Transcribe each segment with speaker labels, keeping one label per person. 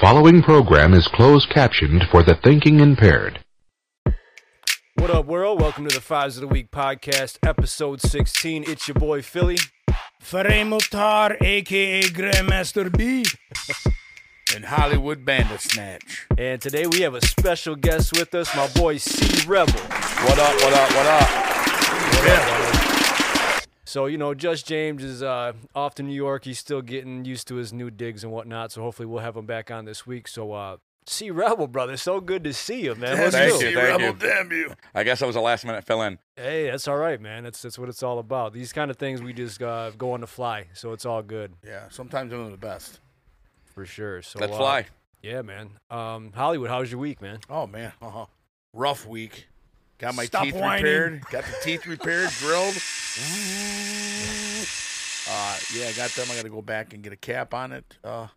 Speaker 1: Following program is closed captioned for the thinking impaired.
Speaker 2: What up, world? Welcome to the Fives of the Week podcast, episode 16. It's your boy, Philly.
Speaker 3: Faremotar, aka Grandmaster B,
Speaker 4: and Hollywood Bandersnatch.
Speaker 2: And today we have a special guest with us, my boy, C Rebel.
Speaker 4: What up, what up, what up?
Speaker 2: So, you know, Judge James is uh, off to New York. He's still getting used to his new digs and whatnot. So, hopefully, we'll have him back on this week. So, uh, C Rebel, brother, so good to see you, man. What's
Speaker 4: Thank
Speaker 2: new?
Speaker 4: you, thank you. Damn you. I guess I was a last minute fill in.
Speaker 2: Hey, that's all right, man. That's that's what it's all about. These kind of things we just uh, go on the fly, so it's all good
Speaker 4: Yeah, sometimes I'm the best.
Speaker 2: for sure. So
Speaker 4: Let's
Speaker 2: uh,
Speaker 4: fly.
Speaker 2: Yeah, man. Um, Hollywood, how was your week, man?
Speaker 4: Oh, man. Uh-huh. Rough week. Got my
Speaker 3: Stop
Speaker 4: teeth
Speaker 3: whining.
Speaker 4: repaired. Got the teeth repaired, drilled. Uh, yeah, I got them. I got to go back and get a cap on it. Uh,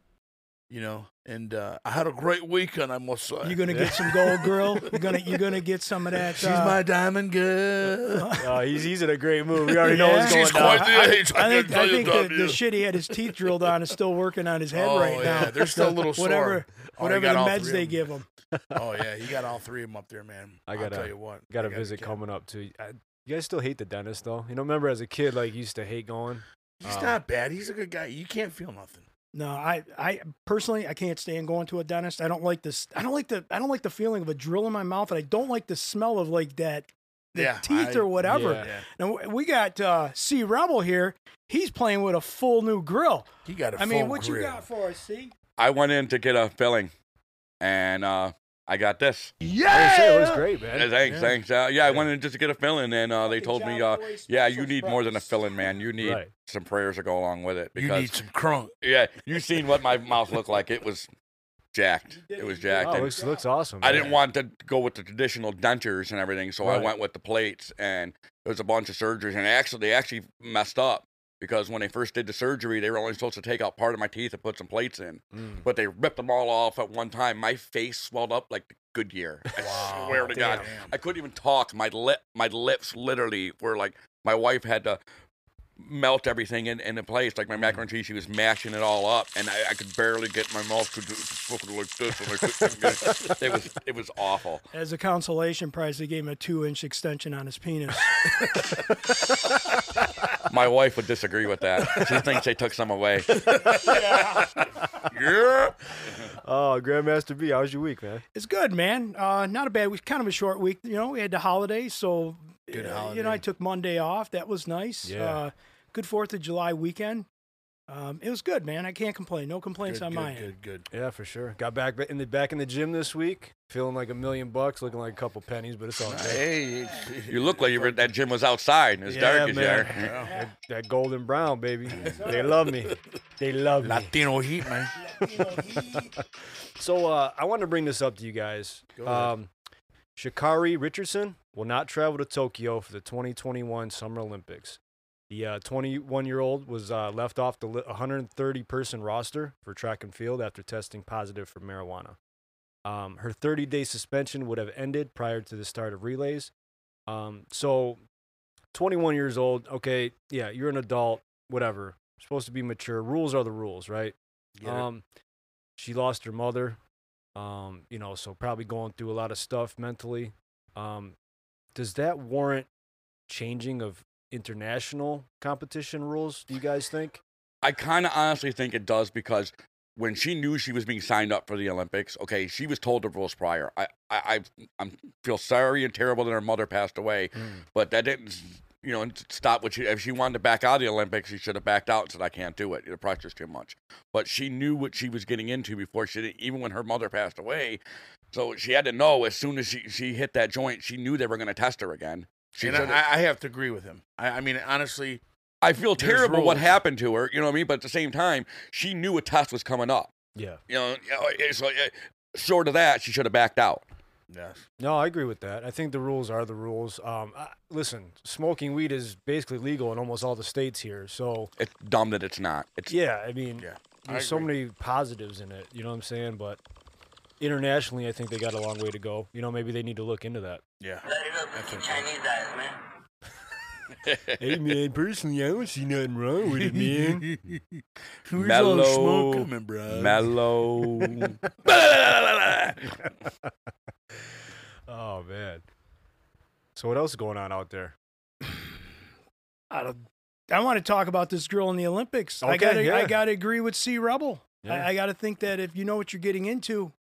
Speaker 4: you know, and uh, I had a great weekend, I must say.
Speaker 3: you're gonna get some gold, girl. You're gonna you're gonna get some of that.
Speaker 4: She's
Speaker 3: uh,
Speaker 4: my diamond girl.
Speaker 2: Uh, he's he's in a great mood. We already know what's
Speaker 3: Yeah.
Speaker 2: going
Speaker 3: She's
Speaker 2: on.
Speaker 3: I, I think, I think the, the shit he had his teeth drilled on is still working on his head
Speaker 4: Oh,
Speaker 3: right
Speaker 4: yeah,
Speaker 3: now.
Speaker 4: they're still a little sore.
Speaker 3: Whatever,
Speaker 4: Oh, he
Speaker 3: whatever
Speaker 4: got
Speaker 3: the
Speaker 4: all
Speaker 3: meds
Speaker 4: three
Speaker 3: they
Speaker 4: of 'em.
Speaker 3: give him.
Speaker 4: Oh yeah, he got all three of them up there, man.
Speaker 2: I
Speaker 4: I
Speaker 2: gotta-
Speaker 4: gotta tell you what,
Speaker 2: Got
Speaker 4: I
Speaker 2: a visit
Speaker 4: get-
Speaker 2: coming up too. I, you guys still hate the dentist though. You know, remember as a kid, like you used to hate going.
Speaker 4: He's
Speaker 2: Um,
Speaker 4: not bad. He's a good guy. You can't feel nothing.
Speaker 3: No, I, I personally I can't stand going to a dentist. I don't like this. I don't like the I don't like the feeling of a drill in my mouth, and I don't like the smell of like that the
Speaker 4: Yeah,
Speaker 3: teeth
Speaker 4: I-
Speaker 3: or whatever.
Speaker 2: Yeah.
Speaker 3: Now w- we got uh, C Rebel here. He's playing with a full new grill.
Speaker 4: He got a.
Speaker 3: I mean,
Speaker 4: full
Speaker 3: what you
Speaker 4: grill.
Speaker 3: got for us, C?
Speaker 5: I went in to get a filling, and uh, I got this.
Speaker 2: Hey,
Speaker 4: Yeah,
Speaker 2: sir, it was great, man.
Speaker 5: Thanks, thanks. Uh, yeah, I went in just to get a filling, and uh, they
Speaker 3: Fucking
Speaker 5: told
Speaker 3: John
Speaker 5: me, uh,
Speaker 3: Boy
Speaker 5: yeah,
Speaker 3: special
Speaker 5: you need more than a
Speaker 3: fries.
Speaker 5: filling, man. You need
Speaker 2: Right.
Speaker 5: some prayers to go along with it
Speaker 4: You
Speaker 5: because
Speaker 4: need some crunk.
Speaker 5: yeah, you seen what my mouth looked like. It was jacked.
Speaker 3: did
Speaker 5: It was
Speaker 3: it.
Speaker 5: jacked.
Speaker 4: Oh,
Speaker 2: Wow,
Speaker 5: and
Speaker 2: Oh, looks looks awesome.
Speaker 5: I
Speaker 2: man.
Speaker 5: didn't want to go with the traditional dentures and everything, so I
Speaker 2: Right.
Speaker 5: went with the plates, and there was a bunch of surgeries, and actually they actually messed up. Because when they first did the surgery, they were only supposed to take out part of my teeth and put some plates in.
Speaker 2: Mm.
Speaker 5: but they ripped them all off at one time. My face swelled up like Goodyear. I swear to God,
Speaker 4: Damn.
Speaker 5: I couldn't even talk. My lip, my lips, literally were like my wife had to melt everything in, into place. Like my macaroni and cheese, she was mashing it all up, and I, I could barely get my mouth to do fucking like this. And I couldn't get it. it was it was awful.
Speaker 3: As a consolation prize, they gave him a two-inch extension on his penis.
Speaker 5: My wife would disagree with that. She thinks they took some away. yeah.
Speaker 2: Oh, Grandmaster B, how was your week, man?
Speaker 3: It's good, man. Uh, not a bad week. Kind of a short week. You know, we had the holidays, so
Speaker 4: Good
Speaker 3: uh,
Speaker 4: holiday.
Speaker 3: you know I took Monday off. That was nice.
Speaker 2: Yeah.
Speaker 3: Uh, good Fourth of July weekend. Um, it was good, man. I can't complain. No complaints
Speaker 4: Good,
Speaker 3: on my
Speaker 4: good,
Speaker 3: end.
Speaker 4: good, good.
Speaker 2: Yeah, for sure. Got back in the back in the gym this week, feeling like a million bucks, looking like a couple pennies, but it's all good.
Speaker 4: Hey,
Speaker 5: You look like you were that gym was outside. and It's
Speaker 2: Yeah,
Speaker 5: dark
Speaker 2: man.
Speaker 5: as there.
Speaker 2: That, that golden brown, baby. They love me. They love me.
Speaker 4: Latino heat, man.
Speaker 2: So uh, I wanted to bring this up to you guys. Um, Shikari Richardson will not travel to Tokyo for the 2021 Summer Olympics. The 21 year old was uh, left off the 130 person roster for track and field after testing positive for marijuana. Um, her 30 day suspension would have ended prior to the start of relays. Um, so, 21 years old, okay, yeah, you're an adult, whatever. Supposed to be mature. Rules are the rules, right? Um, she lost her mother. Um, you know, so probably going through a lot of stuff mentally. Um, does that warrant changing of international competition rules? Do you guys think?
Speaker 5: I kind of honestly think it does because when she knew she was being signed up for the Olympics, okay, she was told the rules prior. I, I, I I'm feel sorry and terrible that her mother passed away, but that didn't, you know, stop what she. If she wanted to back out of the Olympics, she should have backed out and said, "I can't do it. The pressure's too much." But she knew what she was getting into before she, did, even when her mother passed away, so she had to know as soon as she she hit that joint, she knew they were going to test her again. She
Speaker 4: And I,
Speaker 5: should-
Speaker 4: I have to agree with him. I, I mean, honestly,
Speaker 5: I feel
Speaker 4: There's
Speaker 5: terrible what
Speaker 4: rules.
Speaker 5: happened to her, you know what I mean? But at the same time, she knew a test was coming up.
Speaker 2: Yeah.
Speaker 5: You know, uh, so uh, short of that, she should have backed out.
Speaker 4: yes.
Speaker 2: No, I agree with that. I think the rules are the rules. Um, I, listen, smoking weed is basically legal in almost all the states here. So
Speaker 5: It's dumb that it's not. It's
Speaker 2: yeah, I mean,
Speaker 4: Yeah, I
Speaker 2: there's so many positives in it. You know what I'm saying? But internationally, I think they got a long way to go. You know, maybe they need to look into that.
Speaker 4: Yeah.
Speaker 6: Chinese eyes, man.
Speaker 2: Hey man, personally, I don't see nothing wrong with it, man.
Speaker 4: Where's all the
Speaker 5: Mellow-
Speaker 4: smoke coming, bro?
Speaker 5: Mellow.
Speaker 2: oh man. So what else is going on out there?
Speaker 3: I, don't- I want to talk about this girl in the Olympics. I
Speaker 2: Okay,
Speaker 3: got to
Speaker 2: yeah.
Speaker 3: I got to agree with C Rebel.
Speaker 2: Yeah.
Speaker 3: I, I got to think that if you know what you're getting into,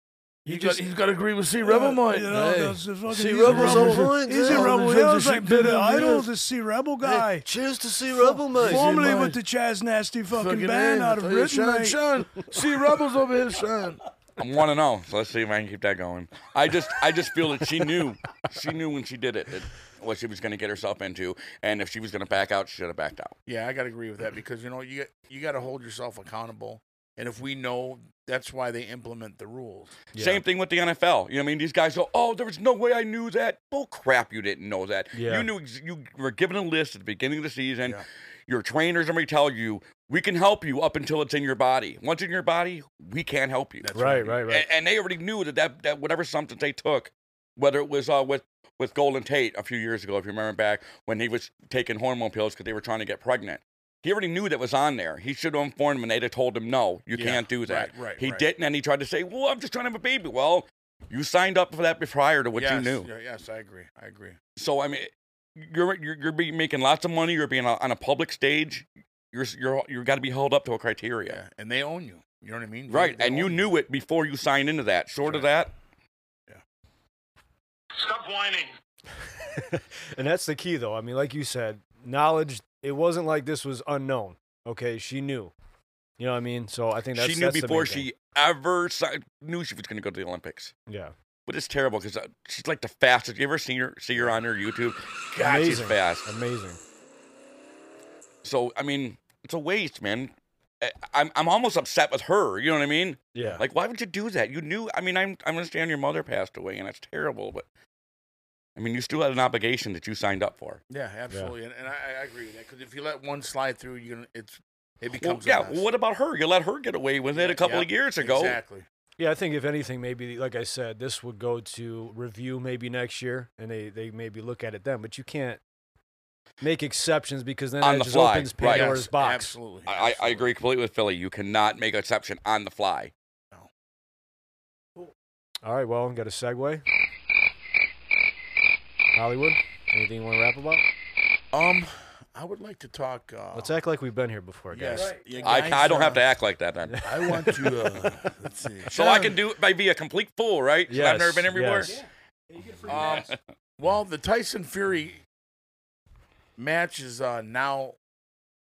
Speaker 4: He
Speaker 3: you
Speaker 4: got,
Speaker 3: just
Speaker 4: he's got to agree with C. Rebel, Mike.
Speaker 3: You know,
Speaker 4: Hey.
Speaker 3: that's the fucking-
Speaker 6: C.
Speaker 3: he's a
Speaker 6: Rebel's
Speaker 3: rebel.
Speaker 6: on point,
Speaker 3: He's a
Speaker 6: yeah.
Speaker 3: rebel.
Speaker 6: Sometimes
Speaker 3: He was
Speaker 6: she
Speaker 3: like
Speaker 6: did
Speaker 3: the
Speaker 6: it,
Speaker 3: idol,
Speaker 6: yes.
Speaker 3: the C Rebel
Speaker 6: Hey,
Speaker 3: guy.
Speaker 6: cheers to see Rebel, mate.
Speaker 3: Formerly
Speaker 4: mate.
Speaker 3: with the Chaz Nasty fucking,
Speaker 4: Fucking
Speaker 3: band
Speaker 4: man,
Speaker 3: out of
Speaker 4: I tell you,
Speaker 3: Britain.
Speaker 4: Sean,
Speaker 3: mate.
Speaker 4: Sean, C. Rebel's over here, Sean.
Speaker 5: I'm one and zero. So let's see if I can keep that going. I just, I just feel that she knew, she knew when she did it, that what she was going to get herself into, and if she was going to back out, she should have backed out.
Speaker 4: Yeah, I got to agree with that because you know you you got to hold yourself accountable, and if we know, that's why they implement the rules.
Speaker 2: Yeah.
Speaker 5: Same thing with the NFL. You know, what I mean, these guys go, "Oh, there was no way I knew that." Bull crap, you didn't know that.
Speaker 2: Yeah.
Speaker 5: You knew ex- you were given a list at the beginning of the season.
Speaker 4: Yeah.
Speaker 5: Your trainers are going to tell you, "We can help you up until it's in your body. Once in your body, we can't help you."
Speaker 4: That's
Speaker 2: Right, right, right.
Speaker 5: And, and they already knew that, that that whatever substance they took, whether it was uh, with with Golden Tate a few years ago, if you remember back when he was taking hormone pills because they were trying to get pregnant. He already knew that was on there. He should have informed them and they'd have told him, no, you
Speaker 4: Yeah,
Speaker 5: can't do that.
Speaker 4: right, right,
Speaker 5: he
Speaker 4: right.
Speaker 5: didn't, and he tried to say, well, I'm just trying to have a baby. Well, you signed up for that prior to what you
Speaker 4: Yes,
Speaker 5: knew.
Speaker 4: yeah, yes, I agree. I agree.
Speaker 5: So, I mean, eh, you're, you're, you're be making lots of money. You're being on on a public stage. You're, s- you're, you're got to be held up to a criteria.
Speaker 4: Yeah, and they own you. You know what I mean? They-
Speaker 5: Right.
Speaker 4: they
Speaker 5: And you
Speaker 4: own
Speaker 5: knew it before you signed into that. Short of
Speaker 4: right.
Speaker 5: that,
Speaker 7: Stop whining.
Speaker 2: Eh. And that's the key, though. I mean, like you said, knowledge. It wasn't like this was unknown. Okay, she knew. You know what I mean? So I think that's
Speaker 5: she knew
Speaker 2: that's the main
Speaker 5: before
Speaker 2: thing.
Speaker 5: she ever si- knew she was going to go to the Olympics.
Speaker 2: Yeah.
Speaker 5: But it's terrible because uh, she's like the fastest. You ever seen her? See her on her YouTube? God, she's
Speaker 2: Amazing.
Speaker 5: fast.
Speaker 2: Amazing.
Speaker 5: So I mean, it's a waste, man. I- I'm I'm almost upset with her. You know what I mean?
Speaker 2: Yeah.
Speaker 5: Like, why would you do that? You knew. I mean, I'm I understand your mother passed away, and that's terrible. But I mean, you still had an obligation that you signed up for.
Speaker 4: Yeah, absolutely. And, and I, I agree with that because if you let one slide through, you're gonna it's it
Speaker 5: Well,
Speaker 4: becomes a
Speaker 5: yeah.
Speaker 4: mess.
Speaker 5: What about her? You let her get away with it
Speaker 4: Yeah,
Speaker 5: a couple
Speaker 4: yeah,
Speaker 5: of years ago.
Speaker 4: Exactly.
Speaker 2: Yeah, I think if anything, maybe like I said, this would go to review maybe next year, and they they maybe look at it then. But you can't make exceptions because then
Speaker 5: On
Speaker 2: it
Speaker 5: the
Speaker 2: just
Speaker 5: fly,
Speaker 2: opens
Speaker 5: right.
Speaker 2: Pandora's
Speaker 4: Yes,
Speaker 2: box.
Speaker 4: Absolutely.
Speaker 5: I, I- I
Speaker 4: absolutely.
Speaker 5: agree completely with Philly. You cannot make an exception on the fly.
Speaker 2: All right, well, got a segue. Hollywood, anything you want to rap about?
Speaker 4: Um, I would like to talk. Uh,
Speaker 2: Let's act like we've been here before, guys.
Speaker 4: Yes, you
Speaker 5: I,
Speaker 4: guys,
Speaker 5: I don't have
Speaker 4: uh,
Speaker 5: to act like that then.
Speaker 4: I want to. Uh, let's see.
Speaker 5: So I can do it by be a complete fool, right? So I've never
Speaker 2: Yes,
Speaker 5: been everywhere.
Speaker 2: yes.
Speaker 4: Um, well, the Tyson Fury match is uh, now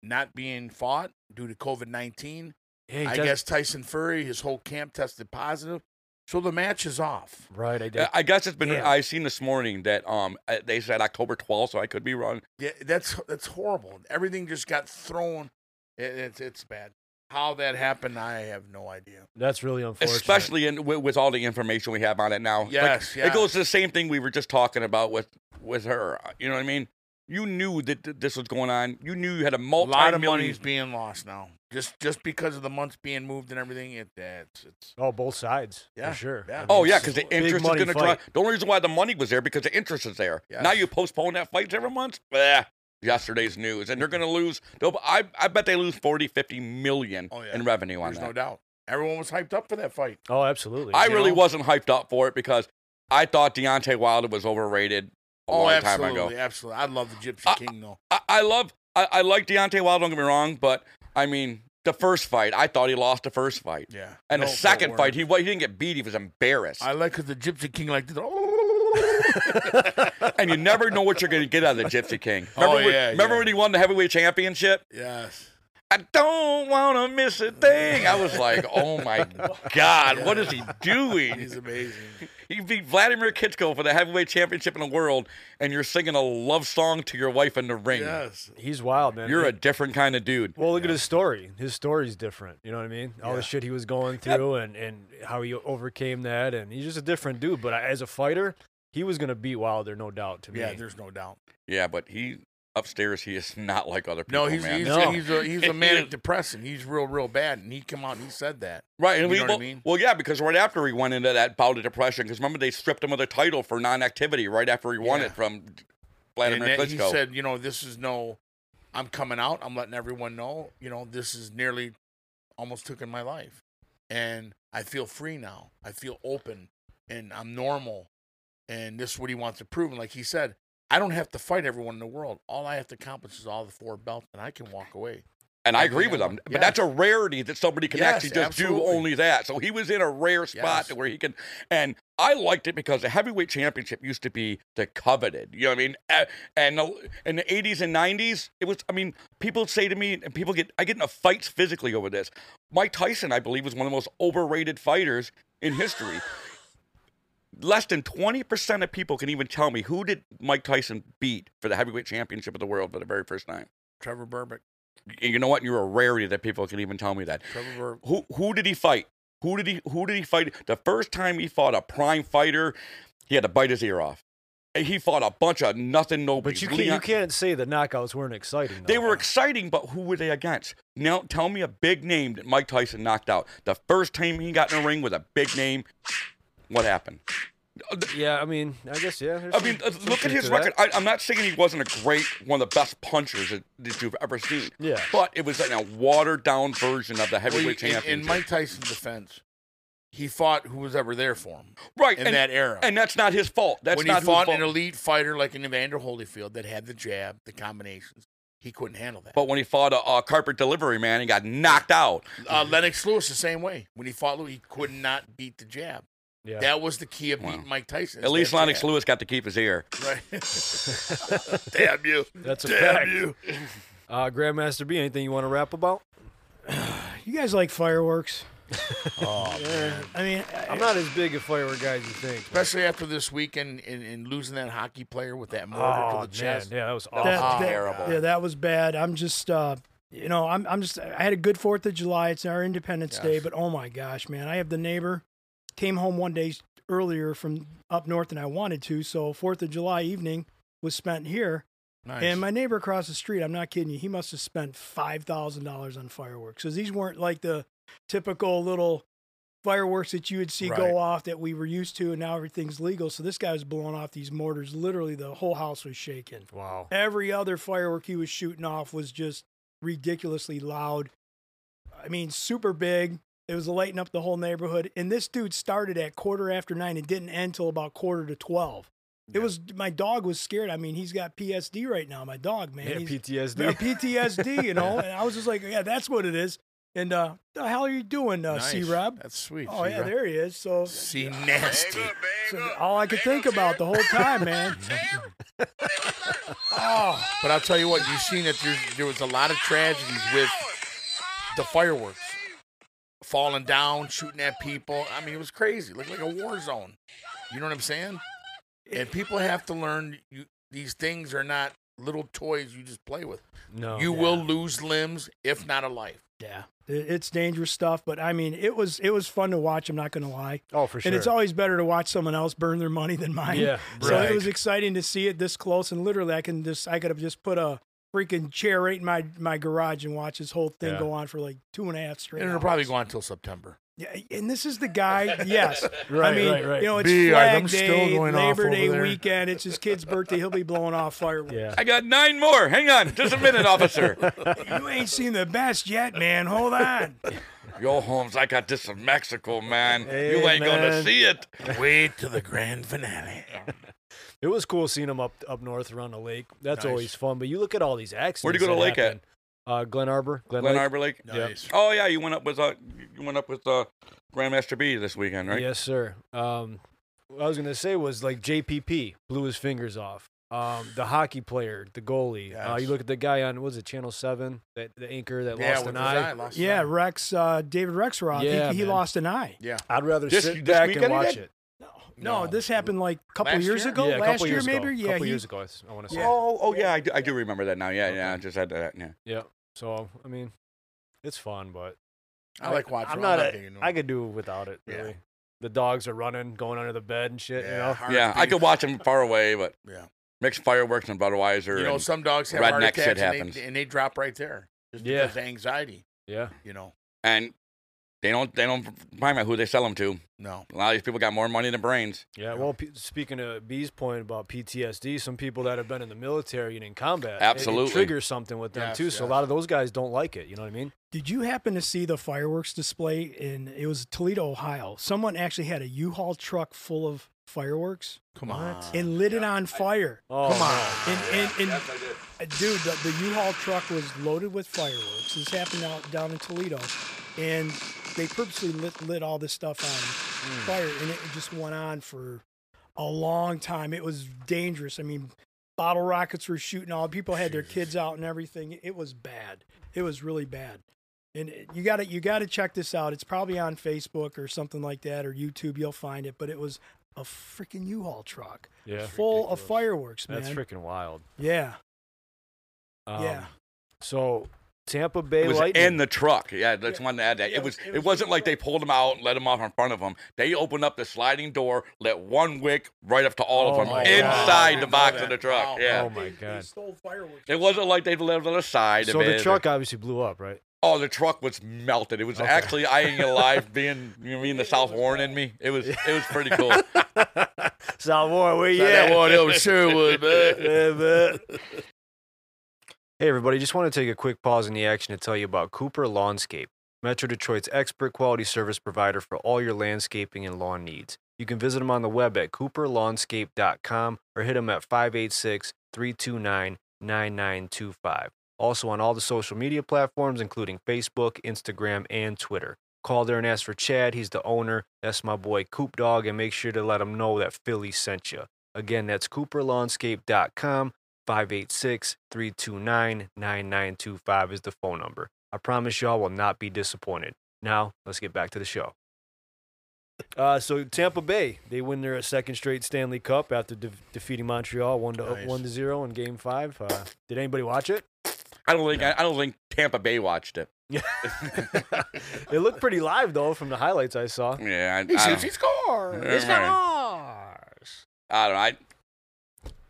Speaker 4: not being fought due to COVID nineteen.
Speaker 2: Hey,
Speaker 4: I
Speaker 2: does-
Speaker 4: guess Tyson Fury, his whole camp tested positive, so the match is off.
Speaker 2: Right, I did.
Speaker 5: Uh, I guess it's been.
Speaker 2: Damn.
Speaker 5: I seen this morning that um uh, they said October 12th, so I could be wrong.
Speaker 4: Yeah, that's that's horrible. Everything just got thrown. It, it's it's bad. How that happened, I have no idea.
Speaker 2: That's really unfortunate.
Speaker 5: Especially in with, with all the information we have on it now. Like,
Speaker 4: Yes,
Speaker 5: it goes to the same thing we were just talking about with with her. You know what I mean? You knew that th- this was going on. You knew you had a
Speaker 4: A
Speaker 5: multi
Speaker 4: lot of money's being lost now, just just because of the months being moved and everything. It that's it's
Speaker 2: Oh, both sides.
Speaker 4: Yeah,
Speaker 2: For sure.
Speaker 4: yeah.
Speaker 2: I mean,
Speaker 5: Oh yeah,
Speaker 2: it's
Speaker 5: because
Speaker 2: a
Speaker 5: the
Speaker 2: big
Speaker 5: interest is
Speaker 2: money
Speaker 5: going to draw.
Speaker 2: fight.
Speaker 5: The only reason why the money was there because the interest is there.
Speaker 4: Yes.
Speaker 5: Now you postpone that fight every month. Bleh. Yesterday's news, and they're going to lose. they'll- I I bet they lose 40, 50 million
Speaker 4: Oh, yeah.
Speaker 5: in revenue on
Speaker 4: there's
Speaker 5: that.
Speaker 4: no doubt. Everyone was hyped up for that fight.
Speaker 2: Oh, absolutely.
Speaker 5: I
Speaker 4: you
Speaker 5: really
Speaker 4: know?
Speaker 5: wasn't hyped up for it because I thought Deontay Wilder was overrated a
Speaker 4: oh,
Speaker 5: long
Speaker 4: absolutely,
Speaker 5: time ago. Uh,
Speaker 4: absolutely. I love the Gypsy
Speaker 5: I-
Speaker 4: King though.
Speaker 5: I, I love, I, I like Deontay Wilder. Don't get me wrong, but I mean, the first fight, I thought he lost the first fight,
Speaker 4: Yeah.
Speaker 5: and
Speaker 4: No,
Speaker 5: the
Speaker 4: don't
Speaker 5: second
Speaker 4: worry.
Speaker 5: fight, he wa- he didn't get beat. He was embarrassed,
Speaker 4: I like 'cause the Gypsy King like this.
Speaker 5: and you never know what you're going to get out of the Gypsy King. Remember,
Speaker 4: Oh,
Speaker 5: when,
Speaker 4: yeah,
Speaker 5: remember
Speaker 4: yeah.
Speaker 5: when he won the heavyweight championship?
Speaker 4: yes.
Speaker 5: I don't want to miss a thing. I was like, oh my god, what is he doing?
Speaker 4: He's amazing.
Speaker 5: He beat Vladimir Klitschko for the heavyweight championship in the world, and you're singing a love song to your wife in the ring.
Speaker 4: yes.
Speaker 2: He's wild, man.
Speaker 5: You're a different kind of dude.
Speaker 2: Well, look at his story. His story's different. You know what I mean? All the shit he was going through and, and how he overcame that. And he's just a different dude. But I- as a fighter, he was going to beat Wilder, no doubt, to me.
Speaker 4: Yeah, there's no doubt.
Speaker 5: Yeah, but he upstairs he is not like other people.
Speaker 4: No, he's
Speaker 5: man.
Speaker 4: he's,
Speaker 2: No.
Speaker 4: he's a he's
Speaker 5: He
Speaker 4: a
Speaker 5: is.
Speaker 4: manic depressant. He's real real bad, and he come out and he said that.
Speaker 5: right. And
Speaker 4: you
Speaker 5: we,
Speaker 4: know what I
Speaker 5: well,
Speaker 4: mean?
Speaker 5: well, yeah, because right after he went into that bout of depression, because remember they stripped him of the title for non-activity right after he won
Speaker 4: Yeah.
Speaker 5: it from Vladimir
Speaker 4: and that- he
Speaker 5: Klitschko.
Speaker 4: said, you know, this is no, I'm coming out. I'm letting everyone know, you know, this is nearly almost took in my life. And I feel free now. I feel open and I'm normal. And this is what he wants to prove. And like he said, I don't have to fight everyone in the world. All I have to accomplish is all the four belts and I can walk away.
Speaker 5: and
Speaker 4: I
Speaker 5: I agree
Speaker 4: think
Speaker 5: with
Speaker 4: I
Speaker 5: him.
Speaker 4: would.
Speaker 5: But
Speaker 4: Yeah.
Speaker 5: that's a rarity that somebody can
Speaker 4: Yes,
Speaker 5: actually just do
Speaker 4: absolutely.
Speaker 5: only that. So he was in a rare spot
Speaker 4: Yes.
Speaker 5: to where he can. And I liked it because the heavyweight championship used to be the coveted. You know what I mean? A- And the- in the 80s and 90s, it was. I mean, people say to me, and people get, I get into fights physically over this. Mike Tyson, I believe, was one of the most overrated fighters in history. Less than 20% of people can even tell me who did Mike Tyson beat for the heavyweight championship of the world for the very first time.
Speaker 4: Trevor Burbick.
Speaker 5: And you know what? You're a rarity that people can even tell me that.
Speaker 4: Trevor Burbick.
Speaker 5: Who who did he fight? Who did he who did he fight? The first time he fought a prime fighter, he had to bite his ear off. And he fought a bunch of nothing nobody.
Speaker 2: But you can't, you can't say the knockouts weren't exciting.
Speaker 5: They
Speaker 2: though.
Speaker 5: were exciting, but who were they against? Now tell me a big name that Mike Tyson knocked out. The first time he got in the ring with a big name, what happened?
Speaker 2: Yeah, I mean, I guess yeah. there's
Speaker 5: I
Speaker 2: some-
Speaker 5: mean, uh,
Speaker 2: some
Speaker 5: look at
Speaker 2: truth
Speaker 5: his
Speaker 2: to that.
Speaker 5: record. I, I'm not saying he wasn't a great, one of the best punchers that, that you've ever seen.
Speaker 2: Yeah.
Speaker 5: But it was in a watered down version of the
Speaker 4: Well,
Speaker 5: heavyweight
Speaker 4: he- in,
Speaker 5: championship.
Speaker 4: in Mike Tyson's defense, he fought who was ever there for him
Speaker 5: right.
Speaker 4: in
Speaker 5: and,
Speaker 4: that era.
Speaker 5: and that's not his fault. That's
Speaker 4: when he
Speaker 5: not his
Speaker 4: fought
Speaker 5: fault.
Speaker 4: an elite fighter like an Evander Holyfield that had the jab, the combinations, he couldn't handle that.
Speaker 5: But when he fought a, a carpet delivery man, he got knocked out.
Speaker 4: uh, Lennox Lewis the same way. When he fought Lewis, he could not beat the jab.
Speaker 2: Yeah.
Speaker 4: That was the key of
Speaker 5: Wow.
Speaker 4: beating Mike Tyson.
Speaker 5: At least Lennox
Speaker 4: Lennox
Speaker 5: Lewis got to keep his ear.
Speaker 4: Right. Damn you.
Speaker 2: That's a
Speaker 4: Damn
Speaker 2: fact.
Speaker 4: you.
Speaker 2: Uh, Grandmaster B, anything you want to rap about?
Speaker 3: You guys like fireworks?
Speaker 4: Oh, man.
Speaker 3: I mean, uh,
Speaker 2: I'm not as big a firework guy as you think. but-
Speaker 4: Especially after this weekend and, and losing that hockey player with that murder
Speaker 2: Oh,
Speaker 4: to the
Speaker 2: man,
Speaker 4: chest.
Speaker 2: yeah, that was
Speaker 3: that,
Speaker 2: awful.
Speaker 4: Oh,
Speaker 3: that-
Speaker 5: terrible.
Speaker 3: Yeah, that was bad. I'm just, uh, you know, I'm, I'm just, I had a good Fourth of July. It's our Independence Day, but oh my gosh, man, I have the neighbor came home one day earlier from up north than I wanted to, so Fourth of July evening was spent here.
Speaker 4: Nice.
Speaker 3: And my neighbor across the street, I'm not kidding you, he must have spent five thousand dollars on fireworks because these weren't like the typical little fireworks that you would see
Speaker 4: Right.
Speaker 3: go off that we were used to, and now everything's legal. So this guy was blowing off these mortars. Literally, the whole house was shaking.
Speaker 2: Wow.
Speaker 3: Every other firework he was shooting off was just ridiculously loud. I mean, super big. It was lighting up the whole neighborhood. And this dude started at quarter after nine and didn't end till about quarter to 12. It was my dog was scared. I mean, he's got PSD right now. My dog, man,
Speaker 2: Yeah,
Speaker 3: he's
Speaker 2: PTSD.
Speaker 3: PTSD, you know. and I was just like, yeah, that's what it is. And uh, the hell are you doing, uh,
Speaker 4: Nice.
Speaker 3: C Rob?
Speaker 4: That's sweet.
Speaker 3: Oh yeah,
Speaker 4: C-Rob.
Speaker 3: there he is. So,
Speaker 4: C nasty.
Speaker 3: so all I could think about the whole time, man.
Speaker 4: Oh, but I'll tell you what, you've seen that there, there was a lot of tragedies with
Speaker 2: Oh,
Speaker 4: the fireworks falling down, shooting at people. I mean, it was crazy. Looked like a war zone. You know what I'm saying? And people have to learn you, these things are not little toys you just play with.
Speaker 3: Oh,
Speaker 2: No.
Speaker 4: you will lose limbs, if not a life.
Speaker 3: Yeah, it- it's dangerous stuff, but I mean, it was it was fun to watch. I'm not going to lie,
Speaker 2: Oh, for sure.
Speaker 3: and it's always better to watch someone else burn their money than mine.
Speaker 2: Yeah,
Speaker 3: so
Speaker 4: right.
Speaker 3: it was exciting to see it this close, and literally, I can just I could have just put a freaking chair right in my my garage and watch this whole thing
Speaker 2: Yeah.
Speaker 3: go on for like two and a half straight.
Speaker 4: And it'll
Speaker 3: hours.
Speaker 4: probably go on until September.
Speaker 3: Yeah, and this is the guy. Yes,
Speaker 2: Right,
Speaker 3: I mean,
Speaker 2: right, right.
Speaker 3: you know, it's
Speaker 4: B,
Speaker 3: Flag
Speaker 4: I'm
Speaker 3: Day,
Speaker 4: still going off
Speaker 3: Labor
Speaker 4: over
Speaker 3: Day
Speaker 4: there.
Speaker 3: weekend. It's his kid's birthday. He'll be blowing off fireworks.
Speaker 2: Yeah.
Speaker 5: I got nine more. Hang on, just a minute, officer.
Speaker 3: You ain't seen the best yet, man. Hold on.
Speaker 5: Yo, Holmes, I got this from Mexico, man.
Speaker 2: Hey,
Speaker 5: you ain't gonna
Speaker 2: man.
Speaker 5: see it.
Speaker 4: Wait till the grand finale.
Speaker 2: It was cool seeing them up up north around the lake. That's
Speaker 4: Nice.
Speaker 2: always fun. But you look at all these accidents.
Speaker 5: go to
Speaker 2: that
Speaker 5: lake at?
Speaker 2: happen. Uh, Glen Arbor. Glen,
Speaker 5: Glen
Speaker 2: Lake.
Speaker 5: Arbor Lake.
Speaker 4: Nice.
Speaker 5: Oh yeah, you went up with uh, you went up with uh, Grandmaster B this weekend, right?
Speaker 2: Yes, sir. Um, what I was gonna say was like JPP blew his fingers off. Um, the hockey player, the goalie. Uh, you
Speaker 4: Yes.
Speaker 2: look at the guy on what was it Channel Seven, that the anchor that
Speaker 4: Yeah,
Speaker 2: lost
Speaker 4: with
Speaker 2: an
Speaker 4: his
Speaker 2: eye.
Speaker 4: eye, lost his
Speaker 3: Yeah,
Speaker 4: eye.
Speaker 3: Rex, uh, David Rexroth.
Speaker 2: Yeah,
Speaker 3: he, he
Speaker 2: man.
Speaker 3: lost an eye.
Speaker 4: Yeah.
Speaker 2: I'd rather
Speaker 5: This-
Speaker 2: sit
Speaker 5: this
Speaker 2: back and
Speaker 5: weekend he
Speaker 2: watch
Speaker 5: did?
Speaker 2: it.
Speaker 3: No,
Speaker 4: No.
Speaker 3: this happened like a couple
Speaker 4: Last
Speaker 3: years
Speaker 4: year?
Speaker 3: ago.
Speaker 2: yeah, a
Speaker 3: last
Speaker 2: couple
Speaker 3: year
Speaker 2: years
Speaker 3: maybe.
Speaker 2: ago.
Speaker 3: Yeah,
Speaker 2: couple
Speaker 3: he-
Speaker 2: years ago. I s- I want to say.
Speaker 5: Oh, oh yeah, I do, I do remember that now. Yeah, yeah, I just had that. Yeah.
Speaker 2: Yeah. So I mean, it's fun, but
Speaker 4: I like watching.
Speaker 2: I'm
Speaker 4: I'm
Speaker 2: not.
Speaker 4: like
Speaker 2: a-
Speaker 4: being annoyed.
Speaker 2: I could do without it.
Speaker 4: Yeah.
Speaker 2: Really. The dogs are running, going under the bed and shit. You know.
Speaker 4: heart
Speaker 5: Yeah, I
Speaker 4: beat.
Speaker 5: could watch him far away, but
Speaker 4: Yeah.
Speaker 5: mixed fireworks and Budweiser.
Speaker 4: You know,
Speaker 5: and-
Speaker 4: some dogs have
Speaker 5: redneck
Speaker 4: heart
Speaker 5: shit
Speaker 4: attacks and
Speaker 5: happens.
Speaker 4: they, and they drop right there just
Speaker 2: Yeah.
Speaker 4: because of anxiety.
Speaker 2: Yeah.
Speaker 4: You know,
Speaker 5: and They don't. They don't find out who they sell them to.
Speaker 4: No.
Speaker 5: A lot of these people got more money than brains.
Speaker 2: Yeah, well, p- speaking of B's point about PTSD, some people that have been in the military and in combat, it- it,
Speaker 5: Absolutely.
Speaker 2: triggers something with them
Speaker 4: Yes,
Speaker 2: too. So a
Speaker 4: yes.
Speaker 2: lot of those guys don't like it. You know what I mean?
Speaker 3: Did you happen to see the fireworks display in it was Toledo, Ohio? Someone actually had a U-Haul truck full of fireworks
Speaker 4: Come
Speaker 2: What?
Speaker 4: on.
Speaker 3: and lit it on fire.
Speaker 2: Oh,
Speaker 4: Come on.
Speaker 2: no.
Speaker 3: And and, and
Speaker 5: Yes, I did.
Speaker 3: uh, dude, the, the U-Haul truck was loaded with fireworks. This happened out down in Toledo, and they purposely lit lit all this stuff
Speaker 2: Hmm.
Speaker 3: on fire, and it just went on for a long time. It was dangerous. I mean, bottle rockets were shooting. All people had their kids out and everything. It was bad. It was really bad. And it- you got to you got to check this out. It's probably on Facebook or something like that or YouTube. You'll find it. But it was a freaking U-Haul truck
Speaker 2: Yeah,
Speaker 3: full of fireworks, man.
Speaker 2: that's freaking wild.
Speaker 3: yeah,
Speaker 2: Um,
Speaker 3: yeah.
Speaker 2: So Tampa Bay
Speaker 5: It was
Speaker 2: Lightning
Speaker 5: in the truck. Yeah, that's
Speaker 3: Yeah.
Speaker 5: one to add that.
Speaker 3: Yeah,
Speaker 5: it was. It,
Speaker 3: was
Speaker 5: was not
Speaker 3: in the
Speaker 5: like they pulled them out and let them off in front of them. They opened up the sliding door, let one wick right up to all
Speaker 2: Oh
Speaker 5: of them
Speaker 2: my
Speaker 5: inside
Speaker 4: God.
Speaker 5: the box
Speaker 4: Wow.
Speaker 5: of the truck.
Speaker 4: Wow.
Speaker 5: Yeah.
Speaker 2: Oh my God.
Speaker 3: stole fireworks.
Speaker 5: It wasn't like they left on the side
Speaker 2: So
Speaker 5: of it.
Speaker 2: the truck obviously blew up, right?
Speaker 5: Oh, the truck was melted. It was
Speaker 2: Okay.
Speaker 5: actually I ain't alive being you know, being the South Warren in me. It was it was pretty cool.
Speaker 2: South Warren, where you
Speaker 4: That
Speaker 2: at?
Speaker 4: one over Sherwood, man.
Speaker 2: Yeah, man. Hey, everybody, just want to take a quick pause in the action to tell you about Cooper Lawnscape, Metro Detroit's expert quality service provider for all your landscaping and lawn needs. You can visit them on the web at cooperlawnscape.com or hit them at 586 329 9925. Also on all the social media platforms, including Facebook, Instagram, and Twitter. Call there and ask for Chad. He's the owner. That's my boy Coop Dog, and make sure to let him know that Philly sent you. Again, that's cooperlawnscape.com. 586 329 9925 is the phone number. I promise y'all will not be disappointed. Now, let's get back to the show. Uh, so Tampa Bay, they win their second straight Stanley Cup after de- defeating Montreal one to oh,
Speaker 4: Nice.
Speaker 2: one to zero in Game Five. Uh, did anybody watch it?
Speaker 5: I don't think I, don't think Tampa Bay watched it.
Speaker 2: It looked pretty live though from the highlights I saw.
Speaker 5: Yeah, I,
Speaker 4: He
Speaker 5: I
Speaker 4: shoots,
Speaker 5: don't,
Speaker 4: he scores.
Speaker 5: Never I don't know. I,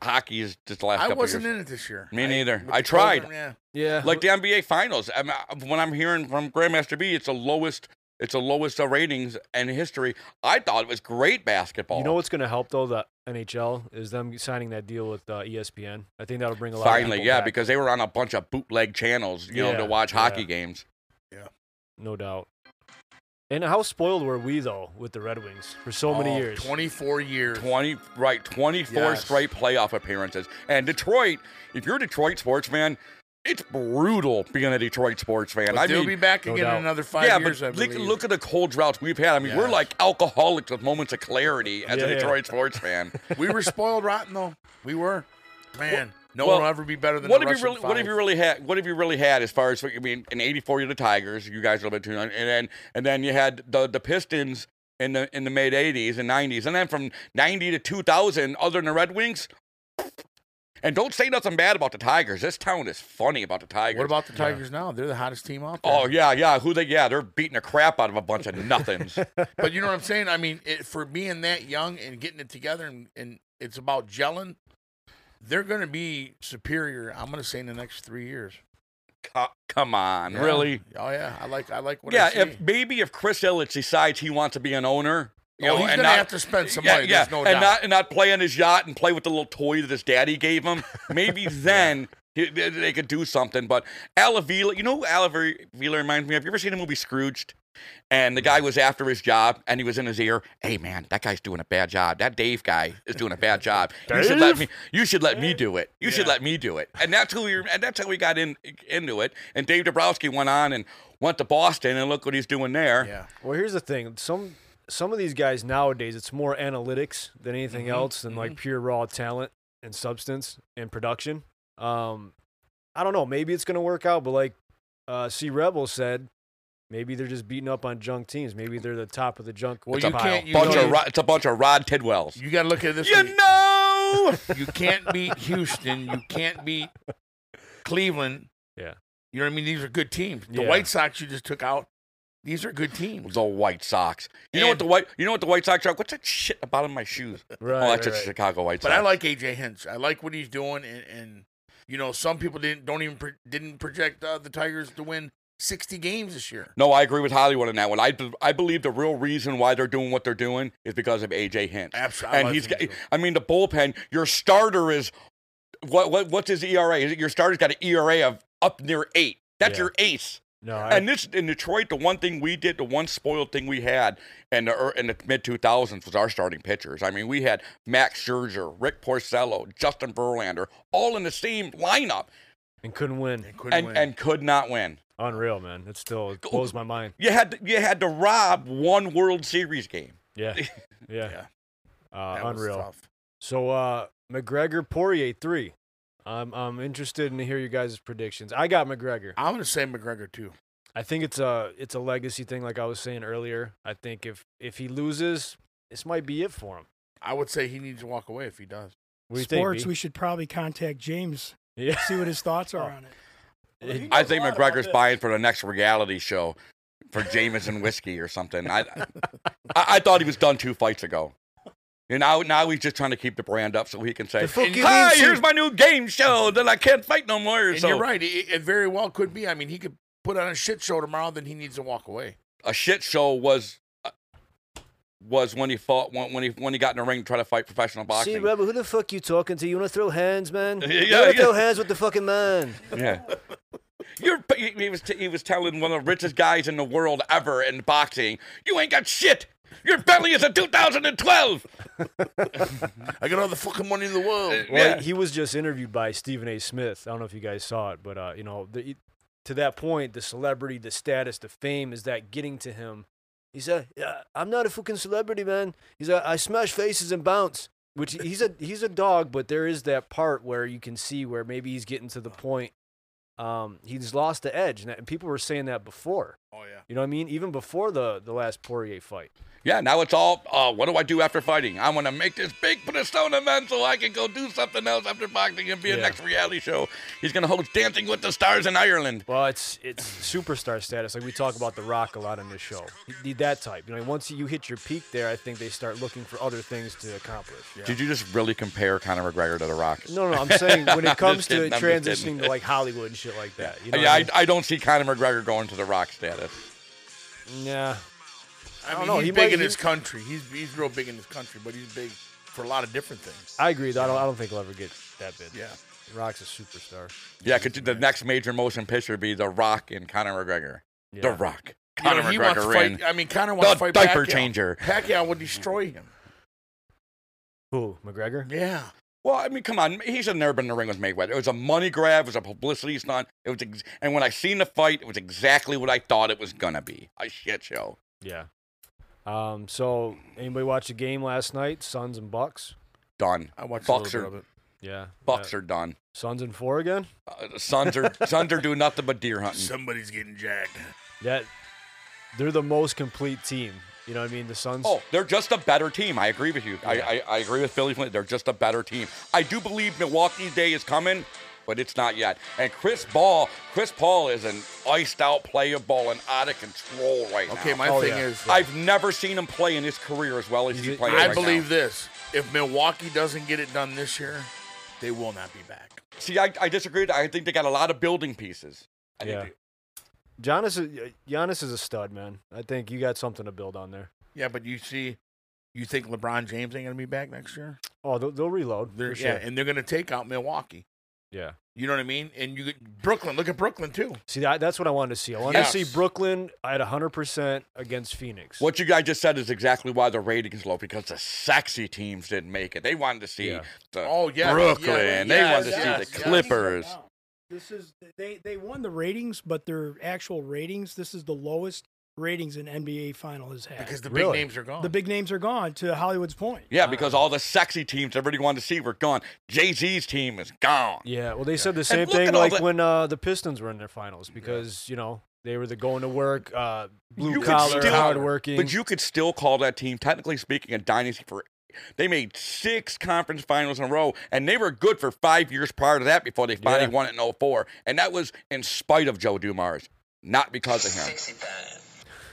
Speaker 5: hockey is just the last
Speaker 4: I
Speaker 5: couple
Speaker 4: wasn't
Speaker 5: years.
Speaker 4: in it this year.
Speaker 5: Me
Speaker 4: I-
Speaker 5: neither.
Speaker 4: with
Speaker 5: I
Speaker 4: the
Speaker 5: tried.
Speaker 4: program, yeah.
Speaker 2: Yeah,
Speaker 5: like the NBA Finals. I mean, I- when I'm hearing from Grandmaster B, it's the lowest. It's the lowest uh, ratings in history. I thought it was great basketball.
Speaker 2: you know what's going to help though the NHL is them signing that deal with uh, ESPN. I think that'll bring a lot. of
Speaker 5: Finally,
Speaker 2: people
Speaker 5: yeah,
Speaker 2: back,
Speaker 5: because they were on a bunch of bootleg channels, you know,
Speaker 2: Yeah,
Speaker 5: to watch
Speaker 2: yeah.
Speaker 5: hockey games.
Speaker 2: no doubt. And how spoiled were we though with the Red Wings for so many
Speaker 4: Oh,
Speaker 2: years?
Speaker 4: 24 years.
Speaker 5: Twenty right, twenty four
Speaker 4: Yes.
Speaker 5: straight playoff appearances. And Detroit, if you're a Detroit sports fan, it's brutal being a Detroit sports fan.
Speaker 4: But
Speaker 5: I
Speaker 4: they'll
Speaker 5: mean,
Speaker 4: be back
Speaker 2: no
Speaker 4: again in
Speaker 2: doubt.
Speaker 4: another five
Speaker 5: yeah,
Speaker 4: years, I
Speaker 5: but look,
Speaker 4: believe.
Speaker 5: look at the cold droughts we've had. I mean, we're
Speaker 4: Yes.
Speaker 5: like alcoholics with moments of clarity as
Speaker 2: Yeah,
Speaker 5: a
Speaker 2: yeah.
Speaker 5: Detroit sports fan.
Speaker 4: we were spoiled rotten, though. We were. Man, no
Speaker 5: well,
Speaker 4: one will ever be better than
Speaker 5: What
Speaker 4: the
Speaker 5: have you
Speaker 4: Russian
Speaker 5: really? What have
Speaker 4: five.
Speaker 5: you really had? What have you really had as far as I mean? In '84, you're the Tigers. You guys are a little bit too young, and then and then you had the the Pistons in the in the mid '80s and '90s, and then from '90 to 2000, other than the Red Wings. And don't say nothing bad about the Tigers. This town is funny about the Tigers.
Speaker 4: What about the Tigers now? They're the hottest team out there.
Speaker 5: Oh yeah, yeah. Who they? Yeah, they're beating the crap out of a bunch of nothings.
Speaker 4: But you know what I'm saying? I mean, it, for being that young and getting it together, and, and it's about gelling, they're going to be superior. I'm going to say in the next three years.
Speaker 5: Co- Come on,
Speaker 4: Yeah.
Speaker 5: really?
Speaker 4: Oh yeah, I like I like what.
Speaker 5: yeah,
Speaker 4: I see.
Speaker 5: if maybe if Chris Ilitch decides he wants to be an owner, you
Speaker 4: Oh,
Speaker 5: know,
Speaker 4: he's
Speaker 5: and
Speaker 4: gonna
Speaker 5: not-
Speaker 4: have to spend some
Speaker 5: yeah,
Speaker 4: money,
Speaker 5: yeah,
Speaker 4: there's no
Speaker 5: and
Speaker 4: doubt.
Speaker 5: not and not play on his yacht and play with the little toy that his daddy gave him. Maybe then he- they- they could do something. But Alavila, you know, who Alavila reminds me of. You ever seen the movie Scrooged? And the guy was after his job, and he was in his ear. Hey, man, that guy's doing a bad job. That Dave guy is doing a bad job. You should let me. You should let me do it. You should let me do it. And that's who we. And that's how we got in into it. And Dave Dabrowski went on and went to Boston, and look what he's doing there.
Speaker 4: yeah,
Speaker 2: Well, here's the thing. Some some of these guys nowadays, it's more analytics than anything
Speaker 4: Mm-hmm,
Speaker 2: else than like pure raw talent and substance and production. Um, I don't know. Maybe it's gonna work out, but like uh, C Rebel said, maybe they're just beating up on junk teams. Maybe they're the top of the junk.
Speaker 4: Well,
Speaker 2: pile.
Speaker 4: you can't use-
Speaker 5: Bunch
Speaker 4: know-
Speaker 5: of Ro- it's a bunch of Rod Tidwells.
Speaker 4: you got to look at it this.
Speaker 5: You
Speaker 4: way.
Speaker 5: know.
Speaker 4: you can't beat Houston. You can't beat Cleveland.
Speaker 2: Yeah.
Speaker 4: You know what I mean? These are good teams. The
Speaker 2: Yeah.
Speaker 4: White Sox you just took out. These are good teams.
Speaker 5: The White Sox. You know what
Speaker 4: And-
Speaker 5: the white? You know what the White Sox are? What's that shit at the bottom of my shoes?
Speaker 2: Right,
Speaker 5: oh,
Speaker 2: right,
Speaker 5: that's just
Speaker 2: right.
Speaker 5: Chicago White Sox.
Speaker 4: But I like AJ Hinch. I like what he's doing, and, and you know, some people didn't don't even pro- didn't project uh, the Tigers to win 60 games this year.
Speaker 5: No, I agree with Hollywood on that one. I, be- I believe the real reason why they're doing what they're doing is because of AJ Hint.
Speaker 4: Absolutely.
Speaker 5: And he's got, I mean, the bullpen, your starter is, what, what what's his ERA? Is it your starter's got an ERA of up near eight? That's
Speaker 2: Yeah.
Speaker 5: your ace.
Speaker 2: No, I,
Speaker 5: And this in Detroit, the one thing we did, the one spoiled thing we had in the er- in the mid two thousands was our starting pitchers. I mean, we had Max Scherzer, Rick Porcello, Justin Verlander, all in the same lineup,
Speaker 2: and couldn't win.
Speaker 5: and and could not win.
Speaker 2: Unreal, man. It still it
Speaker 5: Go-
Speaker 2: blows my mind.
Speaker 5: You had to, you had to rob one World Series game.
Speaker 2: Yeah, yeah,
Speaker 4: yeah,
Speaker 2: uh,
Speaker 4: that was
Speaker 2: unreal.
Speaker 4: tough.
Speaker 2: So uh, McGregor Poirier three. I'm I'm interested in to hear you guys' predictions. I got McGregor.
Speaker 4: I'm gonna say McGregor too.
Speaker 2: I think it's a it's a legacy thing, like I was saying earlier. I think if if he loses, this might be it for him.
Speaker 4: I would say he needs to walk away if he does.
Speaker 2: What do you think?
Speaker 3: Sports,
Speaker 2: B?
Speaker 3: we should probably contact James,
Speaker 2: yeah,
Speaker 3: see what his thoughts
Speaker 2: Oh.
Speaker 3: are on it.
Speaker 2: It-
Speaker 5: I think McGregor's buying for the next reality show for Jameson whiskey or something. I, I I thought he was done two fights ago. And now, now he's just trying to keep the brand up so he can say,
Speaker 2: The fucking
Speaker 5: "Hi,
Speaker 2: thing
Speaker 5: here's
Speaker 2: seems-
Speaker 5: my new game show that I can't fight no more."
Speaker 4: And
Speaker 5: so
Speaker 4: you're right. It, it very well could be. I mean, he could put on a shit show tomorrow. Then he needs to walk away.
Speaker 5: a shit show was uh, was when he fought when, when he when he got in the ring to try to fight professional boxing.
Speaker 2: See, Robert, who the fuck you talking to? You want to throw hands, man?
Speaker 5: Yeah,
Speaker 2: you want to
Speaker 5: yeah.
Speaker 2: throw hands with the fucking man.
Speaker 5: yeah. You're, he, he was t- he was telling one of the richest guys in the world ever in boxing, "You ain't got shit. Your belly is a 2012."
Speaker 4: I got all the fucking money in the world.
Speaker 2: Well,
Speaker 5: Yeah.
Speaker 2: he was just interviewed by Stephen A. Smith. I don't know if you guys saw it, but uh, you know, the, to that point, the celebrity, the status, the fame is that getting to him. He said, "Yeah, "I'm not a fucking celebrity, man." He's like, "I smash faces and bounce." Which he's a he's a dog, but there is that part where you can see where maybe he's getting to the point. Um, he's lost the edge, and, that, and people were saying that before.
Speaker 4: Oh yeah.
Speaker 2: You know what I mean? Even before the the last Poirier fight.
Speaker 5: Yeah, now it's all. Uh, what do I do after fighting? I want to make this big persona man so I can go do something else after boxing and be a
Speaker 2: Yeah.
Speaker 5: next reality show. He's gonna host Dancing with the Stars in Ireland.
Speaker 2: Well, it's it's superstar status. Like we talk about The Rock a lot on this show. He- That type. You know, once you hit your peak there, I think they start looking for other things to accomplish.
Speaker 5: Did you just really compare Conor McGregor to The Rock?
Speaker 2: No, no, I'm saying when
Speaker 5: I'm
Speaker 2: it comes
Speaker 5: just
Speaker 2: to
Speaker 5: kidding, I'm just kidding.
Speaker 2: transitioning
Speaker 5: Uh,
Speaker 2: to like Hollywood and shit like that. You know
Speaker 5: yeah,
Speaker 2: what
Speaker 5: I, I don't see Conor McGregor going to The Rock status.
Speaker 2: I mean? yeah.
Speaker 4: I,
Speaker 2: don't
Speaker 4: mean,
Speaker 2: know,
Speaker 4: he's
Speaker 2: he
Speaker 4: big
Speaker 2: might-
Speaker 4: in
Speaker 2: he-
Speaker 4: his country. He's he's real big in his country, but he's big for a lot of different things.
Speaker 2: I agree. Though. I don't. I don't think he'll ever get that big.
Speaker 4: Yeah.
Speaker 2: Rock's a superstar.
Speaker 5: Yeah, could the next major motion picture be The Rock and Conor McGregor?
Speaker 2: Yeah.
Speaker 5: The Rock,
Speaker 4: You know,
Speaker 5: Conor
Speaker 4: he wants to
Speaker 5: McGregor in
Speaker 4: fight. I mean, Conor wants
Speaker 5: the
Speaker 4: to fight
Speaker 5: diaper
Speaker 4: Pacquiao.
Speaker 5: changer.
Speaker 4: Pacquiao would destroy him.
Speaker 2: Who? McGregor?
Speaker 4: Yeah.
Speaker 5: Well, I mean, come on, he should have never been in the ring with Mayweather. It was a money grab, it was a publicity stunt. It was, ex- and when I seen the fight, it was exactly what I thought it was gonna be. A shit show.
Speaker 2: Yeah. Um. So anybody watch the game last night? Suns and Bucks.
Speaker 5: Done.
Speaker 4: I watched
Speaker 5: Bucks
Speaker 4: a
Speaker 5: are
Speaker 4: little bit of it.
Speaker 2: Yeah.
Speaker 5: Bucks
Speaker 2: Uh,
Speaker 5: are done.
Speaker 2: Suns and four again.
Speaker 5: Uh, the sons are sons are doing nothing but deer hunting.
Speaker 4: Somebody's getting jacked.
Speaker 2: That they're the most complete team. You know what I mean? The Suns.
Speaker 5: Oh, they're just a better team. I agree with you. I, I, I agree with Philly. They're just a better team. I do believe Milwaukee's day is coming, but it's not yet. And Chris Ball, Chris Paul is an iced out player ball and out of control right now.
Speaker 4: Okay, my
Speaker 2: Oh,
Speaker 4: thing
Speaker 2: yeah.
Speaker 4: is,
Speaker 5: I've never seen him play in his career as well as
Speaker 2: He's
Speaker 5: he's
Speaker 2: a-
Speaker 5: playing.
Speaker 4: I
Speaker 5: right
Speaker 4: believe
Speaker 5: now.
Speaker 4: this: if Milwaukee doesn't get it done this year, they will not be back.
Speaker 5: See, I, I disagree. I think they got a lot of building pieces. I think
Speaker 2: Yeah.
Speaker 5: they-
Speaker 2: Giannis is Giannis is a stud, man. I think you got something to build on there.
Speaker 4: Yeah, but you see, you think LeBron James ain't gonna be back next year?
Speaker 2: Oh, they'll, they'll reload.
Speaker 4: They're,
Speaker 2: for sure.
Speaker 4: Yeah, and they're gonna take out Milwaukee.
Speaker 2: Yeah.
Speaker 4: You know what I mean? And you Brooklyn, look at Brooklyn too.
Speaker 2: See, that, that's what I wanted to see. I wanted to
Speaker 4: Yes.
Speaker 2: see Brooklyn at 100% against Phoenix.
Speaker 5: What you guys just said is exactly why the rating is low because the sexy teams didn't make it. They wanted to see
Speaker 2: Yeah.
Speaker 5: the
Speaker 4: Oh, yeah,
Speaker 5: Brooklyn.
Speaker 4: yeah,
Speaker 5: they
Speaker 4: yes,
Speaker 5: wanted to
Speaker 4: yes,
Speaker 5: see the
Speaker 4: yes.
Speaker 5: Clippers.
Speaker 3: This is they they won the ratings, but their actual ratings. This is the lowest ratings an NBA final has had.
Speaker 4: Because the
Speaker 2: Really?
Speaker 4: big names are gone.
Speaker 3: the big names are gone. To Hollywood's point,
Speaker 5: Yeah, because all the sexy teams everybody wanted to see were gone. Jay Z's team is gone.
Speaker 2: Yeah, well, they said the same
Speaker 5: look at
Speaker 2: thing
Speaker 5: all
Speaker 2: like
Speaker 5: the-
Speaker 2: when uh, the Pistons were in their finals because, you know, they were the going to work, uh, blue
Speaker 5: You could
Speaker 2: collar,
Speaker 5: still-
Speaker 2: hardworking.
Speaker 5: But you could still call that team, technically speaking, a dynasty for. They made six conference finals in a row, and they were good for five years prior to that before they finally
Speaker 2: Yeah.
Speaker 5: won oh it in 04. And that was in spite of Joe Dumars, not because of him.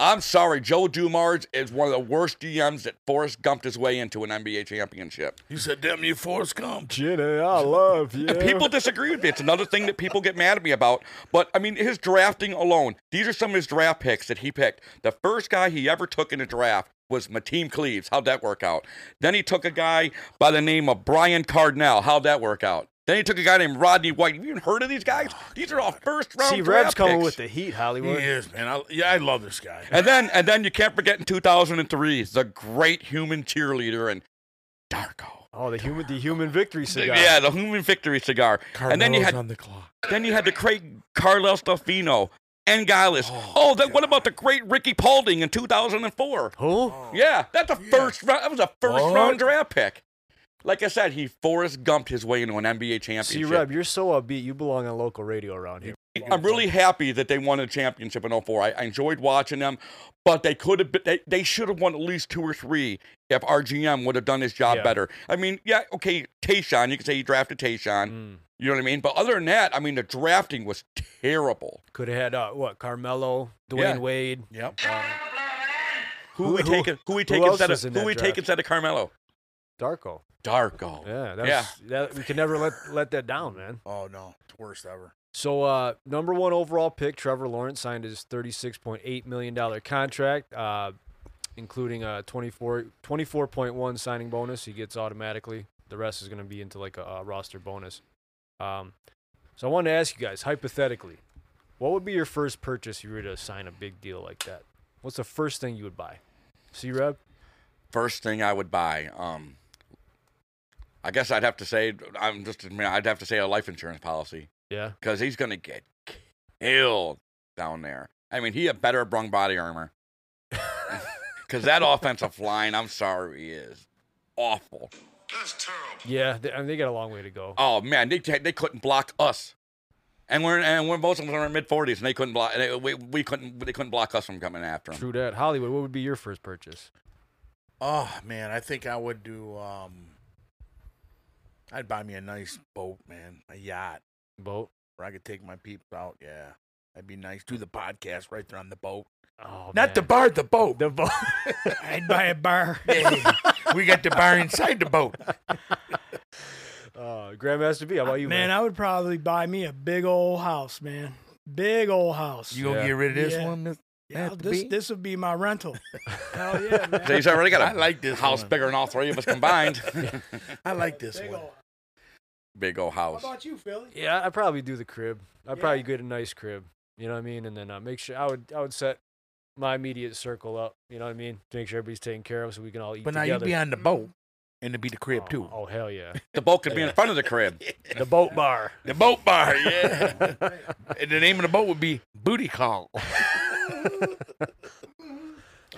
Speaker 5: I'm sorry, Joe Dumars is one of the worst DMs that Forrest gumped his way into an NBA championship.
Speaker 4: You said, damn you, Forrest Gump.
Speaker 2: Jenny, eh, I love you.
Speaker 5: And people disagree with me. It's another thing that people get mad at me about. But I mean, his drafting alone, these are some of his draft picks that he picked. The first guy he ever took in a draft was Mateem Cleaves. How'd that work out? Then he took a guy by the name of Brian Cardnell. How'd that work out? Then he took a guy named Rodney White. You even heard of these guys? These are all first round
Speaker 2: Uh, See, Reb's
Speaker 5: draft
Speaker 2: coming
Speaker 5: picks.
Speaker 2: with the heat,
Speaker 4: He
Speaker 2: Hollywood.
Speaker 4: is, man. I, yeah, I love this guy.
Speaker 5: And then and then you can't forget in 2003, the great human cheerleader and Darko.
Speaker 2: Oh, the human, the human victory cigar.
Speaker 5: Yeah, the human victory cigar. and then you
Speaker 4: Carmelo's
Speaker 5: had
Speaker 4: on the clock.
Speaker 5: then you had the great Carlos Delfino and Gillis. Oh, that, what about the great Ricky Paulding in 2004?
Speaker 2: Who?
Speaker 5: Yeah, that's a
Speaker 4: Yeah.
Speaker 5: first round. That was a first
Speaker 4: What?
Speaker 5: round draft pick. Like I said, he Forrest Gumped his way into an NBA
Speaker 2: See,
Speaker 5: championship.
Speaker 2: Reb, you're so upbeat. You belong on local radio around here.
Speaker 5: I'm really happy that they won a championship in 04. I, I enjoyed watching them, but they could have been, they, they should have won at least two or three if RGM would have done his job
Speaker 2: Yeah.
Speaker 5: better. I mean, yeah, okay, Tayshawn, you can say he drafted Tayshawn.
Speaker 2: Mm.
Speaker 5: You know what I mean? But other than that, I mean, the drafting was terrible.
Speaker 2: Could have had uh, what? Carmelo, Dwayne
Speaker 5: Yeah.
Speaker 2: Wade.
Speaker 4: Yep.
Speaker 5: Who,
Speaker 2: Who-
Speaker 5: we
Speaker 2: who-
Speaker 5: taking? Who we
Speaker 2: who
Speaker 5: taking
Speaker 2: else
Speaker 5: instead of
Speaker 2: was in
Speaker 5: who
Speaker 2: that
Speaker 5: we
Speaker 2: draft?
Speaker 5: taking instead of Carmelo?
Speaker 2: Darko.
Speaker 5: Darko.
Speaker 2: Yeah, that's, That, we can never let let that down, man.
Speaker 4: Oh, no. It's worst ever.
Speaker 2: So, uh, number one overall pick, Trevor Lawrence signed his thirty-six point eight million dollar contract, uh, including a 24, 24.1 signing bonus he gets automatically. The rest is going to be into like a, uh roster bonus. Um, so, I wanted to ask you guys hypothetically, what would be your first purchase if you were to sign a big deal like that? What's the first thing you would buy? C Reb,
Speaker 5: First thing I would buy. Um, I guess I'd have to say I'm just. I mean, I'd have to say a life insurance policy.
Speaker 2: yeah,
Speaker 5: because he's going to get killed down there. I mean, he had better have brung body armor. Because that offensive line, I'm sorry, is awful.
Speaker 2: yeah. They, I mean, they got a long way to go.
Speaker 5: Oh, man, they, they couldn't block us. And we're, and we're both of us are in mid 40s, and they couldn't block. They, we, we couldn't. They couldn't block us from coming after him.
Speaker 2: True that. Hollywood, what would be your first purchase?
Speaker 4: Oh, man. I think I would do. um I'd buy me a nice boat, man. A yacht
Speaker 2: Boat.
Speaker 4: where I could take my peeps out. Yeah. That'd be nice. Do the podcast right there on the boat.
Speaker 2: Oh,
Speaker 4: Not the
Speaker 2: man.
Speaker 4: bar, the boat.
Speaker 2: The boat.
Speaker 3: I'd buy a bar.
Speaker 4: we got the bar inside the boat.
Speaker 2: Uh, Grandmaster B, how about you,
Speaker 3: man, I would probably buy me a big old house, man. Big old house.
Speaker 4: You gonna
Speaker 2: Yeah.
Speaker 4: get rid of this
Speaker 3: Yeah.
Speaker 4: one? This-
Speaker 3: yeah,
Speaker 4: have to
Speaker 3: this
Speaker 4: be.
Speaker 3: this would be my rental. Hell yeah, man.
Speaker 5: So he's already got a
Speaker 4: I like this
Speaker 5: house
Speaker 4: one.
Speaker 5: bigger than all three of us combined.
Speaker 4: I like this
Speaker 3: Big
Speaker 4: one.
Speaker 3: old-
Speaker 5: Big old
Speaker 3: How
Speaker 5: house.
Speaker 3: about you, Philly?
Speaker 2: Yeah, I'd probably do the crib. I'd
Speaker 3: Yeah.
Speaker 2: probably get a nice crib. You know what I mean? And then uh, make sure I would I would set my immediate circle up. You know what I mean? To make sure everybody's taken care of, so we can all eat
Speaker 4: But now
Speaker 2: together.
Speaker 4: you'd be on the boat, and it'd be the crib
Speaker 2: oh,
Speaker 4: too.
Speaker 2: Oh hell yeah!
Speaker 5: The boat could be in front of the crib.
Speaker 2: the boat bar.
Speaker 4: The boat bar, yeah. and the name of the boat would be Booty Call.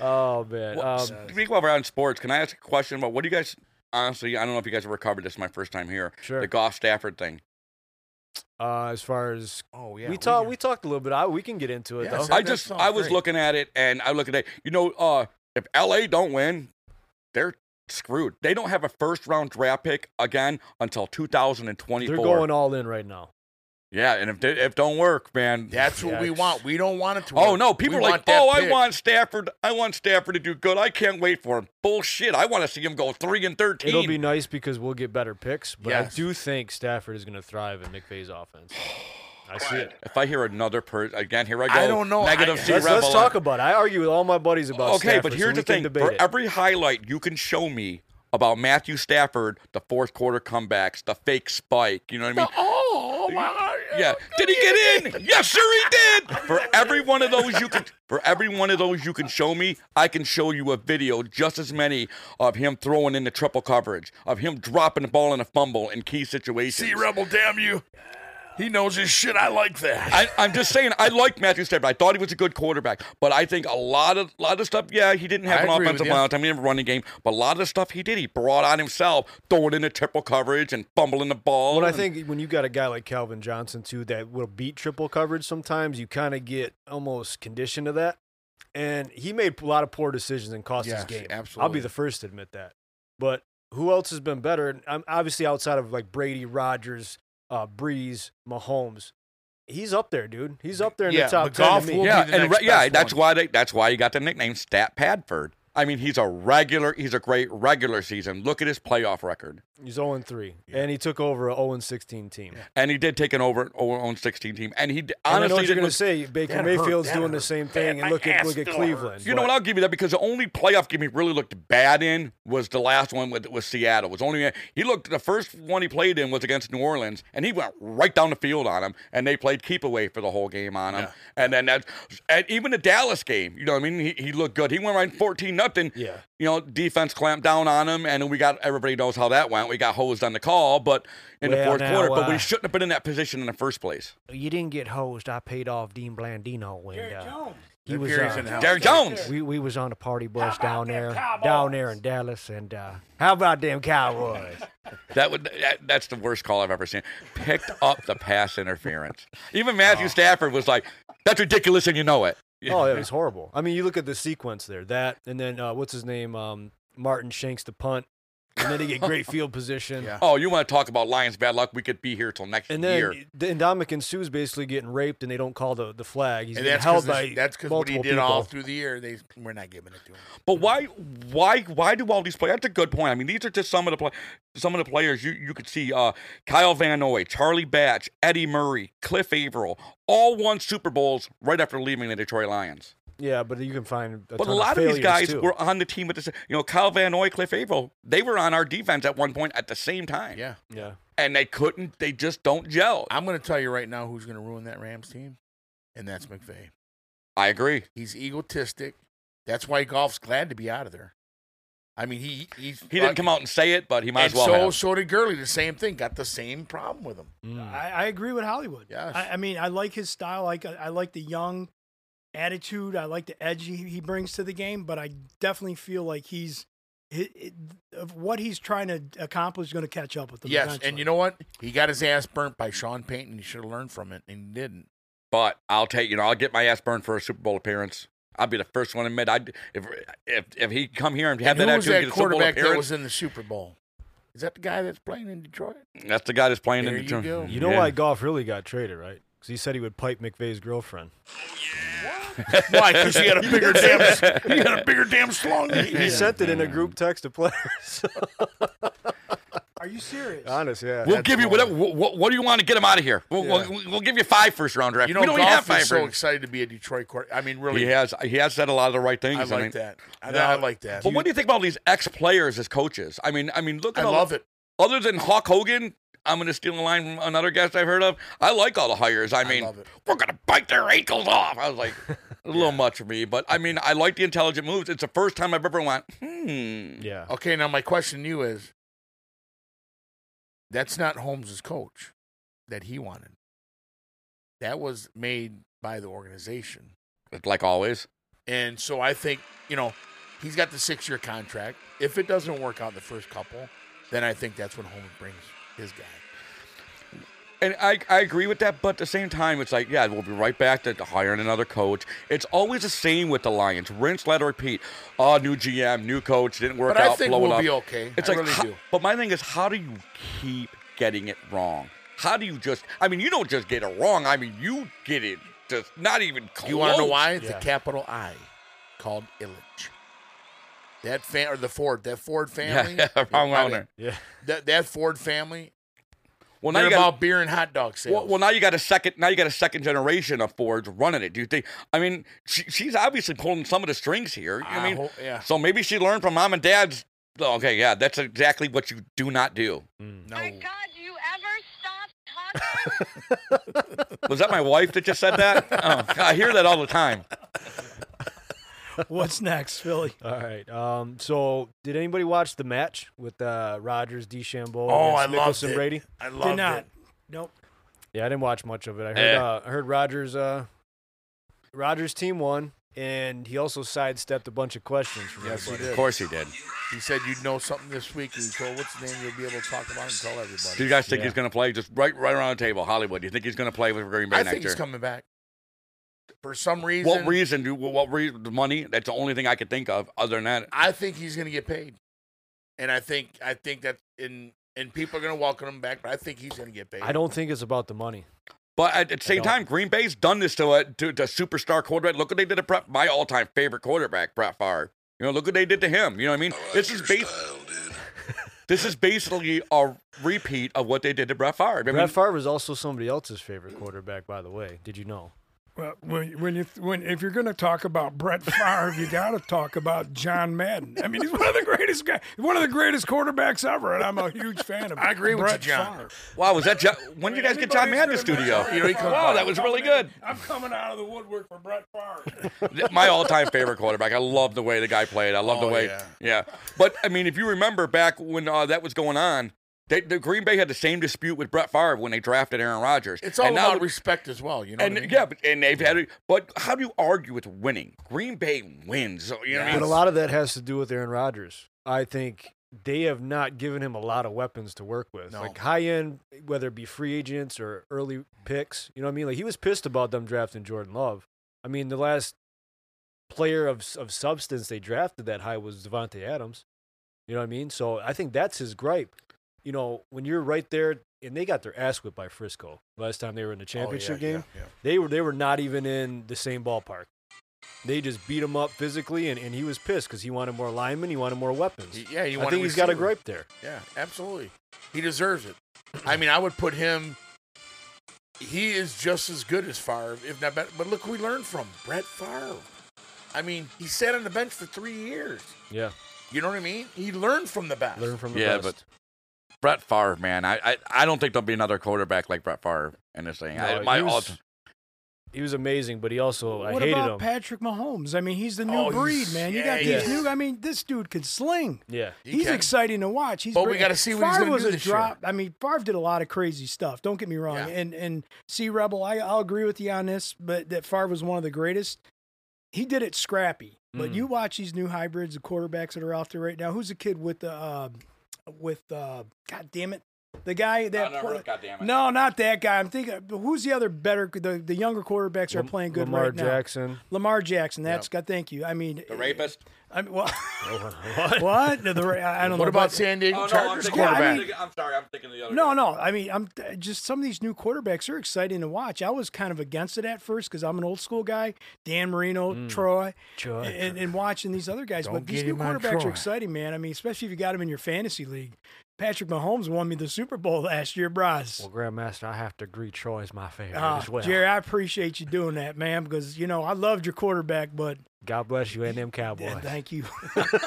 Speaker 2: Oh man. Um,
Speaker 5: Speaking while we're on sports, can I ask a question about what do you guys honestly? I don't know if you guys ever covered this. My first time here.
Speaker 2: Sure.
Speaker 5: The Goff Stafford thing.
Speaker 2: uh, as far as
Speaker 4: Oh yeah.
Speaker 2: we talked, we talked a little bit. I, we can get into it
Speaker 4: Yeah,
Speaker 2: though.
Speaker 4: so-
Speaker 5: I
Speaker 4: that
Speaker 5: just
Speaker 4: sounds
Speaker 5: I was
Speaker 4: great.
Speaker 5: looking at it and I look at it. You know, uh, if LA don't win, they're screwed. They don't have a first round draft pick again until 2024.
Speaker 2: They're going all in right now.
Speaker 5: yeah, and if they, if don't work, man.
Speaker 4: That's what we
Speaker 2: Yikes.
Speaker 4: want. We don't want it to.
Speaker 5: Oh
Speaker 4: work.
Speaker 5: no!
Speaker 4: We
Speaker 5: People are like,
Speaker 4: want that
Speaker 5: oh, I
Speaker 4: pick."
Speaker 5: want Stafford. I want Stafford to do good. I can't wait for him. Bullshit! I want to see him go three and 13
Speaker 2: It'll be nice because we'll get better picks. But
Speaker 4: Yes.
Speaker 2: I do think Stafford is going to thrive in McVay's offense. I see it.
Speaker 5: If I hear another person again, here I go.
Speaker 4: I don't know.
Speaker 5: Negative
Speaker 4: I-
Speaker 5: C.
Speaker 2: Let's, let's
Speaker 5: Revel.
Speaker 2: talk about it. I argue with all my buddies about
Speaker 5: okay,
Speaker 2: Stafford,
Speaker 5: but
Speaker 2: so
Speaker 5: here's
Speaker 2: we
Speaker 5: the
Speaker 2: can
Speaker 5: thing:
Speaker 2: debate
Speaker 5: for
Speaker 2: it.
Speaker 5: every highlight you can show me about Matthew Stafford, the fourth quarter comebacks, the fake spike. You know what I mean?
Speaker 4: Oh my.
Speaker 5: yeah. Did he get in? yes, sir, he did. For every one of those you can, for every one of those you can show me, I can show you a video just as many of him throwing in the triple coverage, of him dropping the ball in a fumble in key situations.
Speaker 4: See, Rebel, damn you. He knows his shit. I like that.
Speaker 5: I, I'm just saying, I like Matthew Stafford. I thought he was a good quarterback, but I think a lot of lot of stuff. Yeah, he didn't have
Speaker 4: I
Speaker 5: an
Speaker 4: agree with
Speaker 5: offensive
Speaker 4: you.
Speaker 5: line. all the time. He didn't have a running game, but a lot of the stuff he did, he brought on himself, throwing in a triple coverage and fumbling the ball.
Speaker 2: Well, I
Speaker 5: and-
Speaker 2: think when you got a guy like Calvin Johnson too that will beat triple coverage sometimes, you kind of get almost conditioned to that. And he made a lot of poor decisions and cost
Speaker 4: Yes,
Speaker 2: his game. I'll
Speaker 4: absolutely.
Speaker 2: be the first to admit that. But who else has um, been better? And I'm obviously outside of like Brady, Rogers, uh, Breeze, Mahomes. he's up there, dude. He's up there in
Speaker 4: Yeah,
Speaker 2: the top
Speaker 4: but
Speaker 2: ten. to
Speaker 4: golf
Speaker 2: me.
Speaker 4: will
Speaker 5: yeah,
Speaker 4: be the
Speaker 5: and
Speaker 4: next
Speaker 5: re- yeah,
Speaker 4: best
Speaker 5: that's
Speaker 4: one.
Speaker 5: why they, that's why he got the nickname Stat Padford. I mean, he's a regular. He's a great regular season. Look at his playoff record,
Speaker 2: He's 0 3, and he took over a 0 16 team.
Speaker 5: and he did take an over on 16 team. And he d-
Speaker 2: And
Speaker 5: honestly
Speaker 2: I know what you're
Speaker 5: didn't
Speaker 2: going to say. Baker
Speaker 4: that hurt,
Speaker 2: Mayfield's
Speaker 4: that
Speaker 2: doing the
Speaker 4: hurt.
Speaker 2: same
Speaker 4: Man,
Speaker 2: thing,
Speaker 4: my
Speaker 2: and look at
Speaker 4: ass
Speaker 2: look at
Speaker 4: still
Speaker 2: Cleveland.
Speaker 5: You
Speaker 2: but-
Speaker 5: know what? I'll give you that because the only playoff game he really looked bad in was the last one with with Seattle. It was only he looked the first one he played in was against New Orleans, and he went right down the field on him, and they played keep away for the whole game on him,
Speaker 4: Yeah.
Speaker 5: and then that and even the Dallas game. You know what I mean? He, he looked good. He went right fourteen nothing.
Speaker 2: Yeah.
Speaker 5: You know, defense clamped down on him, and then we got everybody knows how that went. We got hosed on the call, but in the
Speaker 2: Well,
Speaker 5: fourth
Speaker 2: now,
Speaker 5: quarter, but
Speaker 2: uh,
Speaker 5: we shouldn't have been in that position in the first place.
Speaker 2: You didn't get hosed. I paid off Dean Blandino when uh,
Speaker 3: Jared Jones.
Speaker 2: he was.
Speaker 4: Gary's in the house.
Speaker 5: Derrick Jones.
Speaker 2: we, we was on a party bus
Speaker 3: about
Speaker 2: down
Speaker 3: them
Speaker 2: there,
Speaker 3: Cowboys?
Speaker 2: down there in Dallas, and uh, how about them Cowboys?
Speaker 5: That would that, that's the worst call I've ever seen. Picked up the pass interference. Even Matthew Stafford was like, "That's ridiculous," and you know it.
Speaker 2: Oh, it was horrible. I mean, you look at the sequence there. That and then uh, what's his name? Um, Martin shanks the punt, and then they get great field position.
Speaker 4: Yeah.
Speaker 5: Oh, you want to talk about Lions bad luck? We could be here till next
Speaker 2: And
Speaker 5: year.
Speaker 2: then the Indomik and Sue's basically getting raped, and they don't call the, the flag. He's
Speaker 4: And
Speaker 2: getting
Speaker 4: that's
Speaker 2: held
Speaker 4: because
Speaker 2: by
Speaker 4: that's because what
Speaker 2: multiple
Speaker 4: he did
Speaker 2: people.
Speaker 4: all through the year. They we're not giving it to him.
Speaker 5: But why, why, why do all these players? That's a good point. I mean, these are just some of the play, some of the players you you could see: uh, Kyle Van Noy, Charlie Batch, Eddie Murray, Cliff Averill, all won Super Bowls right after leaving the Detroit Lions.
Speaker 2: Yeah, but you can find. A
Speaker 5: But a
Speaker 2: ton
Speaker 5: lot of, these
Speaker 2: failures,
Speaker 5: guys
Speaker 2: too.
Speaker 5: were on the team at the same. You know, Kyle Van Noy, Cliff Averill, they were on our defense at one point at the same time.
Speaker 4: Yeah,
Speaker 2: Yeah.
Speaker 5: and they couldn't. They just don't gel.
Speaker 4: I'm going to tell you right now who's going to ruin that Rams team, and that's McVay.
Speaker 5: I agree.
Speaker 4: He's egotistic. That's why golf's glad to be out of there. I mean, he he's,
Speaker 5: He didn't come out and say it, but he might
Speaker 4: Uh, And
Speaker 5: as well.
Speaker 4: so
Speaker 5: have.
Speaker 4: so did Gurley. The same thing. Got the same problem with him.
Speaker 2: Mm.
Speaker 3: I, I agree with Hollywood.
Speaker 4: Hmm. Yes.
Speaker 3: I, I mean, I like his style. I, I like the young attitude. I like the edge he, he brings to the game, but I definitely feel like he's it, it, of what he's trying to accomplish is going to catch up with him.
Speaker 4: yes,
Speaker 3: eventually.
Speaker 4: and you know what? He got his ass burnt by Sean Payton. He should have learned from it, and he didn't.
Speaker 5: But I'll take you know I'll get my ass burned for a Super Bowl appearance. I'll be the first one to admit I if if if he come here and have
Speaker 4: and
Speaker 5: that
Speaker 4: who was
Speaker 5: attitude and
Speaker 4: that quarterback
Speaker 5: get a Super Bowl
Speaker 4: that
Speaker 5: appearance,
Speaker 4: was in the Super Bowl? Is that the guy that's playing in Detroit?
Speaker 5: that's the guy that's playing
Speaker 4: There
Speaker 5: in
Speaker 4: you
Speaker 5: the team.
Speaker 4: go.
Speaker 2: You know
Speaker 5: Yeah.
Speaker 2: why Goff really got traded, right? Because he said he would pipe McVeigh's girlfriend.
Speaker 4: Why? Because he had a bigger damn he had a bigger damn slung. than he
Speaker 2: He
Speaker 4: did.
Speaker 2: sent it in a group text to players.
Speaker 3: are you serious?
Speaker 2: Honest, yeah.
Speaker 5: We'll
Speaker 4: That's
Speaker 5: give you
Speaker 4: why.
Speaker 5: whatever. What, what, do you want to get him out of here? We'll, we'll, we'll give you five first round draft.
Speaker 4: You know,
Speaker 5: we don't even have
Speaker 4: golf
Speaker 5: five.
Speaker 4: is so
Speaker 5: first-
Speaker 4: excited to be a Detroit court. I mean,
Speaker 5: he
Speaker 4: really,
Speaker 5: has he has said a lot of the right things.
Speaker 4: I like
Speaker 5: mean,
Speaker 4: that. I,
Speaker 2: Now-
Speaker 4: I like that.
Speaker 5: But what do you think about these ex players as coaches? I mean, I mean, look
Speaker 4: I
Speaker 5: at all-
Speaker 4: love it.
Speaker 5: other than Hawk Hogan, I'm going to steal a line from another guest I've heard of. I like all the hires. I mean,
Speaker 4: love it.
Speaker 5: we're going to bite their ankles off. I was like, a little much for me, but I mean, I like the intelligent moves. It's the first time I've ever went, hmm.
Speaker 2: Yeah.
Speaker 4: Okay, now my question to you is: That's not Holmes' coach that he wanted. That was made by the organization,
Speaker 5: Like always.
Speaker 4: and so I think you know he's got the six-year contract. If it doesn't work out the first couple, then I think that's when Holmes brings his guy.
Speaker 5: And I, I agree with that, but at the same time, it's like, yeah, we'll be right back to hiring another coach. It's always the same with the Lions. Rinse, let, repeat. Oh, new GM, new coach, didn't work
Speaker 4: But I
Speaker 5: out,
Speaker 4: think
Speaker 5: blow it
Speaker 4: we'll
Speaker 5: up.
Speaker 4: be okay.
Speaker 5: It's
Speaker 4: I
Speaker 5: like,
Speaker 4: really
Speaker 5: ho-
Speaker 4: do.
Speaker 5: but my thing is, how do you keep getting it wrong? How do you just? I mean, you don't just get it wrong. I mean, you get it just not even close.
Speaker 4: You want to know why? It's
Speaker 2: Yeah.
Speaker 4: a capital I, called Illich. That fan or the Ford, that Ford family.
Speaker 5: Yeah, wrong
Speaker 4: I mean,
Speaker 5: owner.
Speaker 2: Yeah.
Speaker 4: That that Ford family.
Speaker 5: Well, now
Speaker 4: They're
Speaker 5: you
Speaker 4: about
Speaker 5: got.
Speaker 4: beer and hot dog sales.
Speaker 5: Well, well, now you got a second. Now you got a second generation of Fords running it. Do you think? I mean, she, she's obviously pulling some of the strings here. I
Speaker 4: I
Speaker 5: mean,
Speaker 4: hope- yeah.
Speaker 5: so maybe she learned from mom and dad's. oh, Okay, yeah, that's exactly what you do not do.
Speaker 4: no.
Speaker 6: My God, do you ever stop talking?
Speaker 5: Was that my wife that just said that? Oh, I hear that all the time.
Speaker 3: What's next, Philly?
Speaker 2: All right. Um, so, did anybody watch the match with uh, Rogers, DeChambeau,
Speaker 4: Oh, I
Speaker 2: against
Speaker 4: loved
Speaker 2: Mickelson,
Speaker 4: it.
Speaker 2: Brady?
Speaker 4: I loved
Speaker 3: Did not.
Speaker 4: it.
Speaker 3: Nope.
Speaker 2: Yeah, I didn't watch much of it. I heard
Speaker 5: Eh.
Speaker 2: uh, I heard Rogers uh, Rogers team won, and he also sidestepped a bunch of questions from
Speaker 4: Yes, he
Speaker 2: everybody.
Speaker 4: did.
Speaker 5: Of course he did.
Speaker 4: He said you'd know something this week, and he told what's the name you'll be able to talk about and tell everybody.
Speaker 5: Do you guys think
Speaker 2: Yeah.
Speaker 5: he's going to play? Just right, right around the table, Hollywood. Do you think he's going to play with Green Bay
Speaker 4: I
Speaker 5: next
Speaker 4: think
Speaker 5: year?
Speaker 4: he's coming back. For some reason,
Speaker 5: What reason? Do what reason? The money? That's the only thing I could think of. Other than that,
Speaker 4: I think he's going to get paid, and I think I think that in and people are going to welcome him back. But I think he's going to get paid.
Speaker 2: I don't think it's about the money.
Speaker 5: But at, at the same
Speaker 2: don't.
Speaker 5: time, Green Bay's done this to a to, to superstar quarterback. Look what they did to Brett, my all time favorite quarterback, Brett Favre. You know, look what they did to him. You know what I mean? this is bas- This is basically a repeat of what they did to Brett Favre. I mean,
Speaker 2: Brett Favre is also somebody else's favorite quarterback, by the way. Did you know?
Speaker 7: Well, when, when you when if you're going to talk about Brett Favre, you got to talk about John Madden. I mean, he's one of the greatest guy, one of the greatest quarterbacks ever, and I'm a huge fan of.
Speaker 4: I agree with you,
Speaker 7: Brett
Speaker 4: John.
Speaker 7: Favre. Oh,
Speaker 5: wow, was that John, when did you guys get John Madden in the
Speaker 7: Anybody's gonna
Speaker 5: studio?
Speaker 7: mess
Speaker 4: You know, he comes
Speaker 5: wow,
Speaker 4: by.
Speaker 5: that was really good.
Speaker 7: I'm coming out of the woodwork for Brett Favre.
Speaker 5: my all-time favorite quarterback. I love the way the guy played. I love the
Speaker 4: Oh,
Speaker 5: way, yeah.
Speaker 4: yeah.
Speaker 5: But I mean, if you remember back when uh, that was going on, they, the Green Bay had the same dispute with Brett Favre when they drafted Aaron Rodgers.
Speaker 4: It's all
Speaker 5: and
Speaker 4: about
Speaker 5: now,
Speaker 4: respect as well, you know.
Speaker 5: and
Speaker 4: what I mean? Oh,
Speaker 5: yeah, but, and they've had. it. But how do you argue with winning? Green Bay wins. so, You know what I
Speaker 2: But a
Speaker 5: mean?
Speaker 2: lot of that has to do with Aaron Rodgers. I think they have not given him a lot of weapons to work with.
Speaker 4: No.
Speaker 2: Like high end, whether it be free agents or early picks. You know what I mean? Like he was pissed about them drafting Jordan Love. I mean, the last player of of substance they drafted that high was Devontae Adams. You know what I mean? So I think that's his gripe. You know, when you're right there and they got their ass whipped by Frisco last time they were in the
Speaker 4: Oh, yeah,
Speaker 2: championship
Speaker 4: yeah,
Speaker 2: game.
Speaker 4: yeah.
Speaker 2: They were they were not even in the same ballpark. They just beat him up physically, and, and he was pissed because he wanted more linemen, he wanted more weapons.
Speaker 4: He- yeah, he
Speaker 2: I
Speaker 4: wanted
Speaker 2: think he's got a
Speaker 4: receiver.
Speaker 2: gripe there.
Speaker 4: Yeah, absolutely. He deserves it. I mean, I would put him. He is just as good as Favre, if not better. But look who we learned from Brett Favre. I mean, he sat on the bench for three years.
Speaker 2: Yeah,
Speaker 4: You know what I mean? He learned from the best.
Speaker 2: learn from the
Speaker 5: Yeah,
Speaker 2: best.
Speaker 5: Brett Favre, man, I, I I don't think there'll be another quarterback like Brett Favre in this thing. I,
Speaker 2: No,
Speaker 5: my
Speaker 2: he was-
Speaker 5: all-time-
Speaker 2: he was amazing, but he also Oh, I
Speaker 3: what
Speaker 2: hated
Speaker 3: about
Speaker 2: him.
Speaker 3: Patrick Mahomes? I mean, he's the new
Speaker 4: Oh,
Speaker 3: breed,
Speaker 4: he's-
Speaker 3: man. You
Speaker 4: yeah,
Speaker 3: got
Speaker 4: he
Speaker 3: these
Speaker 2: is.
Speaker 3: new. I mean, this dude can sling.
Speaker 2: yeah,
Speaker 4: He
Speaker 3: he's
Speaker 4: can.
Speaker 3: exciting to watch. He's
Speaker 4: But we
Speaker 3: great.
Speaker 4: gotta see what he's
Speaker 3: Favre
Speaker 4: gonna
Speaker 3: was
Speaker 4: do
Speaker 3: a
Speaker 4: this
Speaker 3: drop. I mean, Favre did a lot of crazy stuff. Don't get me wrong.
Speaker 4: Yeah.
Speaker 3: And and see, Rebel, I, I'll agree with you on this, but that Favre was one of the greatest. He did it scrappy. But
Speaker 2: Mm.
Speaker 3: you watch these new hybrids, the quarterbacks that are out there right now. Who's the kid with the uh, with uh, God damn it, the guy that.
Speaker 5: Donovan
Speaker 3: pla-
Speaker 5: Rhodes, goddammit.
Speaker 3: no, not that guy. I'm thinking. Who's the other better? The, the younger quarterbacks are
Speaker 2: Lam-
Speaker 3: playing good
Speaker 2: Lamar
Speaker 3: right now.
Speaker 2: Jackson.
Speaker 3: Lamar Jackson. That's got. Thank you. I mean,
Speaker 5: the rapist.
Speaker 3: I mean, well,
Speaker 2: what?
Speaker 3: what? No, the, ra- I I don't know.
Speaker 4: What about
Speaker 3: but-
Speaker 4: San
Speaker 5: Oh,
Speaker 4: Diego Chargers
Speaker 3: thinking-
Speaker 4: quarterback?
Speaker 3: I mean-
Speaker 5: I'm sorry, I'm thinking the other.
Speaker 3: No, no. I mean, I'm uh, just some of these new quarterbacks are exciting to watch. I was kind of against it at first because I'm an old school guy, Dan Marino, Troy,
Speaker 2: Troy.
Speaker 3: and, and watching these other guys.
Speaker 4: Don't
Speaker 3: but these
Speaker 4: get
Speaker 3: new
Speaker 4: him on
Speaker 3: quarterbacks are
Speaker 4: Troy.
Speaker 3: exciting, man. I mean, especially if you got them in your fantasy league. Patrick Mahomes won me the Super Bowl last year, Bryce.
Speaker 2: Well, Grandmaster, I have to agree. Troy's my favorite
Speaker 3: Ah,
Speaker 2: as well.
Speaker 3: Jerry, I appreciate you doing that, man, because you know I loved your quarterback, but
Speaker 2: God bless you and them
Speaker 3: Yeah,
Speaker 2: Cowboys.
Speaker 3: thank you.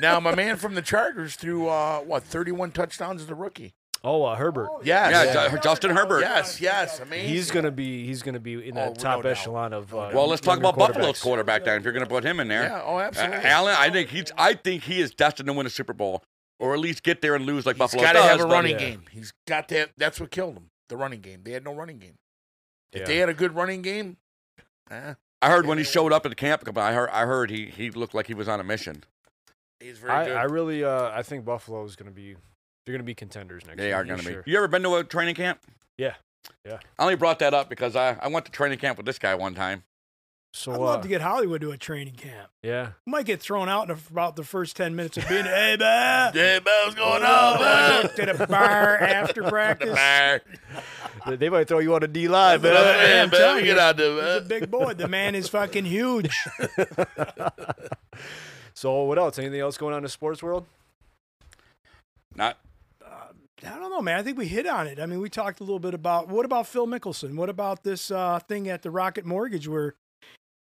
Speaker 4: now, my man from the Chargers threw uh, what 31 touchdowns as a rookie.
Speaker 2: Oh, uh, Herbert.
Speaker 4: Yes,
Speaker 5: Yeah,
Speaker 4: yes,
Speaker 5: Ju- Justin Herbert.
Speaker 4: yes, yes. Amazing.
Speaker 2: He's gonna be he's gonna be in the
Speaker 4: Oh, no
Speaker 2: top
Speaker 4: doubt.
Speaker 2: echelon of. Uh,
Speaker 5: Well, let's talk
Speaker 2: younger
Speaker 5: about Buffalo's
Speaker 2: quarterbacks.
Speaker 5: quarterback then. If you're going to put him in there,
Speaker 4: Yeah, oh, absolutely.
Speaker 5: Uh, Allen, I think he's. I think he is destined to win a Super Bowl, or at least get there and lose like
Speaker 4: He's
Speaker 5: Buffalo
Speaker 4: got to
Speaker 5: does.
Speaker 4: have a
Speaker 5: but-
Speaker 4: running
Speaker 2: yeah.
Speaker 4: game. He's got to. Have, that's what killed him. The running game. They had no running game. If
Speaker 2: Yeah.
Speaker 4: they had a good running game, eh,
Speaker 5: I heard when he showed up at the camp, I heard. I heard he he looked like he was on a mission.
Speaker 4: he's very
Speaker 2: I,
Speaker 4: good.
Speaker 2: I really uh, I think Buffalo is gonna be they're gonna be contenders next.
Speaker 5: They
Speaker 2: year,
Speaker 5: are
Speaker 2: for
Speaker 5: going to be.
Speaker 2: sure.
Speaker 5: You ever been to a training camp?
Speaker 2: Yeah, yeah.
Speaker 5: I only brought that up because I I went to training camp with this guy one time.
Speaker 2: So
Speaker 3: I'd
Speaker 2: uh,
Speaker 3: love to get Hollywood to a training camp.
Speaker 2: yeah,
Speaker 3: Might get thrown out in about the first ten minutes of being. Hey, man.
Speaker 4: Hey, man, what's going on, man?
Speaker 3: to the bar after practice.
Speaker 2: They- they might throw you on a D line,
Speaker 4: But
Speaker 2: but
Speaker 3: Yeah,
Speaker 4: man, man,
Speaker 3: I'm telling
Speaker 4: we
Speaker 3: you.
Speaker 4: get out there,
Speaker 3: He's a
Speaker 4: man.
Speaker 3: big boy. The man is fucking huge.
Speaker 2: so what else? Anything else going on in the sports world?
Speaker 5: Not
Speaker 3: I don't know, man. I think we hit on it. I mean, we talked a little bit about what about Phil Mickelson? What about this uh, thing at the Rocket Mortgage where,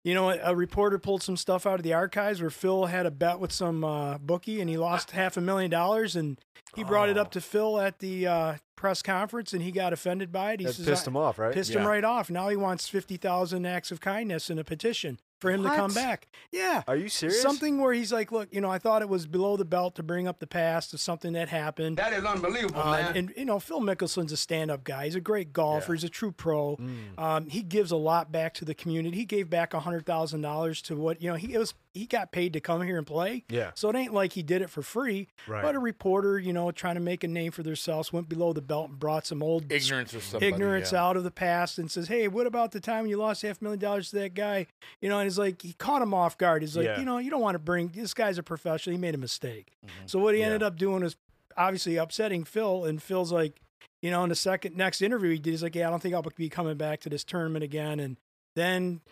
Speaker 3: you know, a, a reporter pulled some stuff out of the archives where Phil had a bet with some uh, bookie and he lost half a million dollars and he brought it
Speaker 2: Oh.
Speaker 3: up to Phil at the uh, press conference and he got offended by it. He
Speaker 2: That
Speaker 3: says,
Speaker 2: pissed
Speaker 3: "I-
Speaker 2: him off, right?
Speaker 3: pissed him
Speaker 5: Yeah.
Speaker 3: right off. Now he wants fifty thousand acts of kindness in a petition for him to come
Speaker 2: What?
Speaker 3: back. Yeah.
Speaker 2: Are you serious?
Speaker 3: Something where he's like, look, you know, I thought it was below the belt to bring up the past of something that happened. That is unbelievable, man. And you know, Phil Mickelson's a stand-up guy. He's a great golfer. He's a true pro.
Speaker 2: Mm.
Speaker 3: Um, he gives a lot back to the community. He gave back hundred thousand dollars to what you know. He it was he got paid to come here and play.
Speaker 2: Yeah.
Speaker 3: So it ain't like he did it for free.
Speaker 2: Right.
Speaker 3: But a reporter, you know, trying to make a name for themselves, went below the belt and brought some old
Speaker 4: Ignorance of somebody.
Speaker 3: ignorance
Speaker 4: yeah.
Speaker 3: out of the past and says, "Hey, what about the time you lost half a million dollars to that guy?" You know, and he's like, he caught him off guard. He's like,
Speaker 2: Yeah.
Speaker 3: you know, you don't want to bring this guy's a professional. He made a mistake. So what he ended up doing was obviously upsetting Phil, and Phil's like, you know, in the second next interview he did, he's like, yeah, I don't think I'll be coming back to this tournament again. And then,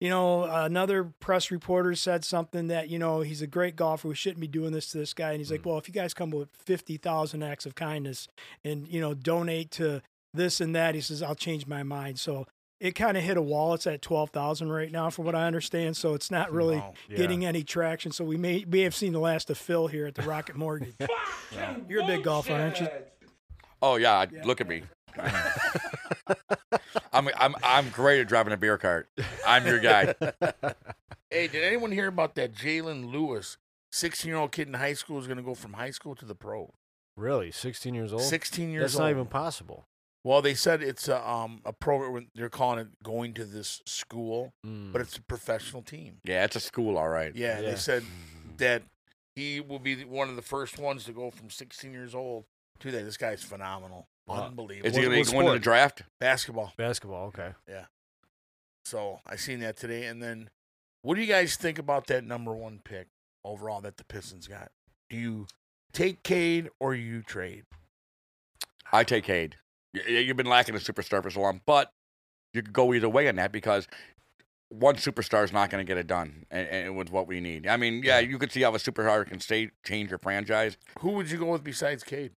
Speaker 3: you know, another press reporter said something that you know he's a great golfer. We shouldn't be doing this to this guy. And he's like, well, if you guys come up with fifty thousand acts of kindness and you know donate to this and that, he says, I'll change my mind. So. It kind of hit a wall. It's at twelve thousand right now, from what I understand. So it's not really
Speaker 4: Wow.
Speaker 2: Yeah.
Speaker 3: getting any traction. So we may we have seen the last of Phil here at the Rocket Mortgage. You're a big golfer, aren't you?
Speaker 5: Oh yeah, look at me. I'm I'm I'm great at driving a beer cart. I'm your guy.
Speaker 4: Hey, did anyone hear about that Jalen Lewis, 16 year old kid in high school, is going to go from high school to the pro?
Speaker 2: Really, 16 years old.
Speaker 4: 16 years
Speaker 2: That's
Speaker 4: old.
Speaker 2: not even possible.
Speaker 4: well, they said it's a, um, a program, they're calling it going to this school,
Speaker 2: Hmm.
Speaker 4: but it's a professional team.
Speaker 5: Yeah, it's a school, all right. Mm-hmm.
Speaker 4: Yeah,
Speaker 2: Yeah.
Speaker 4: they said that he will be the- one of the first ones to go from 16 years old to that. This guy's phenomenal.
Speaker 2: Wow.
Speaker 4: Unbelievable.
Speaker 5: Is he
Speaker 2: What-
Speaker 5: gonna be
Speaker 2: what
Speaker 5: going to the
Speaker 2: sport?
Speaker 5: draft?
Speaker 4: Basketball.
Speaker 2: Basketball, okay.
Speaker 4: So I seen that today. And then what do you guys think about that number one pick overall that the Pistons got? Do you take Cade or you trade?
Speaker 5: I take Cade. Y- y- You've been lacking a superstar for so long, but you could go either way on that because one superstar is not going to get it done, and, and with what we need. I mean, yeah, you could see how a superstar can stay change your franchise.
Speaker 4: Who would you go with besides Cade?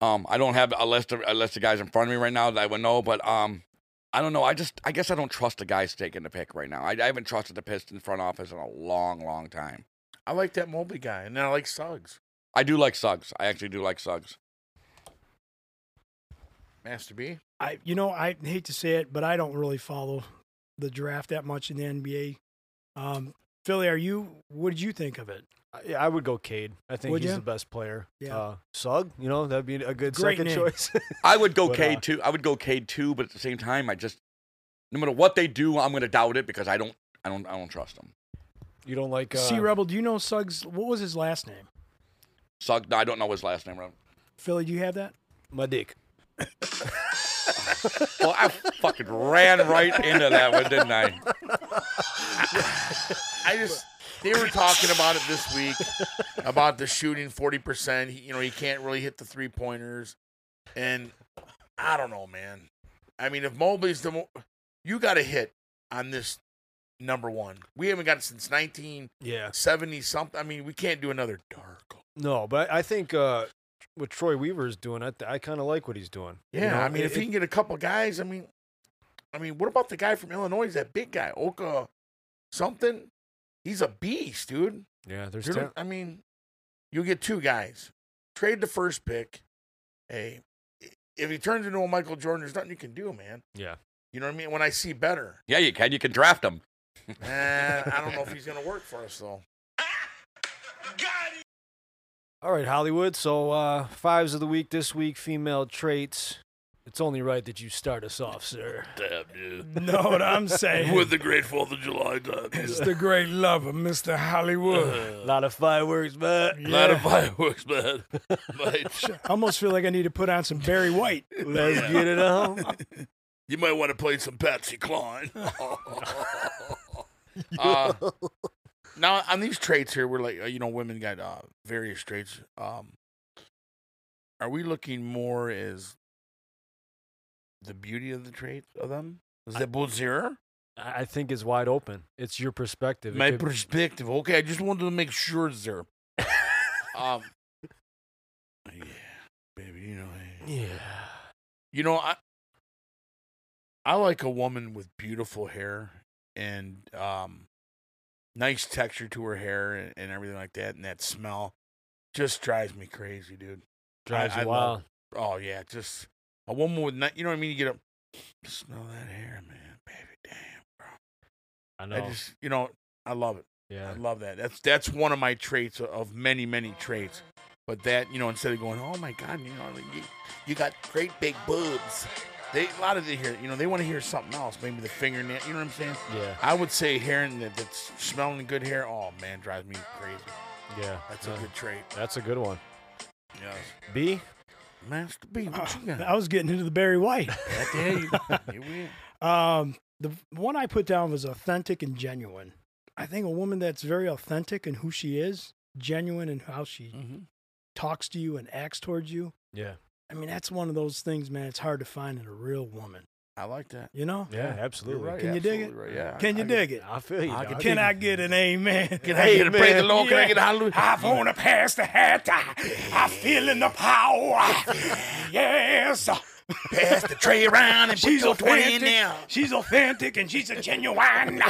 Speaker 5: Um, I don't have a list of a list of guys in front of me right now that I would know, but um, I don't know. I just I guess I don't trust the guys taking the pick right now. I, I haven't trusted the Pistons front office in a long, long time.
Speaker 4: I like that Mobley guy, and then I like Suggs.
Speaker 5: I do like Suggs. I actually do like Suggs.
Speaker 4: Master B.
Speaker 3: I you know I hate to say it, but I don't really follow the draft that much in the NBA. Um, Philly, are you? What did you think of it?
Speaker 2: I, yeah, I would go Cade. I think
Speaker 3: Would
Speaker 2: he's
Speaker 3: ya?
Speaker 2: the best player.
Speaker 3: Yeah.
Speaker 2: Uh, Sug, you know, that'd be a good
Speaker 3: Great
Speaker 2: second
Speaker 3: name.
Speaker 2: choice.
Speaker 5: I would go
Speaker 2: But,
Speaker 5: Cade
Speaker 2: uh,
Speaker 5: too. I would go Cade too, but at the same time, I just no matter what they do, I'm going to doubt it because I don't, I don't, I don't trust them.
Speaker 2: you don't like uh,
Speaker 3: C Rebel, do you know Suggs? What was his last name?
Speaker 5: Suggs. No, I don't know his last name. Rob.
Speaker 3: Philly, do you have that?
Speaker 2: my dick.
Speaker 5: Well, I fucking ran right into that one, didn't I?
Speaker 4: I just they were talking about it this week about the shooting forty percent. You know, he can't really hit the three pointers, and I don't know, man. I mean, if Mobley's the mo- you got to hit on this number one. We haven't got it since nineteen
Speaker 2: Yeah.
Speaker 4: seventy something. I mean, we can't do another dark.
Speaker 2: No, but I think uh, what Troy Weaver's doing, I, th- I kind of like what he's doing. You
Speaker 4: Yeah,
Speaker 2: know,
Speaker 4: I mean,
Speaker 2: it-
Speaker 4: if he can get a couple guys, I mean, I mean, what about the guy from Illinois? That big guy, Oka, something. He's a beast, dude.
Speaker 2: it- yeah, there's
Speaker 4: You're
Speaker 2: ta-
Speaker 4: not- I mean, you get two guys. Trade the first pick. Hey, i- if he turns into a Michael Jordan, there's nothing you can do, man.
Speaker 2: yeah.
Speaker 4: You know what I mean? When I see better,
Speaker 5: Yeah, you can. You can draft him.
Speaker 4: Eh, I don't know if he's gonna work for us though.
Speaker 2: All right, Hollywood. So uh, fives of the week this week, female traits. It's only right that you start us off, sir.
Speaker 7: know what I'm saying?
Speaker 4: the great Fourth of July, dog.
Speaker 7: it's the great lover, Mr.
Speaker 2: Uh,
Speaker 7: Hollywood.
Speaker 2: A lot of fireworks, but
Speaker 4: lot of fireworks, man. But
Speaker 3: I almost feel like I need to put on some Barry White.
Speaker 2: let's get it on.
Speaker 4: you might want to play some Patsy Cline. Uh, now on these traits here, we're like uh, you know, women got uh, various traits. Um, are we looking more as the beauty of the trait of them? Is that Bozier?
Speaker 2: I I think it's wide open. It's your perspective. It
Speaker 4: My
Speaker 2: could-
Speaker 4: perspective. Okay, I just wanted to make sure, sir. um, yeah, baby, you know, I-
Speaker 2: yeah.
Speaker 4: you know, I I like a woman with beautiful hair and um nice texture to her hair and, and everything like that and that smell just drives me crazy, dude.
Speaker 2: Drives
Speaker 4: I
Speaker 2: you
Speaker 4: love-
Speaker 2: wild.
Speaker 4: Oh yeah, just a woman with not, you know what I mean, you get a smell that hair, man. Baby damn.
Speaker 2: I know.
Speaker 4: I just, you know, I love it.
Speaker 2: yeah.
Speaker 4: I love that. That's that's one of my traits of many many traits. But that you know, instead of going, oh my god, you know, like, you, you got great big boobs. They a lot of they hear, you know, they want to hear something else. Maybe the fingernail. You know what I'm saying?
Speaker 2: Yeah.
Speaker 4: I would say hearing that that's smelling good hair. Oh man, drives me crazy.
Speaker 2: Yeah.
Speaker 4: That's
Speaker 2: no,
Speaker 4: a good trait.
Speaker 2: That's a good one.
Speaker 4: Yes.
Speaker 2: B.
Speaker 4: Master B, what you got?
Speaker 3: Uh, I was getting into the Barry White.
Speaker 4: That day, you- you win.
Speaker 3: Um, the one I put down was authentic and genuine. I think a woman that's very authentic in who she is, genuine in how she
Speaker 4: Mhm.
Speaker 3: talks to you and acts towards you,
Speaker 2: Yeah.
Speaker 3: I mean, that's one of those things, man. It's hard to find in a real woman.
Speaker 4: I like that.
Speaker 3: You know?
Speaker 2: Yeah,
Speaker 4: You're
Speaker 2: absolutely.
Speaker 4: right,
Speaker 3: Can you dig it?
Speaker 4: absolutely Right. Yeah.
Speaker 3: Can you
Speaker 4: I
Speaker 3: dig it?
Speaker 2: I feel you.
Speaker 4: I
Speaker 2: dog.
Speaker 4: can
Speaker 3: Can I get an amen?
Speaker 4: Can I get a praise the
Speaker 2: Amen.
Speaker 4: Lord? Can I get a hallelujah?
Speaker 7: I've on to pass the hat. I, I feel in the power. Yes.
Speaker 4: Pass the tray around and
Speaker 7: She's
Speaker 4: put your 20 in
Speaker 7: authentic.
Speaker 4: there.
Speaker 7: She's authentic and she's a genuine.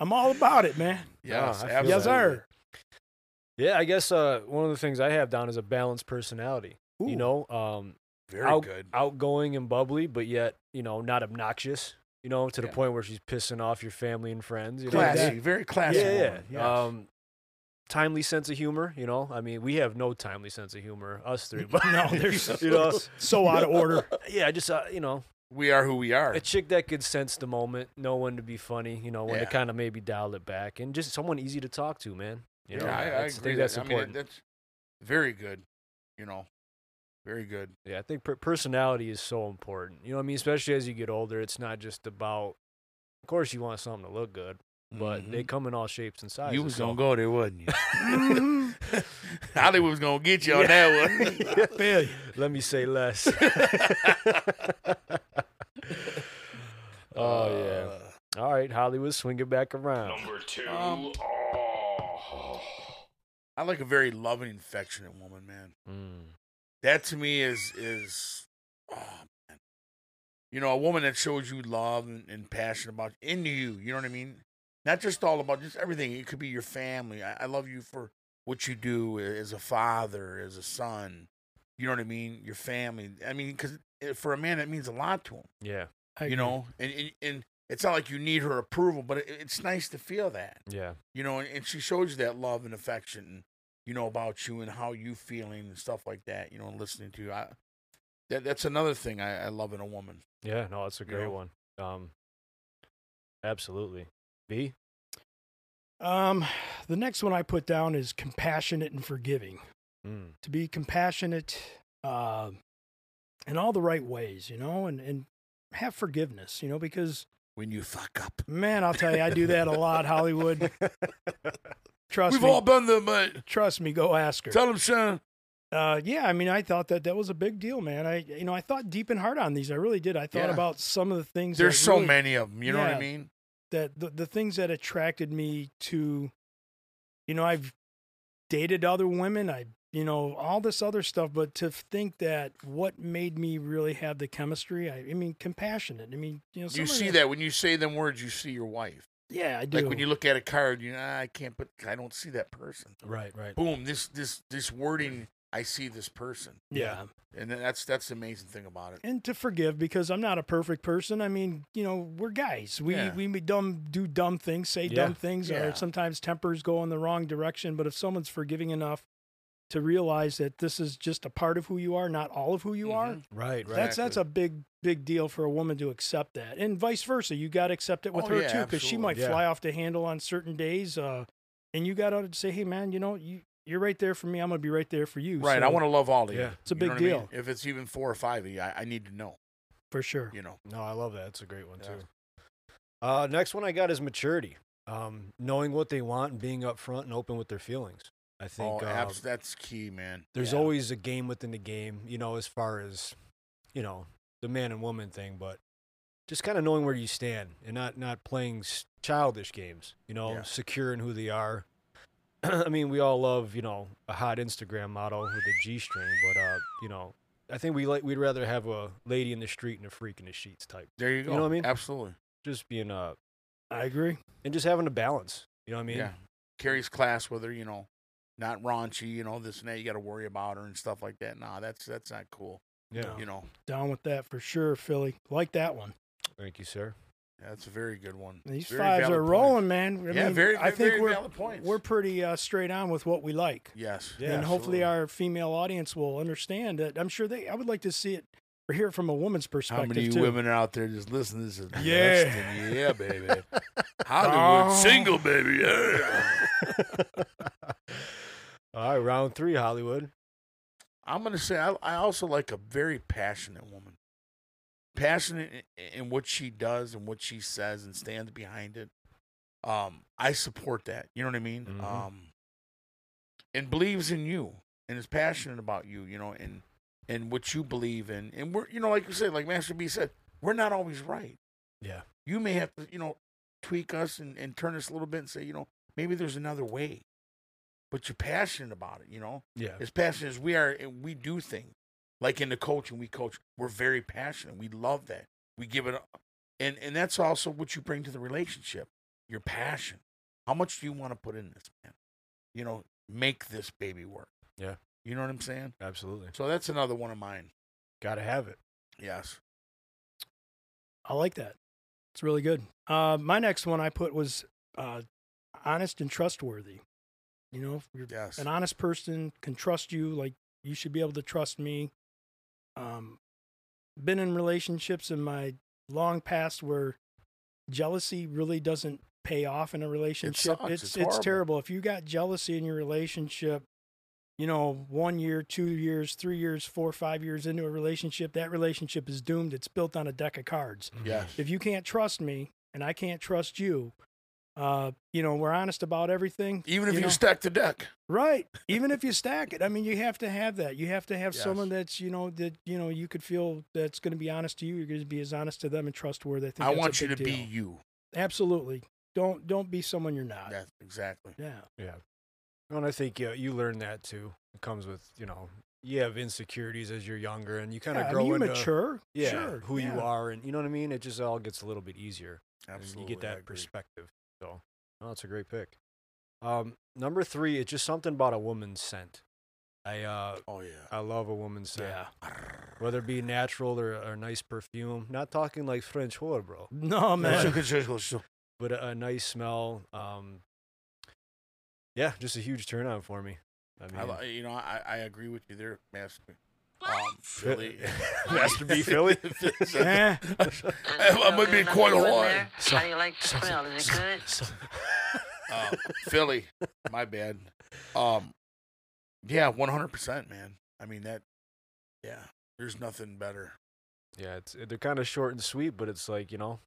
Speaker 3: I'm all about it, man.
Speaker 4: Yes,
Speaker 2: I feel
Speaker 4: absolutely.
Speaker 2: that.
Speaker 3: Yes, sir.
Speaker 2: Yeah, I guess uh, one of the things I have down is a balanced personality.
Speaker 3: Ooh.
Speaker 2: You know, um,
Speaker 4: Very
Speaker 2: out-
Speaker 4: good.
Speaker 2: outgoing and bubbly, but yet you know not obnoxious. You know, to the
Speaker 4: Yeah.
Speaker 2: point where she's pissing off your family and friends. You know?
Speaker 3: Classy,
Speaker 4: Classy, very classy.
Speaker 2: yeah, yeah.
Speaker 4: woman.
Speaker 2: Um, timely sense of humor. You know, I mean, we have no timely sense of humor, us three. But
Speaker 3: No, there's
Speaker 2: you know,
Speaker 3: so out of order.
Speaker 2: yeah, just uh, you know,
Speaker 4: we are who we are.
Speaker 2: a chick that could sense the moment, know when to be funny, you know, when to
Speaker 4: Yeah.
Speaker 2: kind of maybe dial it back, and just someone easy to talk to, man. You know,
Speaker 4: yeah, I, I
Speaker 2: that's-
Speaker 4: agree.
Speaker 2: think
Speaker 4: that-
Speaker 2: that's
Speaker 4: I mean,
Speaker 2: important.
Speaker 4: that's very good. You know, very good.
Speaker 2: Yeah, I think per- personality is so important. You know what I mean? Especially as you get older, it's not just about. Of course, you want something to look good, but they come in all shapes and sizes.
Speaker 4: Mm-hmm. you was
Speaker 2: so-
Speaker 4: gonna go there, wasn't you? Hollywood was gonna get you on that one.
Speaker 2: Let me say less. oh yeah.
Speaker 4: Uh,
Speaker 2: All right, Hollywood, swing it back around.
Speaker 4: Um, I like a very loving, affectionate woman, man.
Speaker 2: Mm.
Speaker 4: That to me is is, oh, man. you know, a woman that shows you love and, and passion about into you. You know what I mean? Not just all about just everything. It could be your family. I, I love you for what you do as a father, as a son. You know what I mean? Your family. I mean, because for a man, that means a lot to him.
Speaker 2: Yeah,
Speaker 3: I
Speaker 4: you
Speaker 3: agree.
Speaker 4: know, and, and and it's not like you need her approval, but it, it's nice to feel that
Speaker 2: yeah,
Speaker 4: you know, and, and she shows you that love and affection, and, you know, about you and how you feeling and stuff like that, you know, and listening to you. I, that that's another thing I, I love in a woman.
Speaker 2: yeah. No, that's a
Speaker 4: You
Speaker 2: great
Speaker 4: know?
Speaker 2: one. Um, absolutely. B.
Speaker 3: Um, the next one I put down is compassionate and forgiving.
Speaker 2: Mm.
Speaker 3: To be compassionate, uh, in all the right ways, you know, and and have forgiveness, you know, because
Speaker 4: When you fuck up,
Speaker 3: man, I'll tell you, I do that a lot. Hollywood, trust
Speaker 4: we've
Speaker 3: me,
Speaker 4: all been there, but
Speaker 3: trust me, go ask her.
Speaker 4: tell them, son.
Speaker 3: Uh, yeah, I mean, I thought that that was a big deal, man. I, you know, I thought deep and hard on these. I really did. I thought
Speaker 4: Yeah.
Speaker 3: about some of the things.
Speaker 4: There's
Speaker 3: that
Speaker 4: so
Speaker 3: really-
Speaker 4: many of them. You know what
Speaker 3: Yeah.
Speaker 4: I mean?
Speaker 3: that the, the things that attracted me to you know i've dated other women i you know all this other stuff but to think that what made me really have the chemistry i, I mean compassionate i mean you know
Speaker 4: you
Speaker 3: some of
Speaker 4: see
Speaker 3: the-
Speaker 4: that when you say them words, you see your wife.
Speaker 3: yeah i do
Speaker 4: Like when you look at a card, you know, "Ah, I can't put, I don't see that person.
Speaker 2: Right, right.
Speaker 4: Boom, this this this wording, I see this person,
Speaker 3: yeah
Speaker 4: and then that's that's the amazing thing about it.
Speaker 3: and to forgive because i'm not a perfect person i mean you know we're guys we
Speaker 4: Yeah.
Speaker 3: we be dumb do dumb things say
Speaker 2: Yeah.
Speaker 3: dumb things
Speaker 4: Yeah.
Speaker 3: or sometimes tempers go in the wrong direction but if someone's forgiving enough to realize that this is just a part of who you are not all of who you are
Speaker 4: Mhm.
Speaker 2: Right, right.
Speaker 3: That's that's a big big deal for a woman to accept that, and vice versa. You got to accept it with
Speaker 4: Oh,
Speaker 3: her
Speaker 4: yeah,
Speaker 3: too, because she
Speaker 4: absolutely.
Speaker 3: might
Speaker 2: Yeah.
Speaker 3: fly off the handle on certain days. Uh, and you got to say, hey man, you know you you're right there for me. I'm gonna be right there for you.
Speaker 4: Right, I
Speaker 3: So,
Speaker 4: want to love all of you.
Speaker 2: Yeah.
Speaker 3: It's a
Speaker 4: You know
Speaker 3: big
Speaker 4: what I mean?
Speaker 3: deal.
Speaker 4: If it's even four or five of you, I, I need to know.
Speaker 3: for sure.
Speaker 4: You know,
Speaker 2: No, I love that. That's a great one
Speaker 4: Yeah.
Speaker 2: too. Uh, next one I got is maturity. Um, knowing what they want and being upfront and open with their feelings. I think
Speaker 4: oh,
Speaker 2: uh,
Speaker 4: abs- that's key, man.
Speaker 2: there's
Speaker 4: Yeah.
Speaker 2: always a game within the game, you know, as far as you know the man and woman thing, but just kind of knowing where you stand and not not playing s- childish games. You know,
Speaker 4: Yeah.
Speaker 2: secure in who they are. I mean, we all love you know a hot Instagram model with a G string, but uh, you know, I think we like we'd rather have a lady in the street and a freak in the sheets type.
Speaker 4: there you go.
Speaker 2: know what I mean?
Speaker 4: Absolutely.
Speaker 2: Just being uh
Speaker 3: I agree.
Speaker 2: and just having a balance. You know what I mean?
Speaker 4: yeah, carries class with her. You know, not raunchy. You know, this and that. You got to worry about her and stuff like that. Nah, that's that's not cool.
Speaker 2: Yeah.
Speaker 4: You know,
Speaker 3: Down with that for sure, Philly. Like that one.
Speaker 2: Thank you, sir.
Speaker 4: that's a very good one.
Speaker 3: These
Speaker 4: Very
Speaker 3: fives
Speaker 4: valid
Speaker 3: are
Speaker 4: point.
Speaker 3: rolling, man. I
Speaker 4: yeah,
Speaker 3: mean,
Speaker 4: very.
Speaker 3: I think
Speaker 4: very
Speaker 3: we're
Speaker 4: valid points.
Speaker 3: we're pretty uh, straight on with what we like.
Speaker 4: yes.
Speaker 2: Yeah,
Speaker 3: and hopefully our female audience will understand that. I'm sure they. I would like to see it or hear it from a woman's
Speaker 4: How
Speaker 3: perspective
Speaker 4: many
Speaker 3: too.
Speaker 4: women are out there just listening to this? is
Speaker 7: Yeah.
Speaker 4: busting. Yeah, baby. Hollywood
Speaker 7: Oh.
Speaker 4: single, baby. Yeah.
Speaker 2: All right, round three, Hollywood.
Speaker 4: I'm gonna say I, I also like a very passionate woman, passionate in, in what she does and what she says, and stands behind it. Um, I support that. You know what I mean?
Speaker 2: Mhm.
Speaker 4: Um, and believes in you. and is passionate about you, you know, and and what you believe in. And we're, you know, like you said, like Master B said, we're not always right.
Speaker 2: Yeah.
Speaker 4: You may have to, you know, tweak us and, and turn us a little bit and say, you know, maybe there's another way. But you're passionate about it, you know.
Speaker 2: Yeah.
Speaker 4: As passionate as we are, and we do things like in the coaching, we coach. We're very passionate. We love that. We give it, up. and and that's also what you bring to the relationship. Your passion. How much do you want to put in this, man? You know, make this baby work.
Speaker 2: Yeah.
Speaker 4: You know what I'm saying?
Speaker 2: Absolutely.
Speaker 4: So that's another one of mine.
Speaker 2: Gotta have it.
Speaker 4: Yes.
Speaker 3: I like that. It's really good. Uh, my next one I put was uh, honest and trustworthy. You know, if you're
Speaker 4: Yes.
Speaker 3: an honest person, can trust you. Like you should be able to trust me. Um, been in relationships in my long past where jealousy really doesn't pay off in a relationship.
Speaker 4: sucks.
Speaker 3: It's
Speaker 4: It's
Speaker 3: it's,
Speaker 4: horrible.
Speaker 3: terrible. If you got jealousy in your relationship, you know, one year, two years, three years, four, five years into a relationship, that relationship is doomed. It's built on a deck of cards
Speaker 4: Yes.
Speaker 3: if you can't trust me and I can't trust you, uh, you know, we're honest about everything.
Speaker 4: Even if you,
Speaker 3: know?
Speaker 4: stack the deck.
Speaker 3: right. Even if you stack it, I mean, you have to have that. You have to have
Speaker 4: Yes.
Speaker 3: someone that's, you know, that, you know, you could feel that's going to be honest to you. You're going to be as honest to them and trustworthy. I think
Speaker 4: I
Speaker 3: that's a
Speaker 4: want you to
Speaker 3: big
Speaker 4: be
Speaker 3: deal.
Speaker 4: you.
Speaker 3: Absolutely. Don't, don't be someone you're not.
Speaker 4: That's exactly.
Speaker 3: Yeah.
Speaker 2: And I think yeah, you learn that too. It comes with you know you have insecurities as you're younger, and you kind of
Speaker 3: yeah, I
Speaker 2: grow
Speaker 3: mean, you
Speaker 2: into
Speaker 3: mature.
Speaker 2: yeah
Speaker 3: sure.
Speaker 2: who you
Speaker 3: yeah.
Speaker 2: are, and you know what I mean. It just all gets a little bit easier, and
Speaker 4: Absolutely.
Speaker 2: you get
Speaker 4: I
Speaker 2: that
Speaker 4: agree.
Speaker 2: perspective. So no, it's a great pick. Um, number three, it's just something about a woman's scent. I uh,
Speaker 4: Oh yeah.
Speaker 2: I love a woman's scent,
Speaker 3: Yeah.
Speaker 2: whether it be natural or or nice perfume. Not talking like French whore, bro.
Speaker 3: No, man.
Speaker 2: but a, a nice smell. Um, yeah, just a huge turn on for me. I mean,
Speaker 4: I, li- you know, I, I agree with you there, Master.
Speaker 6: What?
Speaker 4: Philly,
Speaker 2: Master B Philly.
Speaker 5: uh,
Speaker 3: Eh,
Speaker 4: Um, I might be quite a lot.
Speaker 6: How do you like the smell? Is it good?
Speaker 4: Uh, Philly, my bad. Um, yeah, one hundred percent, man. I mean that. Yeah, there's nothing better
Speaker 2: yeah, it's, they're kind of short and sweet, but it's like you know,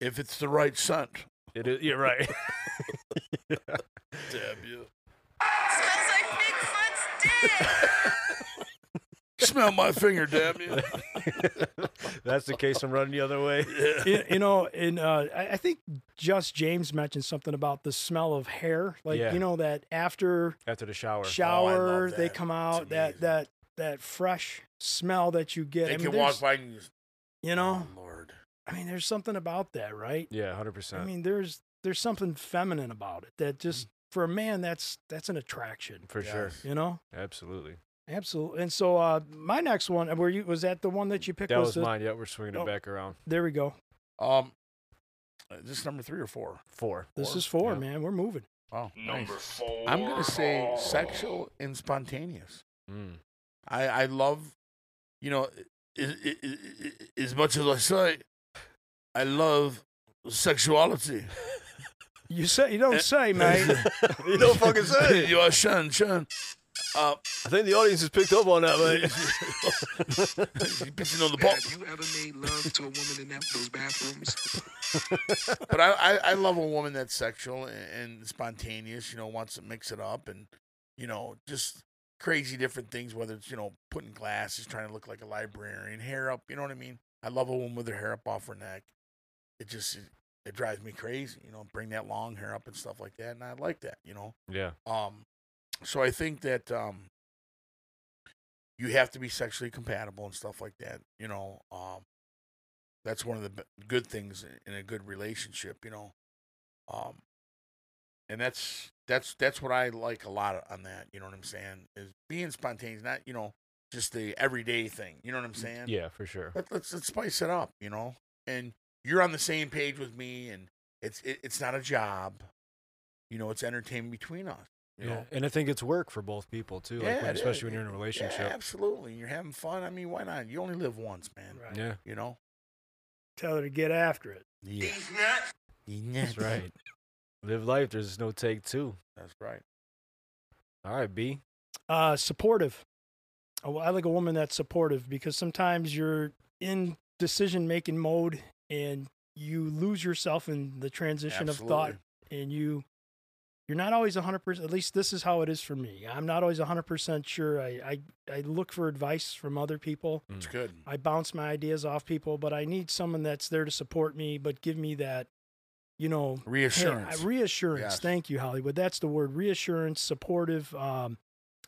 Speaker 4: if it's the right scent.
Speaker 2: it is. Yeah, right.
Speaker 4: Damn you!
Speaker 6: Smells like Bigfoot's dick.
Speaker 4: Smell my finger, damn you!
Speaker 2: That's the case. I'm running the other way.
Speaker 3: you, you know, and uh, I, I think just James mentioned something about the smell of hair. Like,
Speaker 2: Yeah.
Speaker 3: you know, that after
Speaker 2: After the shower.
Speaker 3: shower.
Speaker 4: love
Speaker 3: they
Speaker 4: that.
Speaker 3: come
Speaker 4: It's
Speaker 3: out that
Speaker 4: amazing.
Speaker 3: that that fresh smell that you get.
Speaker 4: they
Speaker 3: I mean,
Speaker 4: can walk
Speaker 3: there's-
Speaker 4: by and you just,
Speaker 3: You know,
Speaker 4: oh, Lord.
Speaker 3: I mean, there's something about that, right?
Speaker 2: Yeah, hundred
Speaker 3: I
Speaker 2: percent.
Speaker 3: mean, there's there's something feminine about it that
Speaker 4: Mm.
Speaker 3: just for a man that's that's an attraction.
Speaker 2: For sure.
Speaker 4: Yes.
Speaker 3: You know,
Speaker 2: Absolutely.
Speaker 3: absolutely. And so uh, my next one, were you was that the one that you picked?
Speaker 2: That was
Speaker 3: the-
Speaker 2: mine. Yeah, we're swinging
Speaker 3: Oh.
Speaker 2: it back around.
Speaker 3: There we go.
Speaker 4: Um, is this number three or four?
Speaker 2: Four.
Speaker 3: This is four,
Speaker 2: Yeah.
Speaker 3: man. We're moving.
Speaker 4: Oh, number four. I'm gonna say sexual and spontaneous.
Speaker 2: Mm.
Speaker 4: I I love, you know, i i i i as much as I say, I love sexuality.
Speaker 3: You say you don't say, mate.
Speaker 2: you don't fucking
Speaker 4: you are Sean, Sean. Uh,
Speaker 2: I think the audience has picked up on that, mate.
Speaker 4: you bitching on the ball.
Speaker 8: Have you ever made love to a woman in that, those bathrooms?
Speaker 4: But I, I, I love a woman that's sexual and, and spontaneous, you know, wants to mix it up and, you know, just crazy different things, whether it's, you know, putting glasses, trying to look like a librarian, hair up, you know what I mean? I love a woman with her hair up off her neck. It just, it, it drives me crazy, you know, bring that long hair up and stuff like that. And I like that, you know?
Speaker 2: yeah.
Speaker 4: Um, so I think that um, you have to be sexually compatible and stuff like that. You know, um, that's one of the b- good things i- in a good relationship. You know, um, and that's that's that's what I like a lot on that. You know what I'm saying? Is being spontaneous, not you know just the everyday thing. You know what I'm saying?
Speaker 2: Yeah, for sure.
Speaker 4: Let, let's let's spice it up. You know, and you're on the same page with me, and it's it, it's not a job. You know, it's entertainment between us. You
Speaker 2: Yeah.
Speaker 4: know.
Speaker 2: And I think it's work for both people too. like when-
Speaker 4: Yeah, it
Speaker 2: especially
Speaker 4: is.
Speaker 2: when you're in a
Speaker 4: Yeah,
Speaker 2: relationship.
Speaker 4: absolutely. You're having fun. I mean, why not? You only live once, man.
Speaker 3: Right.
Speaker 2: Yeah,
Speaker 4: You know?
Speaker 3: Tell her to get after it.
Speaker 4: Yeah.
Speaker 2: that's right. Live life. There's no take two.
Speaker 4: That's right.
Speaker 2: All right, B.
Speaker 3: uh, supportive. Oh, I like a woman that's supportive because sometimes you're in decision making mode and you lose yourself in the transition of thought
Speaker 4: Absolutely.
Speaker 3: and you you're not always 100% at least this is how it is for me i'm not always 100% sure i i, I look for advice from other people
Speaker 4: It's good.
Speaker 3: Hmm. i bounce my ideas off people but i need someone that's there to support me but give me that you know Hey,
Speaker 4: Reassurance.
Speaker 3: I- reassurance.
Speaker 4: Yes.
Speaker 3: Thank you, Hollywood. That's the word. Reassurance, supportive. Um,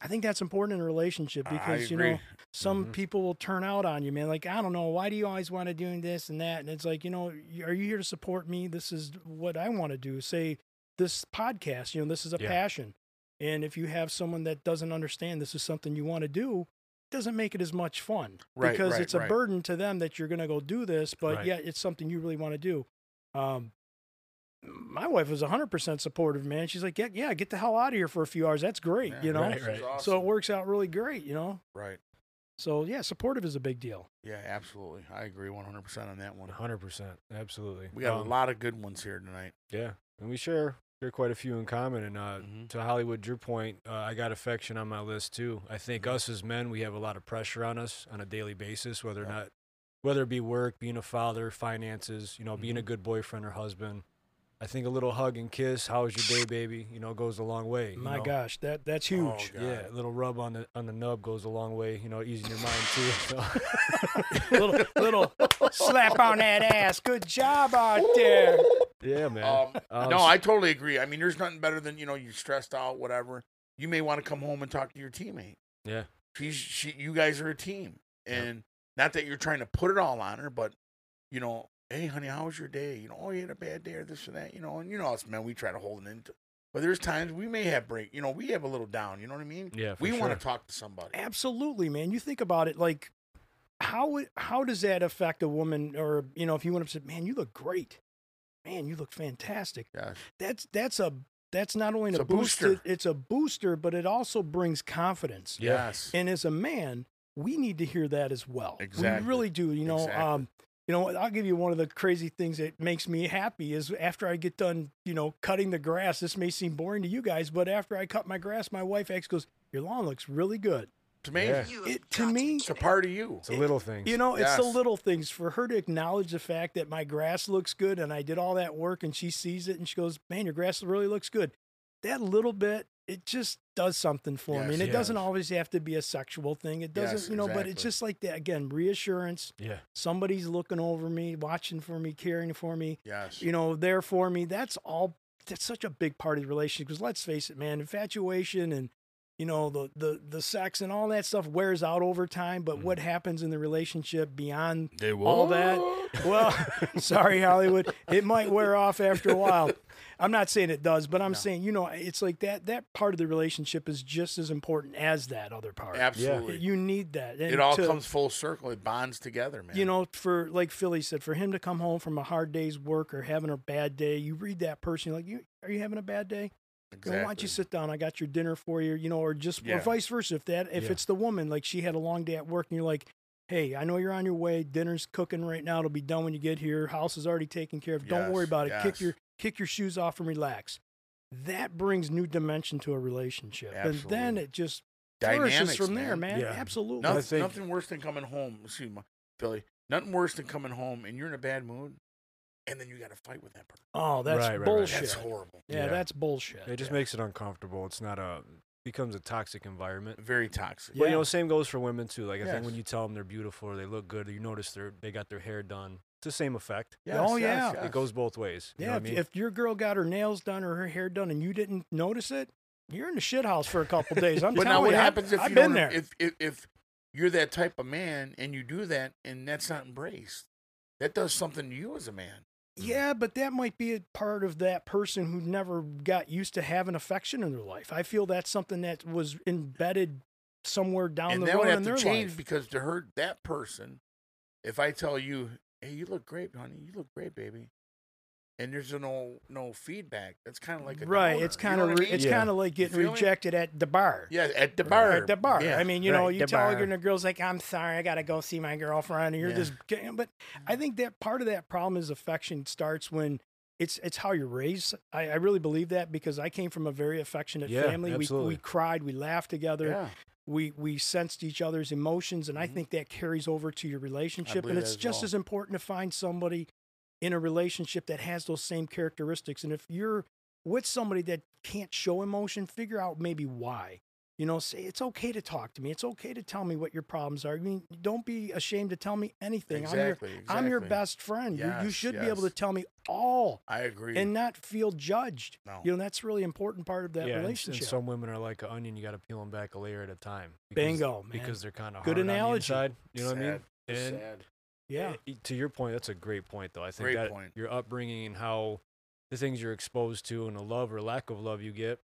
Speaker 3: I think that's important in a relationship
Speaker 4: I
Speaker 3: because you
Speaker 4: agree.
Speaker 3: know some
Speaker 4: Mm-hmm.
Speaker 2: Mhm.
Speaker 3: people will turn out on you, man. Like I don't know why do you always want to do this and that, and it's like you know y- are you here to support me? This is what I want to do. Say this podcast, you know, this is a
Speaker 2: Yeah.
Speaker 3: passion, and if you have someone that doesn't understand this is something you want to do. it Doesn't make it as much fun
Speaker 4: Right,
Speaker 3: because
Speaker 4: right,
Speaker 3: it's a
Speaker 4: right.
Speaker 3: burden to them that you're going to go do this, but
Speaker 2: Right.
Speaker 3: yet it's something you really want to do. Um, my wife was 100% supportive, man. She's like, yeah, yeah, get the hell out of here for a few hours. That's great,
Speaker 4: Yeah,
Speaker 3: you know?
Speaker 2: Right,
Speaker 4: this
Speaker 2: right.
Speaker 4: is awesome.
Speaker 3: So it works out really great, you know?
Speaker 4: Right.
Speaker 3: So yeah, supportive is a big deal.
Speaker 4: Yeah, absolutely. I agree 100% on that one.
Speaker 2: 100%. Absolutely.
Speaker 4: We got a
Speaker 2: Um,
Speaker 4: lot of good ones here tonight.
Speaker 2: Yeah, and we share share quite a few in common. And uh,
Speaker 3: Mm-hmm.
Speaker 4: Mhm.
Speaker 2: to Hollywood, your point, uh, I got affection on my list too. I think
Speaker 3: Mm-hmm.
Speaker 2: us as men, we have a lot of pressure on us on a daily basis, whether or
Speaker 4: Yeah.
Speaker 2: not whether it be work, being a father, finances, you know, being a
Speaker 3: Mm-hmm.
Speaker 2: good boyfriend or husband. I think a little hug and kiss, how was your day, baby? You know, goes a long way. you
Speaker 3: My Oh,
Speaker 2: know?
Speaker 3: gosh, that that's huge.
Speaker 4: Mm-hmm. Oh. God.
Speaker 2: Yeah, a little rub on the on the nub goes a long way. You know, easing your mind too. so.
Speaker 3: little little slap on that ass. Good job out there.
Speaker 2: yeah, man.
Speaker 3: Oh,
Speaker 4: Um,
Speaker 2: Um,
Speaker 4: no,
Speaker 2: s-
Speaker 4: I totally agree. I mean, there's nothing better than, you know, you're stressed out, whatever. You may want to come home and talk to your teammate.
Speaker 2: Yeah.
Speaker 4: She's, she, you guys are a team. And not that you're trying to put it all on her, but, you know, hey, honey, how was your day? You know, oh, you had a bad day or this and that, you know, and you know, us men, we try to hold it in. But there's times we may have break, you know, we have a little down, you know what I mean?
Speaker 2: Yeah, for
Speaker 4: we want
Speaker 2: sure.
Speaker 4: to talk to somebody.
Speaker 3: Absolutely, man. You think about it like how would- how does that affect a woman or you know, if you went up and said, "Man, you look great. Man, you look fantastic."
Speaker 4: Yes.
Speaker 3: That's that's a that's not only
Speaker 4: It's
Speaker 3: a,
Speaker 4: a
Speaker 3: boost,
Speaker 4: booster.
Speaker 3: it- it's a booster, but it also brings confidence.
Speaker 2: Yeah.
Speaker 4: Yes.
Speaker 3: And as a man, we need to hear that as well.
Speaker 4: Exactly.
Speaker 3: We really do. You know,
Speaker 4: Exactly.
Speaker 3: um, you know, I'll give you one of the crazy things that makes me happy is after I get done, you know, cutting the grass. This may seem boring to you guys, but after I cut my grass, my wife actually goes, "Your lawn looks really good."
Speaker 4: It's amazing.
Speaker 2: Yeah.
Speaker 6: You have
Speaker 3: It
Speaker 6: got
Speaker 3: to
Speaker 6: be
Speaker 3: me,
Speaker 4: It's a part of you.
Speaker 2: it's a little thing.
Speaker 3: you know, it's the
Speaker 4: Yes.
Speaker 3: little things for her to acknowledge the fact that my grass looks good and I did all that work and she sees it and she goes, Man, your grass really looks good. That little bit, it just does something for me.
Speaker 4: Yes,
Speaker 3: And it doesn't
Speaker 2: yes.
Speaker 3: always have to be a sexual thing. It doesn't,
Speaker 4: Yes,
Speaker 3: you know, but
Speaker 4: exactly.
Speaker 3: it's just like that again, reassurance.
Speaker 2: yeah.
Speaker 3: Somebody's looking over me, watching for me, caring for me,
Speaker 4: Yes.
Speaker 3: you know, there for me. That's all that's such a big part of the relationship. Because let's face it, man, infatuation and you know the the the sex and all that stuff wears out over time. But what
Speaker 4: Mm-hmm.
Speaker 3: happens in the relationship beyond
Speaker 4: They
Speaker 3: all that? Well, sorry, Hollywood, it might wear off after a while. I'm not saying it does, but I'm saying you know it's like that that part of the relationship is just as important as that other part.
Speaker 4: Absolutely.
Speaker 3: You need that.
Speaker 4: It
Speaker 3: And
Speaker 4: all
Speaker 3: to-
Speaker 4: comes full circle. It bonds together, man.
Speaker 3: you know, for like Philly said, for him to come home from a hard day's work or having a bad day, you read that person, you're like, you are you having a bad day? You know, Why don't you sit down? I got your dinner for you, you know, or just
Speaker 4: Yeah.
Speaker 3: or vice versa. If that if
Speaker 2: Yeah.
Speaker 3: it's the woman, like she had a long day at work, and you're like, hey, I know you're on your way. Dinner's cooking right now. It'll be done when you get here. House is already taken care of. don't worry
Speaker 4: Yes,
Speaker 3: about it. Kick
Speaker 4: yes.
Speaker 3: your kick your shoes off and relax. That brings new dimension to a relationship, and then
Speaker 4: Absolutely.
Speaker 3: it just
Speaker 4: Dynamics
Speaker 3: flourishes from there, man.
Speaker 2: Yeah.
Speaker 3: Absolutely.
Speaker 4: Nothing,
Speaker 2: I think-
Speaker 4: nothing worse than coming home. Excuse me, Philly. Nothing worse than coming home and you're in a bad mood, and then you got to fight with that person.
Speaker 3: Oh, that's
Speaker 2: Right, right, right.
Speaker 3: bullshit.
Speaker 4: That's horrible.
Speaker 3: yeah,
Speaker 2: Yeah.
Speaker 3: that's bullshit.
Speaker 2: It just makes it uncomfortable. It's not a becomes a toxic environment.
Speaker 4: Very toxic.
Speaker 2: But
Speaker 3: Yeah.
Speaker 2: you know, same goes for women too. Like I think when
Speaker 4: Yes.
Speaker 2: you tell them they're beautiful or they look good, you notice they're they got their hair done. It's the same effect.
Speaker 4: Yes,
Speaker 3: Oh,
Speaker 4: yes,
Speaker 3: yeah.
Speaker 4: yes.
Speaker 2: It goes both ways. You
Speaker 3: Yeah,
Speaker 2: know what
Speaker 3: if,
Speaker 2: I mean?
Speaker 3: if your girl got her nails done or her hair done and you didn't notice it, you're in the shit house for a couple days. I'm
Speaker 4: But now,
Speaker 3: telling
Speaker 4: what
Speaker 3: you,
Speaker 4: happens
Speaker 3: I,
Speaker 4: if
Speaker 3: have
Speaker 4: you
Speaker 3: been
Speaker 4: don't-
Speaker 3: there?
Speaker 4: If, if if you're that type of man and you do that, and that's not embraced, that does something to you as a man.
Speaker 3: yeah, but that might be a part of that person who never got used to having affection in their life. I feel that's something that was embedded somewhere down
Speaker 4: and
Speaker 3: the
Speaker 4: that
Speaker 3: road
Speaker 4: would
Speaker 3: in
Speaker 4: have
Speaker 3: their
Speaker 4: to change
Speaker 3: life.
Speaker 4: because to hurt that person, if I tell you, "Hey, you look great, honey. You look great, baby," and there's no no feedback, that's kind of like a
Speaker 3: right,
Speaker 4: downer,
Speaker 3: it's
Speaker 4: you know
Speaker 3: kind of
Speaker 4: what I
Speaker 3: re-
Speaker 4: mean?
Speaker 3: it's
Speaker 2: Yeah.
Speaker 3: kind of like getting
Speaker 4: feel me?
Speaker 3: rejected at the bar.
Speaker 4: yeah at the bar
Speaker 3: At the bar.
Speaker 4: Yeah.
Speaker 3: I mean, you know,
Speaker 2: right,
Speaker 3: you
Speaker 2: the
Speaker 3: tell her
Speaker 2: bar.
Speaker 3: and the girl's like, I'm sorry, I got to go see my girlfriend. And you're
Speaker 4: Yeah.
Speaker 3: just, getting, but I think that part of that problem is affection starts when it's it's how you're raised. I, I really believe that because I came from a very affectionate
Speaker 2: Yeah,
Speaker 3: family. We, we
Speaker 2: absolutely.
Speaker 3: cried, we laughed together,
Speaker 4: yeah,
Speaker 3: we, we sensed each other's emotions. And I think that carries over to your relationship.
Speaker 4: Mm-hmm. believe
Speaker 3: And
Speaker 4: that
Speaker 3: it's
Speaker 4: as
Speaker 3: just
Speaker 4: well.
Speaker 3: as important to find somebody in a relationship that has those same characteristics. And if you're with somebody that can't show emotion, figure out maybe why. You know, say it's okay to talk to me. It's okay to tell me what your problems are. I mean, don't be ashamed to tell me anything. I'm your
Speaker 4: Exactly,
Speaker 3: I'm your
Speaker 4: exactly.
Speaker 3: best friend. You- you,
Speaker 4: Yes,
Speaker 3: should be able to
Speaker 4: yes.
Speaker 3: tell me all
Speaker 4: I agree.
Speaker 3: and not feel judged.
Speaker 4: No.
Speaker 3: You know, that's really important part of that
Speaker 2: yeah, and-
Speaker 3: relationship.
Speaker 2: And some women are like an onion; you got to peel them back a layer at a time.
Speaker 3: Bingo, man.
Speaker 2: Because they're kind of
Speaker 3: Good
Speaker 2: hard on the
Speaker 3: analogy.
Speaker 2: inside, you know what I mean? And
Speaker 4: Sad.
Speaker 3: yeah.
Speaker 2: eh, to your point, that's a great point, though. I think
Speaker 4: Great
Speaker 2: that
Speaker 4: point.
Speaker 2: your upbringing and how the things you're exposed to and the love or lack of love you get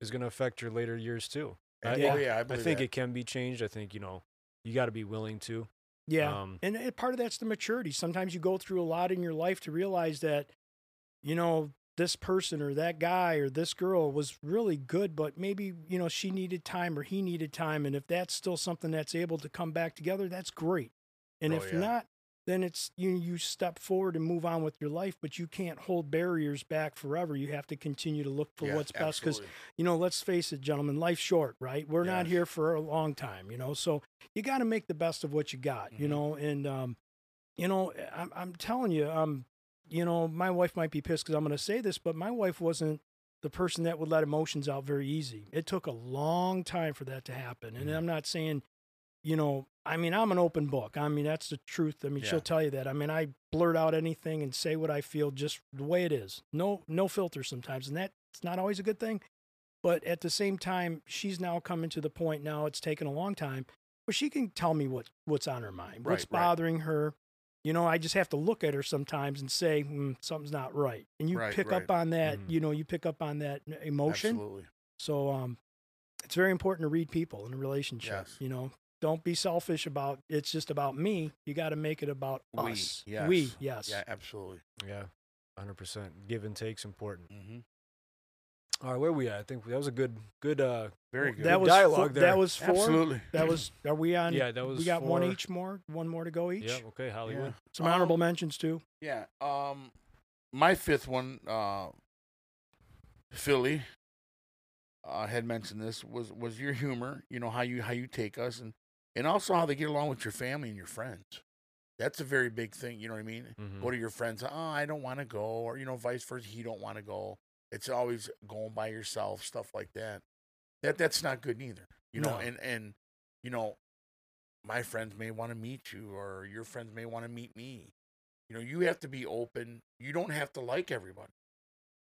Speaker 2: is going to affect your later years too. I-
Speaker 4: Oh yeah, I
Speaker 2: I
Speaker 4: believe
Speaker 2: think
Speaker 4: that.
Speaker 2: it can be changed. I think you know you got to be willing to.
Speaker 3: Yeah.
Speaker 2: Um,
Speaker 3: and it, part of that's the maturity. Sometimes you go through a lot in your life to realize that, you know, this person or that guy or this girl was really good, but maybe, you know, she needed time or he needed time. And if that's still something that's able to come back together, that's great. And
Speaker 4: Oh,
Speaker 3: if
Speaker 4: yeah.
Speaker 3: not, then it's you you step forward and move on with your life, but you can't hold barriers back forever. You have to continue to look for
Speaker 4: Yeah,
Speaker 3: what's best because
Speaker 4: absolutely.
Speaker 3: you know, let's face it, gentlemen, life's short, right? We're not
Speaker 4: Yes.
Speaker 3: here for a long time, you know. So you got to make the best of what you got, you
Speaker 4: Mhm.
Speaker 3: know. And um, you know, eh, I'm I'm telling you, um, you know, my wife might be pissed because I'm going to say this, but my wife wasn't the person that would let emotions out very easy. It took a long time for that to happen,
Speaker 4: Mm-hmm.
Speaker 3: and I'm not saying, you know, I mean, I'm an open book. I mean, that's the truth. I mean,
Speaker 4: Yeah.
Speaker 3: she'll tell you that. I mean, I blurt out anything and say what I feel just the way it is. No, no filter sometimes, and that's not always a good thing. But at the same time, she's now coming to the point now, it's taken a long time, where she can tell me what, what's on her mind, what's
Speaker 4: Right, right.
Speaker 3: bothering her. You know, I just have to look at her sometimes and say, hmm, something's not right. And you
Speaker 4: Right,
Speaker 3: pick up
Speaker 4: right. Mm-hmm.
Speaker 3: on that,
Speaker 2: Mhm.
Speaker 3: you know, you pick up on that emotion.
Speaker 4: Absolutely.
Speaker 3: So um, it's very important to read people in a relationship.
Speaker 4: Yes.
Speaker 3: You know, don't be selfish about it's just about me. You got to make it about
Speaker 4: We,
Speaker 3: us.
Speaker 4: yes.
Speaker 3: We, yes.
Speaker 4: Yeah, absolutely.
Speaker 2: Yeah, hundred percent. Give and take's important.
Speaker 4: Mm-hmm.
Speaker 2: All right, where we at? I think that was a good, good. uh
Speaker 4: Very good.
Speaker 3: That was
Speaker 2: dialogue
Speaker 3: four,
Speaker 2: there.
Speaker 3: that was four.
Speaker 4: absolutely.
Speaker 3: That was. Are we on?
Speaker 2: Yeah, that was.
Speaker 3: we got one
Speaker 2: four-
Speaker 3: each more. One more to go each.
Speaker 2: Yeah. Okay, Hollywood.
Speaker 4: Yeah.
Speaker 3: Some
Speaker 4: Um,
Speaker 3: honorable mentions too.
Speaker 4: Yeah. Um, my fifth one, uh, Philly. uh, I had mentioned this was was your humor. You know how you how you take us, and and also how they get along with your family and your friends. That's a very big thing. You know what I mean?
Speaker 2: Mhm.
Speaker 4: Go to your friends. Oh, I don't want to go, or you know, vice versa. He don't want to go. It's always going by yourself, stuff like that. That that's not good neither. You know,
Speaker 3: No.
Speaker 4: and and you know, my friends may want to meet you, or your friends may want to meet me. You know, you have to be open. You don't have to like everybody.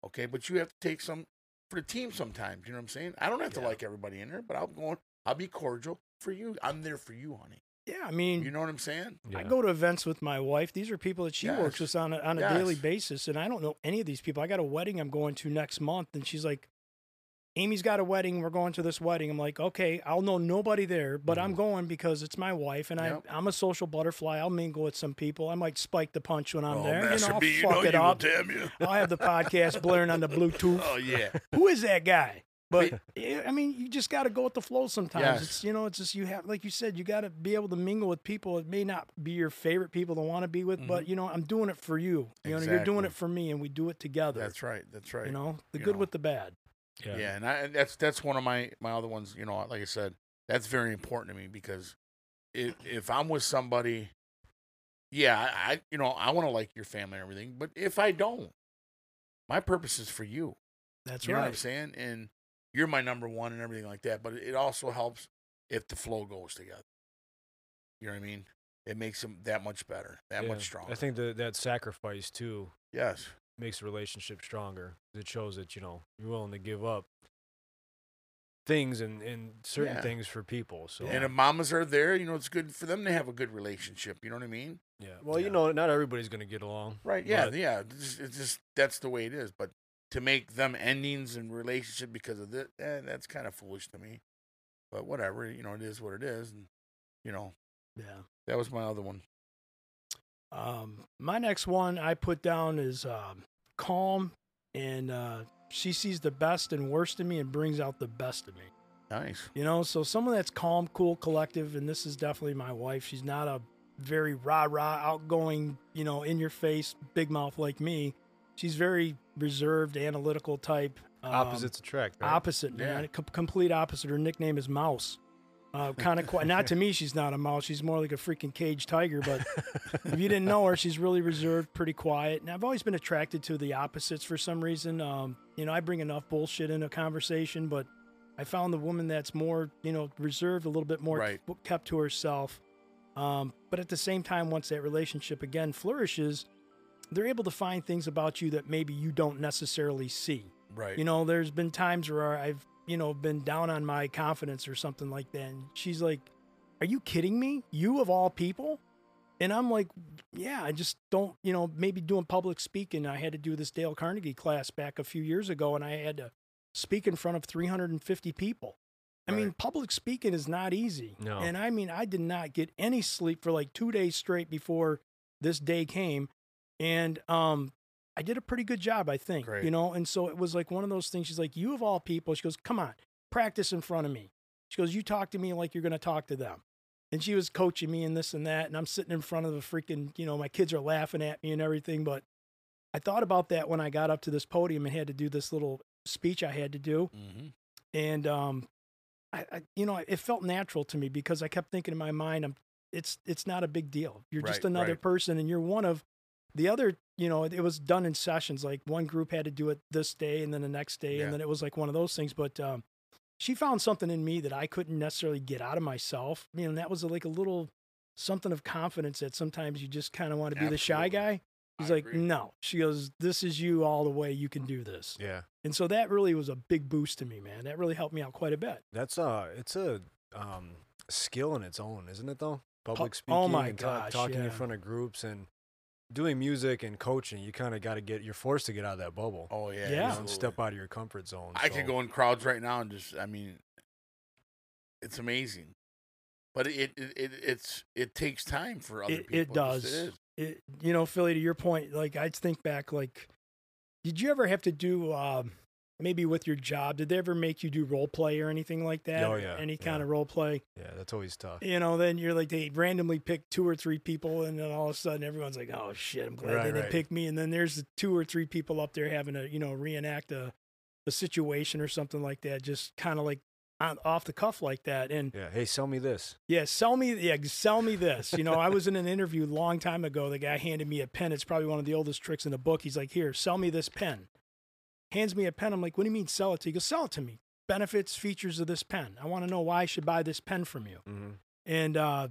Speaker 4: Okay, but you have to take some for the team sometimes. You know what I'm saying? I don't have to like everybody in there, but I'm going. I'll be cordial for you. I'm there for you, honey.
Speaker 3: Yeah, I mean,
Speaker 4: You know what I'm saying?
Speaker 2: Yeah.
Speaker 3: I go to events with my wife. These are people that she works
Speaker 4: Yes.
Speaker 3: with on a, on a daily
Speaker 4: Yes.
Speaker 3: basis, and I don't know any of these people. I got a wedding I'm going to next month, and she's like, "Amy's got a wedding. We're going to this wedding." I'm like, "Okay, I'll know nobody there, but I'm going because it's my wife, and
Speaker 4: Mm-hmm. Yep.
Speaker 3: I, I'm a social butterfly. I'll mingle with some people. I might spike the punch when I'm
Speaker 4: Oh,
Speaker 3: there.
Speaker 4: Master
Speaker 3: I'll
Speaker 4: B, you
Speaker 3: fuck
Speaker 4: know
Speaker 3: it
Speaker 4: you will,
Speaker 3: up.
Speaker 4: damn you.
Speaker 3: I'll have the podcast blaring on the Bluetooth.
Speaker 4: Oh yeah.
Speaker 3: Who is that guy? But yeah, I mean, you just got to go with the flow sometimes.
Speaker 4: Yes.
Speaker 3: It's you know, it's just you have, like you said, you got to be able to mingle with people. It may not be your favorite people to want to be with, but you know, I'm doing it for you. You know, you're
Speaker 4: Mm-hmm. Exactly.
Speaker 3: doing it for me, and we do it together.
Speaker 4: That's right. That's right.
Speaker 3: You know, the
Speaker 4: You
Speaker 3: good
Speaker 4: know.
Speaker 3: with the bad.
Speaker 2: Yeah.
Speaker 4: yeah. and I and that's that's one of my my other ones. You know, like I said, that's very important to me because if if I'm with somebody, yeah, I, I you know I want to like your family and everything, but if I don't, my purpose is for you.
Speaker 3: That's
Speaker 4: you know what I'm
Speaker 3: right.
Speaker 4: saying? And you're my number one and everything like that. But it also helps if the flow goes together. You know what I mean? It makes them that much better, that
Speaker 2: Yeah.
Speaker 4: much stronger.
Speaker 2: I think that that sacrifice too
Speaker 4: yes,
Speaker 2: makes the relationship stronger. It shows that you know you're willing to give up things and and certain
Speaker 4: Yeah.
Speaker 2: things for people. So
Speaker 4: and if mamas are there, you know it's good for them to have a good relationship. You know what I mean?
Speaker 2: yeah. Well, you
Speaker 4: Yeah.
Speaker 2: know, not everybody's gonna get along.
Speaker 4: Right. Yeah.
Speaker 2: but-
Speaker 4: yeah. It's just, it's just that's the way it is. But to make them endings and relationship because of this, eh, that's kind of foolish to me. But whatever, you know, it is what it is, and you know
Speaker 3: Yeah.
Speaker 4: that was my other one.
Speaker 3: Um, my next one I put down is um, calm, and uh, she sees the best and worst in me and brings out the best in me.
Speaker 4: Nice.
Speaker 3: You know, so someone that's calm, cool, collective, and this is definitely my wife. She's not a very rah rah, outgoing, you know, in your face, big mouth like me. She's very reserved, analytical type. um,
Speaker 2: Opposites attract. Right?
Speaker 3: Opposite, man.
Speaker 4: Yeah.
Speaker 3: Com- complete opposite. Her nickname is Mouse. Uh, kind of quiet. Not to me, she's not a mouse. She's more like a freaking caged tiger. But if you didn't know her, she's really reserved, pretty quiet. And I've always been attracted to the opposites for some reason. Um, you know, I bring enough bullshit in a conversation, but I found the woman that's more, you know, reserved, a little bit more
Speaker 4: Right.
Speaker 3: k- kept to herself. Um, but at the same time, once that relationship again flourishes, they're able to find things about you that maybe you don't necessarily see.
Speaker 4: Right.
Speaker 3: You know, there's been times where I've, you know, been down on my confidence or something like that. And she's like, Are you kidding me? You of all people? And I'm like, Yeah, I just don't, you know, maybe doing public speaking. I had to do this Dale Carnegie class back a few years ago and I had to speak in front of 350 people. I mean,
Speaker 4: Right.
Speaker 3: public speaking is not easy.
Speaker 2: No.
Speaker 3: And I mean, I did not get any sleep for like two days straight before this day came. And um, I did a pretty good job, I think.
Speaker 4: Great.
Speaker 3: You know, and so it was like one of those things. She's like, "You of all people," she goes, "Come on, practice in front of me." She goes, "You talk to me like you're going to talk to them." And she was coaching me and this and that, and I'm sitting in front of the freaking, you know, my kids are laughing at me and everything. But I thought about that when I got up to this podium and had to do this little speech I had to do,
Speaker 4: hmm
Speaker 3: and um, I, I you know, it felt natural to me because I kept thinking in my mind, I'm, it's it's not a big deal. You're just
Speaker 4: Right,
Speaker 3: another
Speaker 4: right.
Speaker 3: person, and you're one of the other. You know, it was done in sessions. Like one group had to do it this day, and then the next day,
Speaker 4: Yeah.
Speaker 3: and then it was like one of those things. But um, she found something in me that I couldn't necessarily get out of myself. You know, and that was like a little something of confidence that sometimes you just kind of want to be the shy
Speaker 4: Absolutely.
Speaker 3: guy. He's
Speaker 4: I
Speaker 3: like,
Speaker 4: agree.
Speaker 3: no. She goes, this is you all the way. You can do this.
Speaker 2: Yeah.
Speaker 3: And so that really was a big boost to me, man. That really helped me out quite a bit.
Speaker 2: That's uh it's a um skill in its own, isn't it though? Public speaking
Speaker 3: oh my
Speaker 2: and ta-
Speaker 3: gosh,
Speaker 2: talking
Speaker 3: yeah.
Speaker 2: in front of groups and doing music and coaching, you kind of got to get you're forced to get out of that bubble.
Speaker 4: Oh yeah.
Speaker 3: Yeah.
Speaker 2: You know, and step out of your comfort zone.
Speaker 4: I could
Speaker 2: so-
Speaker 4: go in crowds right now and just I mean it's amazing. But it it, it it's it takes time for other
Speaker 3: It,
Speaker 4: people.
Speaker 3: it
Speaker 4: Yes,
Speaker 3: does.
Speaker 4: is.
Speaker 3: It- you know, Philly, to your point, like I think back, like, did you ever have to do um, maybe with your job? Did they ever make you do role play or anything like that?
Speaker 2: Oh,
Speaker 3: Or
Speaker 2: yeah,
Speaker 3: Any
Speaker 2: yeah.
Speaker 3: kind of role play?
Speaker 2: Yeah, that's always tough.
Speaker 3: You know, then you're like, they randomly pick two or three people, and then all of a sudden everyone's like, oh shit, I'm glad
Speaker 2: Right,
Speaker 3: they didn't
Speaker 2: right.
Speaker 3: pick me. And then there's the two or three people up there having to, you know, reenact a, a situation or something like that, just kind of like on, off the cuff like that. And
Speaker 2: Yeah, hey, sell me this.
Speaker 3: Yeah, sell me. Yeah, sell me this. You know, I was in an interview a long time ago. The guy handed me a pen. It's probably one of the oldest tricks in the book. He's like, "Here, sell me this pen." Hands me a pen. I'm like, "What do you mean sell it to you?" He goes, "Sell it to me. Benefits, features of this pen. I want to know why I should buy this pen from you."
Speaker 2: hmm
Speaker 3: And uh,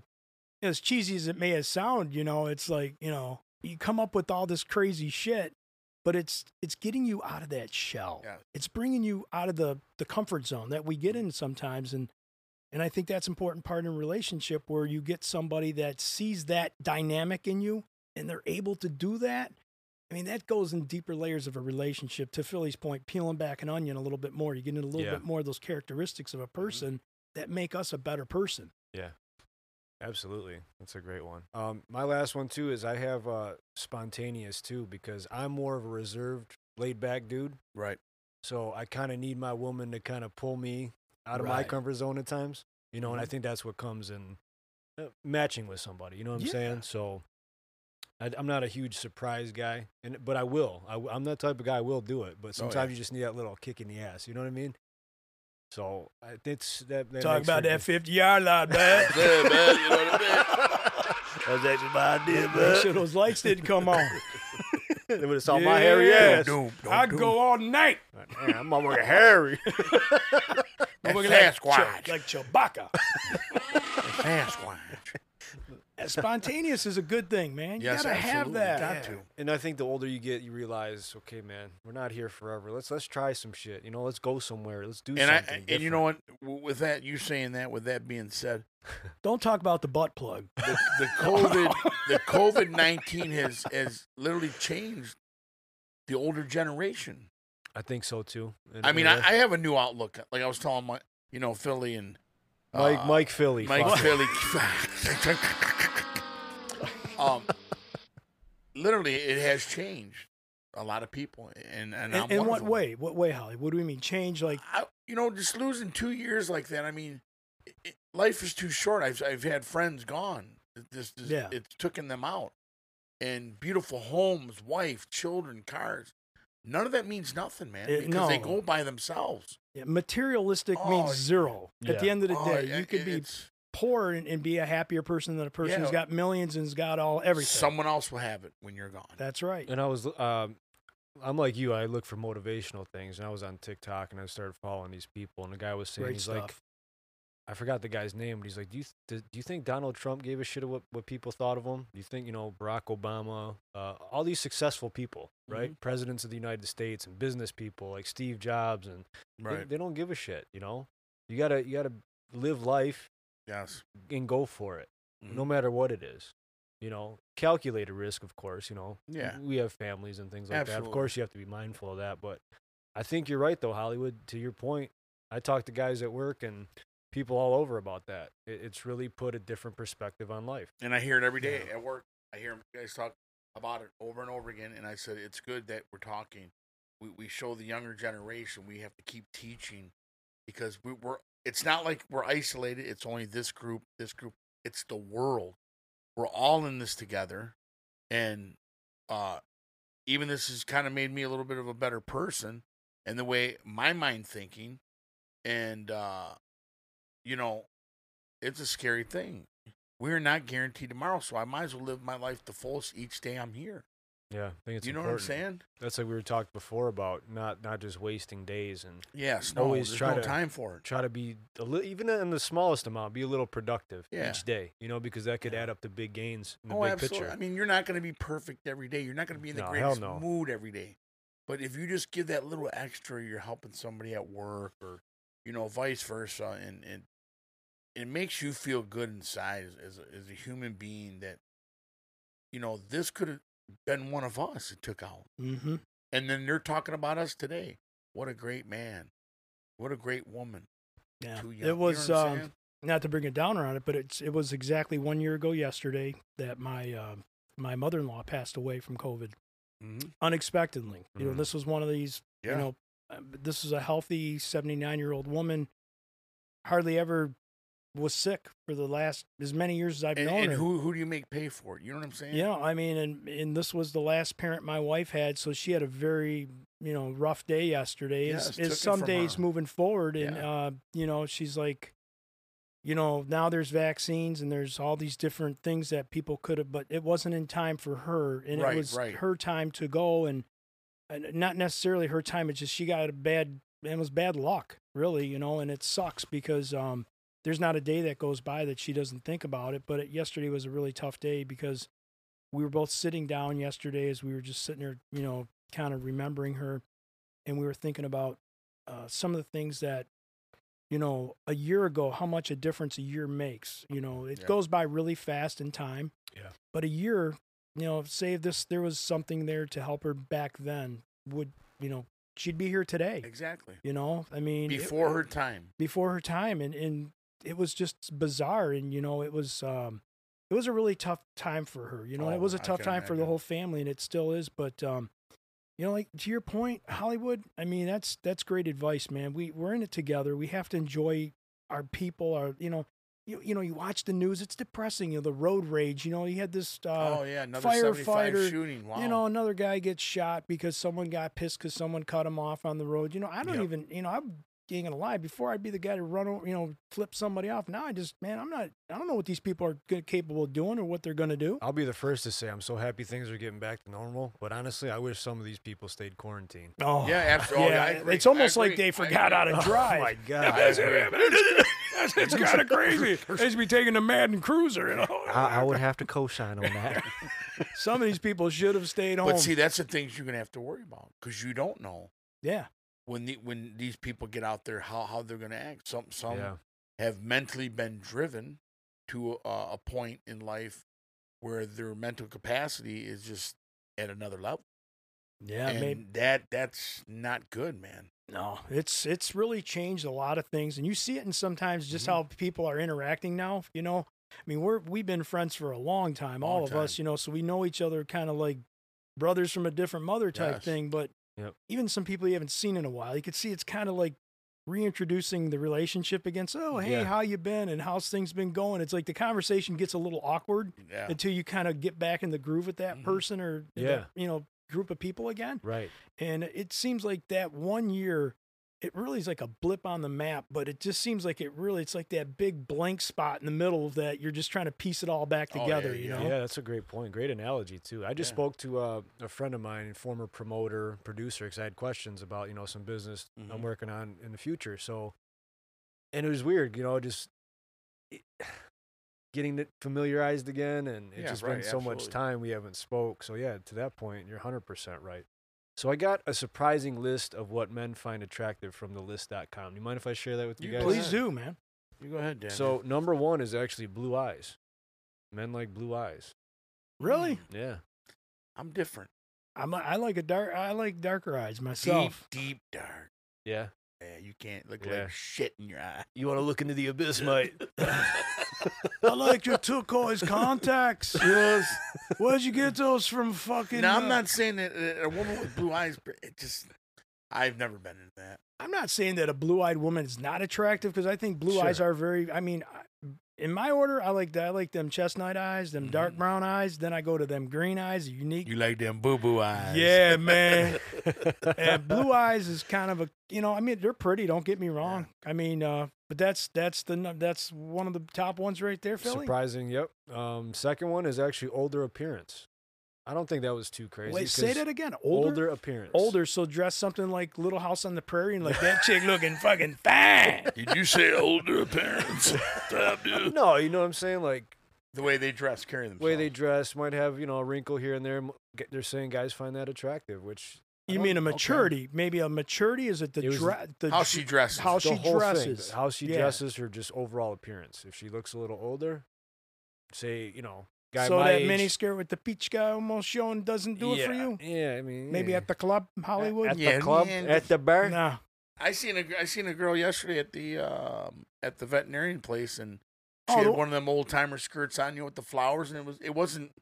Speaker 3: as cheesy as it may have sound, you know, it's like you know, you come up with all this crazy shit, but it's it's getting you out of that shell.
Speaker 4: Yeah.
Speaker 3: It's bringing you out of the the comfort zone that we get in sometimes, and and I think that's important part in a relationship where you get somebody that sees that dynamic in you and they're able to do that. I mean, that goes in deeper layers of a relationship. To Philly's point, peeling back an onion a little bit more, you get into a little
Speaker 2: Yeah.
Speaker 3: bit more of those characteristics of a person that make us a better person.
Speaker 2: Absolutely. That's a great one. Um, my last one too is I have uh, spontaneous too because I'm more of a reserved, laid back dude.
Speaker 4: Right.
Speaker 2: So I kind of need my woman to kind of pull me out of my
Speaker 4: Right.
Speaker 2: comfort zone at times, you know, and I think that's what comes in uh, matching with somebody, you know what I'm saying? So I, I'm not a huge surprise guy, and but I will. I, am that type of guy. I will do it, but sometimes
Speaker 4: yeah.
Speaker 2: you just need that little kick in the ass. You know what I mean? So I, it's that. that
Speaker 3: Talk
Speaker 2: makes
Speaker 3: about
Speaker 2: for
Speaker 3: that
Speaker 2: good-
Speaker 3: 50 yard line, man.
Speaker 4: Yeah, man, you know what I mean? That's actually my idea,
Speaker 3: Make sure those lights didn't come on.
Speaker 2: they would have saw my hairy ass.
Speaker 7: I'd go all night.
Speaker 2: Man, I'm almost hairy.
Speaker 4: That's
Speaker 3: Look at that.
Speaker 4: Sasquatch.
Speaker 3: Ch- Like Chewbacca.
Speaker 4: Sasquatch.
Speaker 3: Spontaneous is a good thing, man. You
Speaker 4: Yes,
Speaker 3: gotta
Speaker 4: absolutely.
Speaker 3: have that.
Speaker 4: Got to.
Speaker 2: and I think the older you get, you realize, okay, man, we're not here forever. Let's let's try some shit. You know, let's go somewhere. Let's do
Speaker 4: And I
Speaker 2: something.
Speaker 4: and you know what? W- With that, you saying that, with that being said,
Speaker 3: Don't talk about the butt plug.
Speaker 4: the, the COVID, the COVID nineteen has has literally changed the older generation.
Speaker 2: I think so too. In-
Speaker 4: I
Speaker 2: in
Speaker 4: mean,
Speaker 2: a
Speaker 4: I,
Speaker 2: way.
Speaker 4: I have a new outlook. Like I was telling my, you know, Philly and
Speaker 2: Mike
Speaker 4: uh,
Speaker 2: Mike Philly,
Speaker 4: Mike
Speaker 2: fuck.
Speaker 4: Philly. um, literally, it has changed a lot of people, and and I'm
Speaker 3: In, in
Speaker 4: one of
Speaker 3: what
Speaker 4: them.
Speaker 3: way? What way, Holly? What do we mean? Change like
Speaker 4: I, you know, just losing two years like that. I mean, i i- life is too short. I've I've had friends gone. It- This, this
Speaker 3: Yeah.
Speaker 4: it's taken them out, and beautiful homes, wife, children, cars. None of that means nothing, man.
Speaker 3: It-
Speaker 4: Because they
Speaker 3: no.
Speaker 4: go by themselves.
Speaker 3: Yeah, materialistic
Speaker 4: Oh,
Speaker 3: means zero. At the
Speaker 2: yeah.
Speaker 3: end of the
Speaker 4: Oh,
Speaker 3: day,
Speaker 4: it-
Speaker 3: you could be
Speaker 4: it's-
Speaker 3: poor and, and be a happier person than a person who's
Speaker 4: Yeah.
Speaker 3: got millions and has got all everything.
Speaker 4: someone else will have it when you're gone.
Speaker 3: That's right.
Speaker 2: And I was, um, I'm like you. I look for motivational things, and I was on TikTok and I started following these people, and the guy was saying
Speaker 3: Great
Speaker 2: he's like,
Speaker 3: stuff.
Speaker 2: I forgot the guy's name, but he's like, do you th- do you think Donald Trump gave a shit of what what people thought of him? Do you think you know Barack Obama, uh, all these successful people, right,
Speaker 4: Mm-hmm.
Speaker 2: presidents of the United States and business people like Steve Jobs, and they-
Speaker 4: Right.
Speaker 2: they don't give a shit. You know, you gotta you gotta live life
Speaker 4: Yes.
Speaker 2: and go for it,
Speaker 4: Mm-hmm.
Speaker 2: no matter what it is. You know, calculate a risk, of course. You know,
Speaker 4: Yeah.
Speaker 2: we have families and things like that.
Speaker 4: Absolutely.
Speaker 2: Of course, you have to be mindful of that. But I think you're right, though, Hollywood. To your point, I talk to guys at work and people all over about that. It, it's really put a different perspective on life.
Speaker 4: And I hear it every day at work. I hear 'em- you guys talk about it over and over again. And I said, it's good that we're talking. We, we show the younger generation we have to keep teaching because we, we're, it's not like we're isolated. It's only this group, this group. It's the world. We're all in this together. And uh, even this has kind of made me a little bit of a better person in the way my mind thinking. And, uh, you know, it's a scary thing. we're not guaranteed tomorrow, so I might as well live my life the fullest each day I'm here.
Speaker 2: Yeah, I think it's
Speaker 4: you know
Speaker 2: important.
Speaker 4: what I'm saying?
Speaker 2: That's like we were talking before about not not just wasting days and
Speaker 4: Yes. No,
Speaker 2: Always
Speaker 4: there's
Speaker 2: try
Speaker 4: no
Speaker 2: to-
Speaker 4: time for it.
Speaker 2: try to be a li- even in the smallest amount, be a little productive
Speaker 4: Yeah.
Speaker 2: each day. You know, because that could add up to big gains in the
Speaker 4: Oh,
Speaker 2: big
Speaker 4: absolutely.
Speaker 2: picture.
Speaker 4: I mean, you're not going to be perfect every day. You're not going to be in the
Speaker 2: No, hell
Speaker 4: greatest
Speaker 2: no.
Speaker 4: mood every day. But if you just give that little extra, you're helping somebody at work, or you know, vice versa, and and it makes you feel good inside as as a, as a human being that you know this could have been one of us. It took out.
Speaker 3: Mm-hmm.
Speaker 4: And then they're talking about us today. What a great man. What a great woman.
Speaker 3: Yeah.
Speaker 4: Too young. You know
Speaker 3: It was
Speaker 4: what I'm
Speaker 3: um,
Speaker 4: saying?
Speaker 3: not to bring a downer on it, but it's it was exactly one year ago yesterday that my uh, my mother in law passed away from COVID mm-hmm.
Speaker 4: Mhm.
Speaker 3: unexpectedly. You know,
Speaker 2: Mhm.
Speaker 3: this was one of these
Speaker 4: Mm-hmm. Yeah.
Speaker 3: you know uh, this is a healthy 79 year old woman hardly ever was sick for the last as many years as i've
Speaker 4: and,
Speaker 3: known
Speaker 4: and
Speaker 3: her
Speaker 4: who who do you make pay for it? You know what I'm saying?
Speaker 3: you know i mean and and this was the last parent my wife had so she had a very you know rough day yesterday
Speaker 4: Yes,
Speaker 3: is,
Speaker 4: took it
Speaker 3: is some
Speaker 4: from
Speaker 3: days
Speaker 4: her.
Speaker 3: moving forward and
Speaker 4: Yeah.
Speaker 3: uh you know she's like you know now there's vaccines and there's all these different things that people could have but it wasn't in time for her and
Speaker 4: Right,
Speaker 3: it was
Speaker 4: right.
Speaker 3: her time to go and, and not necessarily her time it's just she got a bad it was bad luck really you know and it sucks because um there's not a day that goes by that she doesn't think about it but it, yesterday was a really tough day because we were both sitting down yesterday as we were just sitting there you know kind of remembering her and we were thinking about uh, some of the things that you know a year ago how much a difference a year makes you know it
Speaker 4: Yeah.
Speaker 3: goes by really fast in time
Speaker 2: Yeah.
Speaker 3: but a year you know say if this there was something there to help her back then would you know she'd be here today
Speaker 4: Exactly.
Speaker 3: you know i mean it-
Speaker 4: Before her time.
Speaker 3: before her time and and it was just bizarre and you know it was um it was a really tough time for her you know and
Speaker 4: Oh,
Speaker 3: it was a
Speaker 4: I
Speaker 3: tough
Speaker 4: can
Speaker 3: time for the
Speaker 4: imagine.
Speaker 3: whole family and it still is but um you know like to your point hollywood i mean that's that's great advice man we we're in it together we have to enjoy our people our you know you, you know you watch the news it's depressing you know the road rage you know you had this uh
Speaker 4: oh yeah, another 75
Speaker 3: firefighter,
Speaker 4: shooting. Wow.
Speaker 3: you know, another guy gets shot because someone got pissed because someone cut him off on the road. You know, I don't
Speaker 4: Yep.
Speaker 3: even, you know, I'm ain't gonna lie. Before I'd be the guy to run, over, you know, flip somebody off. Now I just, man, I'm not. I don't know what these people are good, capable of doing or what they're gonna do.
Speaker 2: I'll be the first to say I'm so happy things are getting back to normal, but honestly, I wish some of these people stayed quarantined.
Speaker 3: Oh,
Speaker 4: yeah, absolutely. Oh, yeah, I agree.
Speaker 3: it's almost
Speaker 4: I
Speaker 3: like
Speaker 4: agree.
Speaker 3: they
Speaker 4: I
Speaker 3: forgot how
Speaker 4: agree. Oh,
Speaker 3: to drive.
Speaker 2: Oh my God.
Speaker 7: Yeah,
Speaker 2: I
Speaker 7: but it's,
Speaker 2: agree.
Speaker 7: yeah, but it's, it's, it's kind of crazy. They should be taking a Madden Cruiser. You know?
Speaker 2: I, I would have to co-sign on that.
Speaker 3: Some of these people should have stayed home.
Speaker 4: But see, that's the things you're gonna have to worry about because you don't know
Speaker 3: yeah,
Speaker 4: when the, when these people get out there how how they're gonna act. Some some
Speaker 2: yeah,
Speaker 4: have mentally been driven to a, a point in life where their mental capacity is just at another level.
Speaker 3: yeah,
Speaker 4: and
Speaker 3: maybe.
Speaker 4: that that's not good, man.
Speaker 3: No, it's it's really changed a lot of things, and you see it in sometimes just
Speaker 4: Mhm.
Speaker 3: how people are interacting now. You know, I mean, we're we've been friends for a long time, all
Speaker 4: Long
Speaker 3: of us. You know, so we know each other kind of like brothers from a different mother type
Speaker 4: Yes.
Speaker 3: thing. But
Speaker 2: Yep.
Speaker 3: even some people you haven't seen in a while, you could see it's kind of like reintroducing the relationship against. Oh, hey,
Speaker 2: Yeah.
Speaker 3: how you been? And how's things been going? It's like the conversation gets a little awkward
Speaker 4: Yeah.
Speaker 3: until you kind of get back in the groove with that
Speaker 4: Mhm.
Speaker 3: person or that,
Speaker 2: Yeah.
Speaker 3: you know group of people again.
Speaker 2: Right.
Speaker 3: And it seems like that one year, it really is like a blip on the map, but it just seems like it really, it's like that big blank spot in the middle of that you're just trying to piece it all back
Speaker 4: Oh, yeah,
Speaker 3: together, you
Speaker 4: yeah.
Speaker 3: know?
Speaker 2: Yeah, that's a great point. Great analogy too. I just
Speaker 4: Yeah.
Speaker 2: spoke to uh, a friend of mine, and former promoter, producer, because I had questions about you know some business
Speaker 4: Mm-hmm.
Speaker 2: I'm working on in the future. So, and it was weird, you know, just it- getting it familiarized again, and it's
Speaker 4: Yeah,
Speaker 2: just been
Speaker 4: right,
Speaker 2: so much
Speaker 4: absolutely.
Speaker 2: time we haven't spoke. So yeah, to that point, you're 100 percent right. So I got a surprising list of what men find attractive from the list.com. Do you mind if I share that with you,
Speaker 4: You
Speaker 2: guys?
Speaker 3: Please do, man.
Speaker 4: You go ahead, Dan.
Speaker 2: So number one is actually blue eyes. Men like blue eyes.
Speaker 3: Really?
Speaker 4: Hmm.
Speaker 2: Yeah.
Speaker 4: I'm different.
Speaker 3: I'm, I like a dark, I like darker eyes myself.
Speaker 4: Deep, deep dark.
Speaker 2: Yeah.
Speaker 4: Yeah, you can't look
Speaker 2: Yeah.
Speaker 4: like shit in your eye.
Speaker 2: You want to look into the abyss, mate.
Speaker 3: I like your turquoise contacts.
Speaker 4: Yes.
Speaker 3: Where'd you get those from? Fucking.
Speaker 4: now
Speaker 3: uh,
Speaker 4: I'm not saying that uh, a woman with blue eyes. but It just, I've never been in that.
Speaker 3: I'm not saying that a blue-eyed woman is not attractive because I think blue eyes
Speaker 2: Sure.
Speaker 3: are very. I mean, I- in my order, I like I like them chestnut eyes, them
Speaker 4: Mm-hmm.
Speaker 3: dark brown eyes. Then I go to them green eyes, unique.
Speaker 4: You like them boo boo eyes?
Speaker 3: Yeah, man. and blue eyes is kind of a you know. I mean, they're pretty. Don't get me wrong. I mean, uh, but that's that's the nu- that's one of the top ones right there, Philly.
Speaker 2: Surprising, yep. Um, second one is actually older appearance. I don't think that was too crazy.
Speaker 3: Wait, say
Speaker 2: 'cause
Speaker 3: that again.
Speaker 2: Older,
Speaker 3: Older,
Speaker 2: appearance.
Speaker 3: older. So dress something like Little House on the Prairie and like that chick looking fucking fine.
Speaker 4: Did you say older parents? the
Speaker 2: No, you know what I'm saying? Like
Speaker 4: way they dress, carry themselves.
Speaker 2: the way they dress might have you know a wrinkle here and there. M- g- They're saying guys find that attractive, which I
Speaker 3: You
Speaker 2: don't-
Speaker 3: mean a
Speaker 2: okay.
Speaker 3: maturity? Maybe a maturity is it the
Speaker 2: It was
Speaker 3: dress? The
Speaker 4: how
Speaker 3: dr-
Speaker 4: she dresses.
Speaker 3: how
Speaker 2: The
Speaker 3: she
Speaker 2: whole
Speaker 3: dresses.
Speaker 2: thing, how she
Speaker 3: Yeah.
Speaker 2: dresses, her just overall appearance. If she looks a little older, say you know, guy
Speaker 3: so
Speaker 2: my
Speaker 3: that
Speaker 2: age,
Speaker 3: mini skirt with the peach guy almost showing doesn't do it for
Speaker 2: yeah,
Speaker 3: you.
Speaker 2: Yeah, I mean,
Speaker 3: Maybe
Speaker 2: yeah.
Speaker 3: at the club, Hollywood.
Speaker 2: at
Speaker 4: Yeah,
Speaker 2: the E club,
Speaker 4: man,
Speaker 2: at the bar.
Speaker 3: Nah.
Speaker 4: I seen a I seen a girl yesterday at the um, at the veterinarian place, and she
Speaker 3: Oh,
Speaker 4: had
Speaker 3: the-
Speaker 4: one of them old timer skirts on you with the flowers, and it was it wasn't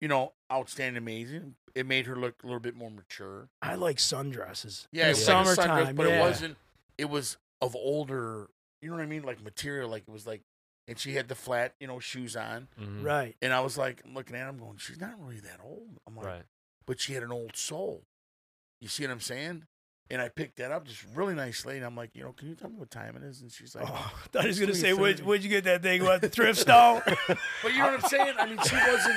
Speaker 4: you know outstanding amazing. It made her look a little bit more mature.
Speaker 3: I like sundresses.
Speaker 4: Yeah,
Speaker 3: in
Speaker 4: it
Speaker 3: the
Speaker 4: was like a
Speaker 3: summertime.
Speaker 4: sundress, but
Speaker 3: yeah.
Speaker 4: it wasn't. It was of older. You know what I mean? Like material. Like it was like, and she had the flat you know shoes on,
Speaker 2: Mhm.
Speaker 3: right.
Speaker 4: and I was like I'm looking at her, I'm going, she's not really that old. I'm like,
Speaker 2: Right.
Speaker 4: but she had an old soul. You see what I'm saying? And I picked that up, just really nice lady. I'm like, you know, can you tell me what time it is? And she's like,
Speaker 3: Oh, I thought he was
Speaker 4: It's
Speaker 3: gonna say, where'd,
Speaker 4: 3:30.
Speaker 3: "Where'd you get that thing? What the thrift store?
Speaker 4: but you know what I'm saying? I mean, she wasn't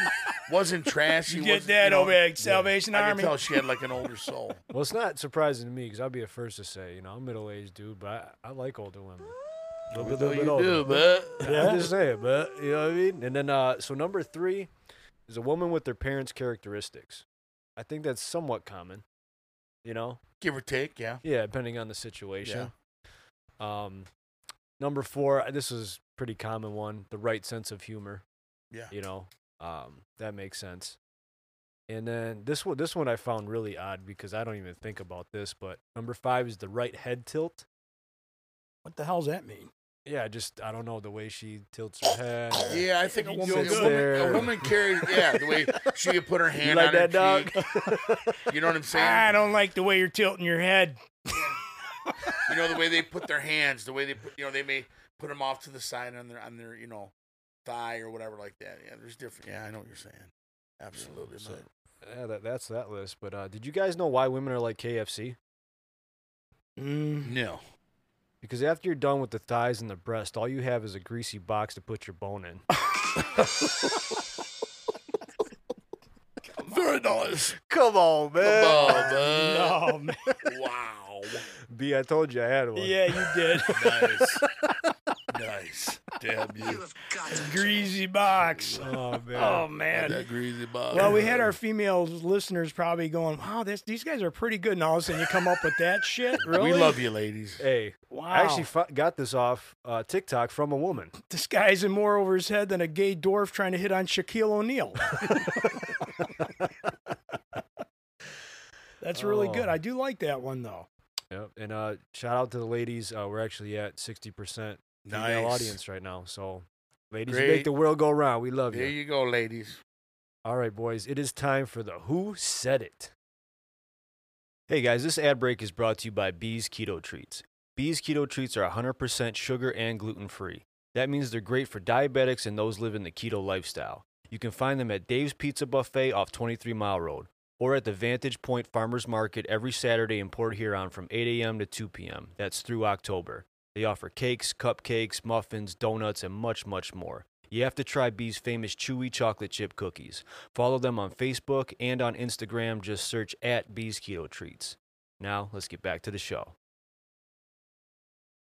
Speaker 4: wasn't trash. She
Speaker 3: you get
Speaker 4: wasn't,
Speaker 3: that
Speaker 4: you know,
Speaker 3: over at Salvation
Speaker 4: I
Speaker 3: Army?"
Speaker 4: could tell she had like an older soul.
Speaker 2: Well, it's not surprising to me because I'll be the first to say, you know, I'm a middle aged dude, but I, I like older women. A little bit,
Speaker 4: So
Speaker 2: little
Speaker 4: you
Speaker 2: bit older.
Speaker 4: do, but
Speaker 2: I'm just saying, but you know what I mean. And then, uh, so number three is a woman with their parents' characteristics. I think that's somewhat common, you know.
Speaker 4: give or take, yeah.
Speaker 2: Yeah, depending on the situation. Um, number four, uh, this is pretty common one: the right sense of humor.
Speaker 4: Yeah.
Speaker 2: you know, um, that makes sense. And then this one, this one I found really odd because I don't even think about this. But number five is the right head tilt.
Speaker 3: what the hell's that mean?
Speaker 2: Yeah, just I don't know the way she tilts her head. or-
Speaker 4: Yeah, I think a woman, a
Speaker 2: Sits
Speaker 4: woman,
Speaker 2: there.
Speaker 4: a woman carried, yeah, the way she could put her
Speaker 2: You
Speaker 4: hand
Speaker 2: like
Speaker 4: on
Speaker 2: that
Speaker 4: her
Speaker 2: dog?
Speaker 4: cheek. You know what I'm saying?
Speaker 3: I don't like the way you're tilting your head.
Speaker 4: You know the way they put their hands, the way they put, you know, they may put them off to the side on their on their, you know, thigh or whatever like that. Yeah, there's different. Yeah, I know what you're saying. Absolutely.
Speaker 2: So-
Speaker 4: man.
Speaker 2: yeah, that, that's that list. But uh, did you guys know why women are like KFC?
Speaker 3: Mm.
Speaker 4: no.
Speaker 2: Because after you're done with the thighs and the breast, all you have is a greasy box to put your bone in.
Speaker 4: Very nice.
Speaker 2: Come on, man.
Speaker 4: Above,
Speaker 3: No, Oh, man.
Speaker 4: uh, Wow.
Speaker 2: B, I told you I had one.
Speaker 3: yeah, you did.
Speaker 4: Nice. nice. Damn you.
Speaker 8: have got to
Speaker 3: Greasy box.
Speaker 2: Oh man.
Speaker 3: Oh man.
Speaker 4: That greasy bug.
Speaker 3: Well, we had our female listeners probably going, "Wow, this, these guys are pretty good." And all of a sudden, you come up with that shit. Really?
Speaker 4: We love you, ladies.
Speaker 2: Hey,
Speaker 3: Wow.
Speaker 2: I actually fu- got this off uh, TikTok from a woman.
Speaker 3: this guy's in more over his head than a gay dwarf trying to hit on Shaquille O'Neal. That's really
Speaker 2: Oh.
Speaker 3: good. I do like that one though.
Speaker 2: Yep. And uh, shout out to the ladies. Uh, we're actually at sixty percent female
Speaker 4: Nice.
Speaker 2: audience right now. So, ladies, you make
Speaker 4: Great.
Speaker 2: the world go round. We love
Speaker 4: There
Speaker 2: you.
Speaker 4: you go, ladies.
Speaker 2: All right, boys, it is time for the Who Said It. Hey guys, this ad break is brought to you by Bees Keto Treats. Bees Keto Treats are 100% sugar and gluten free. That means they're great for diabetics and those living the keto lifestyle. You can find them at Dave's Pizza Buffet off 23 Mile Road or at the Vantage Point Farmers Market every Saturday in Port Huron from 8 a.m. to 2 p.m. That's through October. They offer cakes, cupcakes, muffins, donuts, and much, much more. You have to try Bee's famous chewy chocolate chip cookies. Follow them on Facebook and on Instagram. Just search at Bee's Keto Treats. Now, let's get back to the show.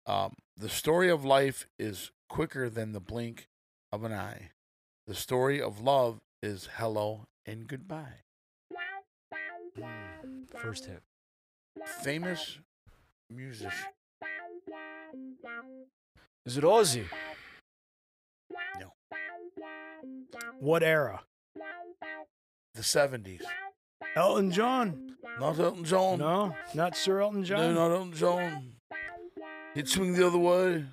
Speaker 4: Um, the story of life is quicker than the blink of an eye. The story of love is hello and goodbye.
Speaker 2: First hit.
Speaker 4: Famous musician.
Speaker 2: Is it Ozzy?
Speaker 3: What era?
Speaker 4: The 70s.
Speaker 3: Elton John.
Speaker 4: Not Elton John.
Speaker 3: No, not Sir Elton
Speaker 4: No,
Speaker 3: John.
Speaker 4: not Elton John. He'd swing the other way.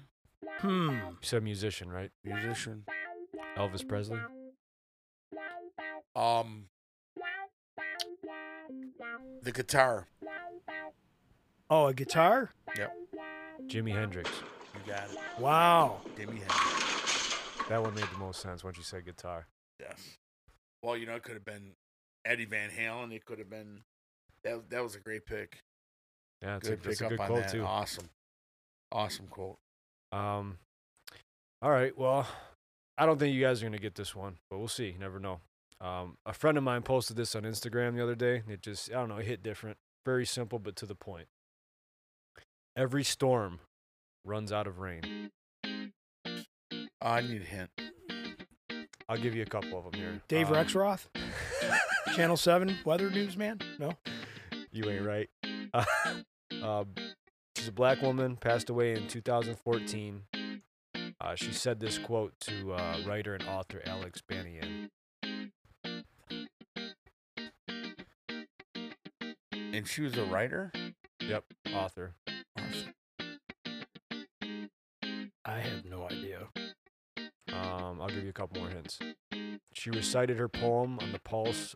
Speaker 3: Hmm.
Speaker 2: You said musician, right?
Speaker 4: Musician.
Speaker 2: Elvis Presley?
Speaker 4: Um, the guitar.
Speaker 3: Oh, a guitar?
Speaker 2: Jimi Hendrix.
Speaker 4: You got it.
Speaker 3: Wow.
Speaker 4: Give me that.
Speaker 2: That one made the most sense once you said guitar.
Speaker 4: Yes. Well, you know, it could have been Eddie Van Halen. It could have been. That, that was a great pick.
Speaker 2: Yeah, that's,
Speaker 4: good
Speaker 2: a, that's
Speaker 4: pick
Speaker 2: a
Speaker 4: up
Speaker 2: good
Speaker 4: on
Speaker 2: quote,
Speaker 4: that.
Speaker 2: too.
Speaker 4: Awesome. Awesome quote.
Speaker 2: Um, all right. Well, I don't think you guys are going to get this one, but we'll see. You never know. Um, a friend of mine posted this on Instagram the other day, and it just, I don't know, it hit different. Very simple, but to the point. Every storm runs out of rain.
Speaker 4: Uh, I need a hint.
Speaker 2: I'll give you a couple of them here.
Speaker 3: Dave
Speaker 2: Um,
Speaker 3: Rexroth? Channel 7 weather newsman? No.
Speaker 2: You ain't right. Uh, um, she's a black woman, passed away in 2014. Uh, she said this quote to uh, writer and author Alex Banyan.
Speaker 4: And she was a writer?
Speaker 2: Yep, author.
Speaker 3: I have no idea.
Speaker 2: Um, I'll give you a couple more hints. She recited her poem on the pulse,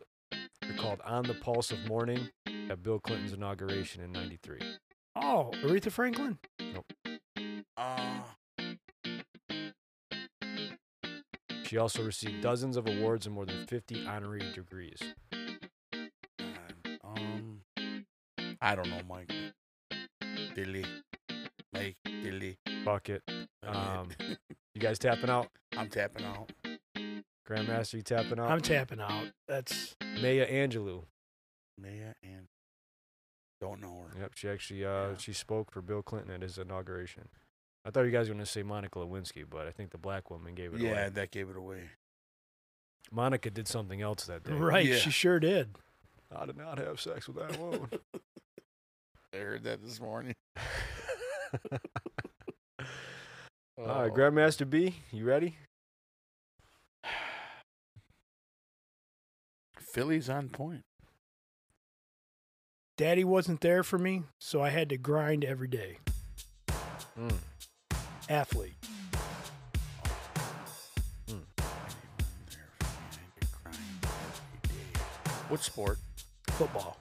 Speaker 2: called "On the Pulse of Morning," at Bill Clinton's inauguration in '93.
Speaker 3: Oh, Aretha Franklin?
Speaker 4: Uh,
Speaker 2: She also received dozens of awards and more than 50 honorary degrees.
Speaker 4: um, I don't know, Mike. Dilly. Like, Dilly.
Speaker 2: Fuck it. Um, you guys tapping out?
Speaker 4: I'm tapping out.
Speaker 2: Grandmaster, you tapping out?
Speaker 3: I'm tapping out. That's
Speaker 2: Maya Angelou.
Speaker 4: Maya and don't know her.
Speaker 2: Yep, she actually uh,
Speaker 4: Yeah.
Speaker 2: she spoke for Bill Clinton at his inauguration. I thought you guys were gonna say Monica Lewinsky, but I think the black woman gave it
Speaker 4: Yeah,
Speaker 2: away.
Speaker 4: that gave it away.
Speaker 2: Monica did something else that day.
Speaker 3: right.
Speaker 4: Yeah.
Speaker 3: She sure did.
Speaker 2: I did not have sex with that woman.
Speaker 4: I heard that this morning.
Speaker 2: All right,
Speaker 4: Oh.
Speaker 2: Grandmaster B, you ready?
Speaker 4: Philly's on point.
Speaker 3: Daddy wasn't there for me, so I had to grind every day.
Speaker 2: Mm.
Speaker 3: Athlete.
Speaker 4: What sport?
Speaker 3: Football.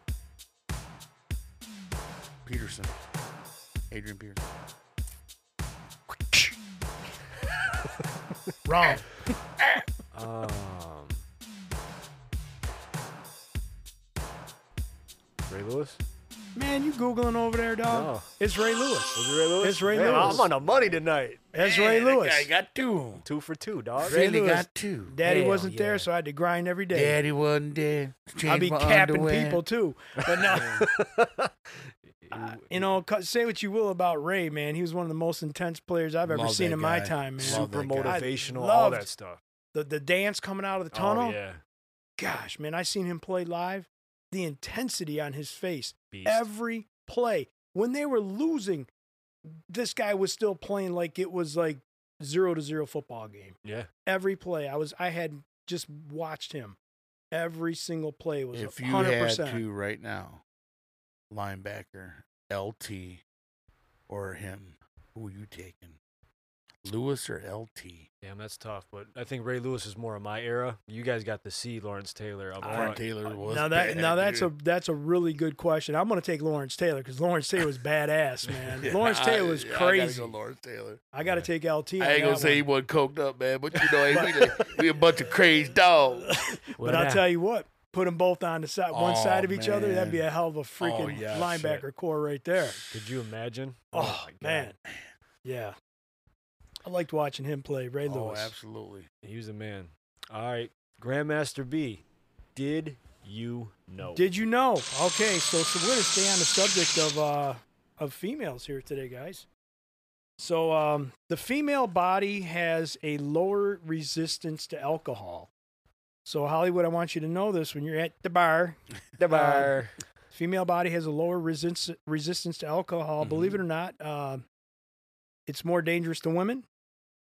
Speaker 4: Peterson. Adrian Peterson.
Speaker 3: Wrong.
Speaker 2: Um, Ray Lewis?
Speaker 3: Man, you Googling over there, dog.
Speaker 2: No.
Speaker 3: It's Ray Lewis.
Speaker 2: Was it Ray Lewis?
Speaker 3: It's Ray
Speaker 2: Man,
Speaker 3: Lewis.
Speaker 2: I'm on the money tonight.
Speaker 3: That's Ray Lewis.
Speaker 4: I got two.
Speaker 2: Two for two, dog.
Speaker 3: Ray
Speaker 4: Really
Speaker 3: Lewis.
Speaker 4: got two.
Speaker 3: Daddy
Speaker 4: Hell
Speaker 3: wasn't there,
Speaker 4: yeah.
Speaker 3: so I had to grind every day.
Speaker 4: Daddy wasn't there.
Speaker 3: I'll
Speaker 4: Changed
Speaker 3: be
Speaker 4: my
Speaker 3: capping
Speaker 4: underwear.
Speaker 3: people too. But no,
Speaker 2: Uh,
Speaker 3: you know, 'cause say what you will about Ray, man. He was one of the most intense players I've ever
Speaker 4: Love
Speaker 3: seen
Speaker 4: that
Speaker 3: in oh my
Speaker 4: guy.
Speaker 3: time, man.
Speaker 4: Love
Speaker 2: Super
Speaker 4: that guy.
Speaker 3: I
Speaker 2: motivational, all
Speaker 3: loved
Speaker 2: that stuff.
Speaker 3: The the dance coming out of the tunnel.
Speaker 2: Oh, yeah.
Speaker 3: Gosh, man, I seen him play live. The intensity on his face,
Speaker 2: Beast.
Speaker 3: every play. When they were losing, this guy was still playing like it was like zero to zero football game.
Speaker 2: yeah.
Speaker 3: Every play, I was, I had just watched him. Every single play was
Speaker 4: If you
Speaker 3: 100%.
Speaker 4: had to right now, linebacker, LT, or him, who are you taking? Lewis or LT?
Speaker 2: Damn, that's tough. But I think Ray Lewis is more of my era. You guys got to see Lawrence Taylor up
Speaker 4: Lawrence
Speaker 2: front.
Speaker 4: Taylor was
Speaker 3: now that
Speaker 4: bad,
Speaker 3: now that's
Speaker 4: dude.
Speaker 3: a that's a really good question. I'm gonna take Lawrence Taylor because Lawrence Taylor was badass, man.
Speaker 4: Yeah,
Speaker 3: Lawrence Taylor
Speaker 4: I-
Speaker 3: was
Speaker 4: yeah, I gotta
Speaker 3: crazy.
Speaker 4: go Lawrence Taylor.
Speaker 3: I gotta take LT.
Speaker 4: I ain't gonna say he wasn't coked up, man, but you know, hey, we, the- we a bunch of crazy dogs.
Speaker 3: but I'll tell you what, Put them both on the side, one
Speaker 4: Oh,
Speaker 3: side of each other. That'd be
Speaker 4: man.
Speaker 3: a hell of a freaking
Speaker 4: yeah,
Speaker 3: linebacker core right there.
Speaker 2: Could you imagine?
Speaker 3: Oh,
Speaker 2: my God.
Speaker 3: man, yeah. I liked watching him play Ray
Speaker 4: Oh,
Speaker 3: Lewis.
Speaker 4: absolutely.
Speaker 2: He was a man. All right, Grandmaster B, did you know?
Speaker 3: Did you know? Okay, so, so we're gonna stay on the subject of uh of females here today, guys. So um the female body has a lower resistance to alcohol. So Hollywood, I want you to know this when you're at the bar.
Speaker 2: Uh,
Speaker 3: The
Speaker 2: Bar.
Speaker 3: female body has a lower resistance resistance to alcohol.
Speaker 4: Mm-hmm.
Speaker 3: Believe it or not, uh, it's more dangerous to women,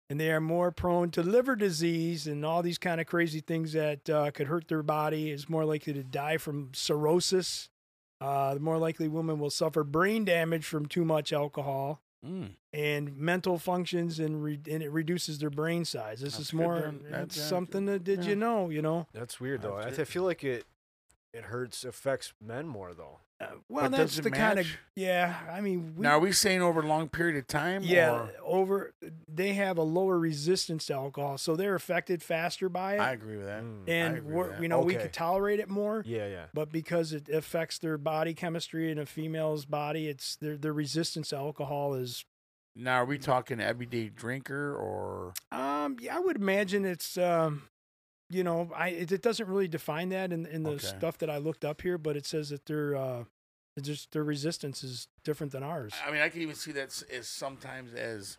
Speaker 3: and they are more prone to liver disease and all these kind of crazy things that uh, could hurt their body. Is more likely to die from cirrhosis. Uh, the more likely women will suffer brain damage from too much alcohol
Speaker 5: Mm.
Speaker 3: and mental functions, and, re- and it reduces their brain size. This
Speaker 4: That's
Speaker 3: is
Speaker 4: good,
Speaker 3: more
Speaker 4: man.
Speaker 3: it's
Speaker 4: That's- that's-
Speaker 3: something that did
Speaker 4: yeah.
Speaker 3: you know? You know,
Speaker 2: That's weird though. I,
Speaker 4: That's
Speaker 2: I feel like it it hurts affects men more though.
Speaker 3: Uh, well,
Speaker 4: But does
Speaker 3: that's
Speaker 4: it
Speaker 3: the kind of
Speaker 4: match?
Speaker 3: yeah. I mean, we,
Speaker 4: now, are we saying over a long period of time?
Speaker 3: Yeah,
Speaker 4: or-
Speaker 3: over they have a lower resistance to alcohol, so they're affected faster by it,
Speaker 4: I agree with that.
Speaker 2: Mm.
Speaker 4: I
Speaker 3: and
Speaker 4: agree with
Speaker 3: we're,
Speaker 4: that.
Speaker 3: you know we
Speaker 2: Okay.
Speaker 3: could tolerate it more.
Speaker 2: Yeah, yeah.
Speaker 3: But because it affects their body chemistry in a female's body, it's their their resistance to alcohol is.
Speaker 4: Now, are we talking everyday drinker or
Speaker 3: Um, yeah, I would imagine it's. Um, you know, I it, it doesn't really define that in in the
Speaker 4: Okay.
Speaker 3: stuff that I looked up here, but it says that their uh, it's just their resistance is different than ours.
Speaker 4: I mean, I can even see that s- as sometimes as,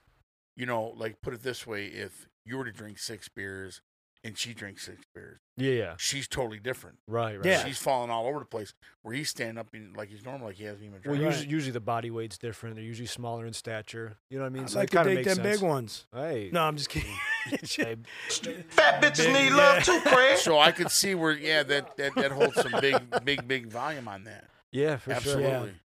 Speaker 4: you know, like put it this way: if you were to drink six beers and she drinks six beers,
Speaker 2: Yeah, yeah.
Speaker 4: she's totally different.
Speaker 2: Right, right.
Speaker 3: Yeah.
Speaker 2: right.
Speaker 4: she's falling all over the place. Where he's standing up and like he's normal, like he hasn't even
Speaker 2: Well,
Speaker 4: drank.
Speaker 3: you-
Speaker 2: usually, usually the body weight's different. They're usually smaller in stature. You know what I mean?
Speaker 3: I'd
Speaker 2: So
Speaker 3: like
Speaker 2: it
Speaker 3: to
Speaker 2: kinda
Speaker 3: take
Speaker 2: makes
Speaker 3: them
Speaker 2: sense.
Speaker 3: big ones.
Speaker 2: Hey.
Speaker 3: No, I'm just kidding. It's just-
Speaker 2: hey,
Speaker 9: Fat bitches
Speaker 3: Big-
Speaker 9: need love
Speaker 3: yeah.
Speaker 9: too, Craig.
Speaker 4: so I could see where, yeah, that that, that holds some big, big, big volume on that.
Speaker 2: yeah, for
Speaker 4: Absolutely.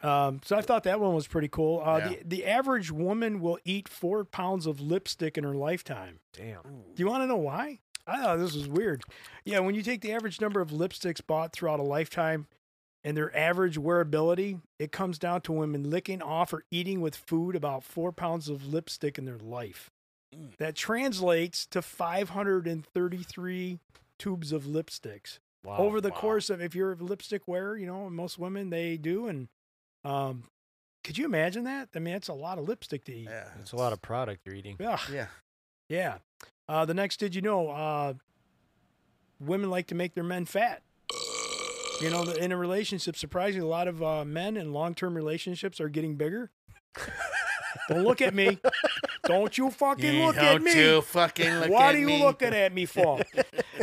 Speaker 2: sure.
Speaker 3: Um, so I thought that one was pretty cool. Uh,
Speaker 4: Yeah.
Speaker 3: the, the average woman will eat four pounds of lipstick in her lifetime.
Speaker 2: Damn.
Speaker 3: Do you want to know why? I thought this was weird. Yeah, when you take the average number of lipsticks bought throughout a lifetime and their average wearability, it comes down to women licking off or eating with food about four pounds of lipstick in their life. That translates to 533 tubes of lipsticks
Speaker 2: Wow.
Speaker 3: over the
Speaker 4: wow.
Speaker 3: course of if you're a lipstick wearer, you know, and most women they do. And um, could you imagine that? I mean, that's a lot of lipstick to eat.
Speaker 4: Yeah,
Speaker 2: That's a lot of product you're eating.
Speaker 3: Yeah,
Speaker 4: yeah.
Speaker 3: yeah. Uh, the next, did you know, uh, women like to make their men fat. You know, the- in a relationship, surprisingly, a lot of uh, men in long-term relationships are getting bigger. Don't look at me. Don't you fucking look at me.
Speaker 4: fucking look
Speaker 3: What
Speaker 4: at
Speaker 3: are you
Speaker 4: me.
Speaker 3: looking at me for?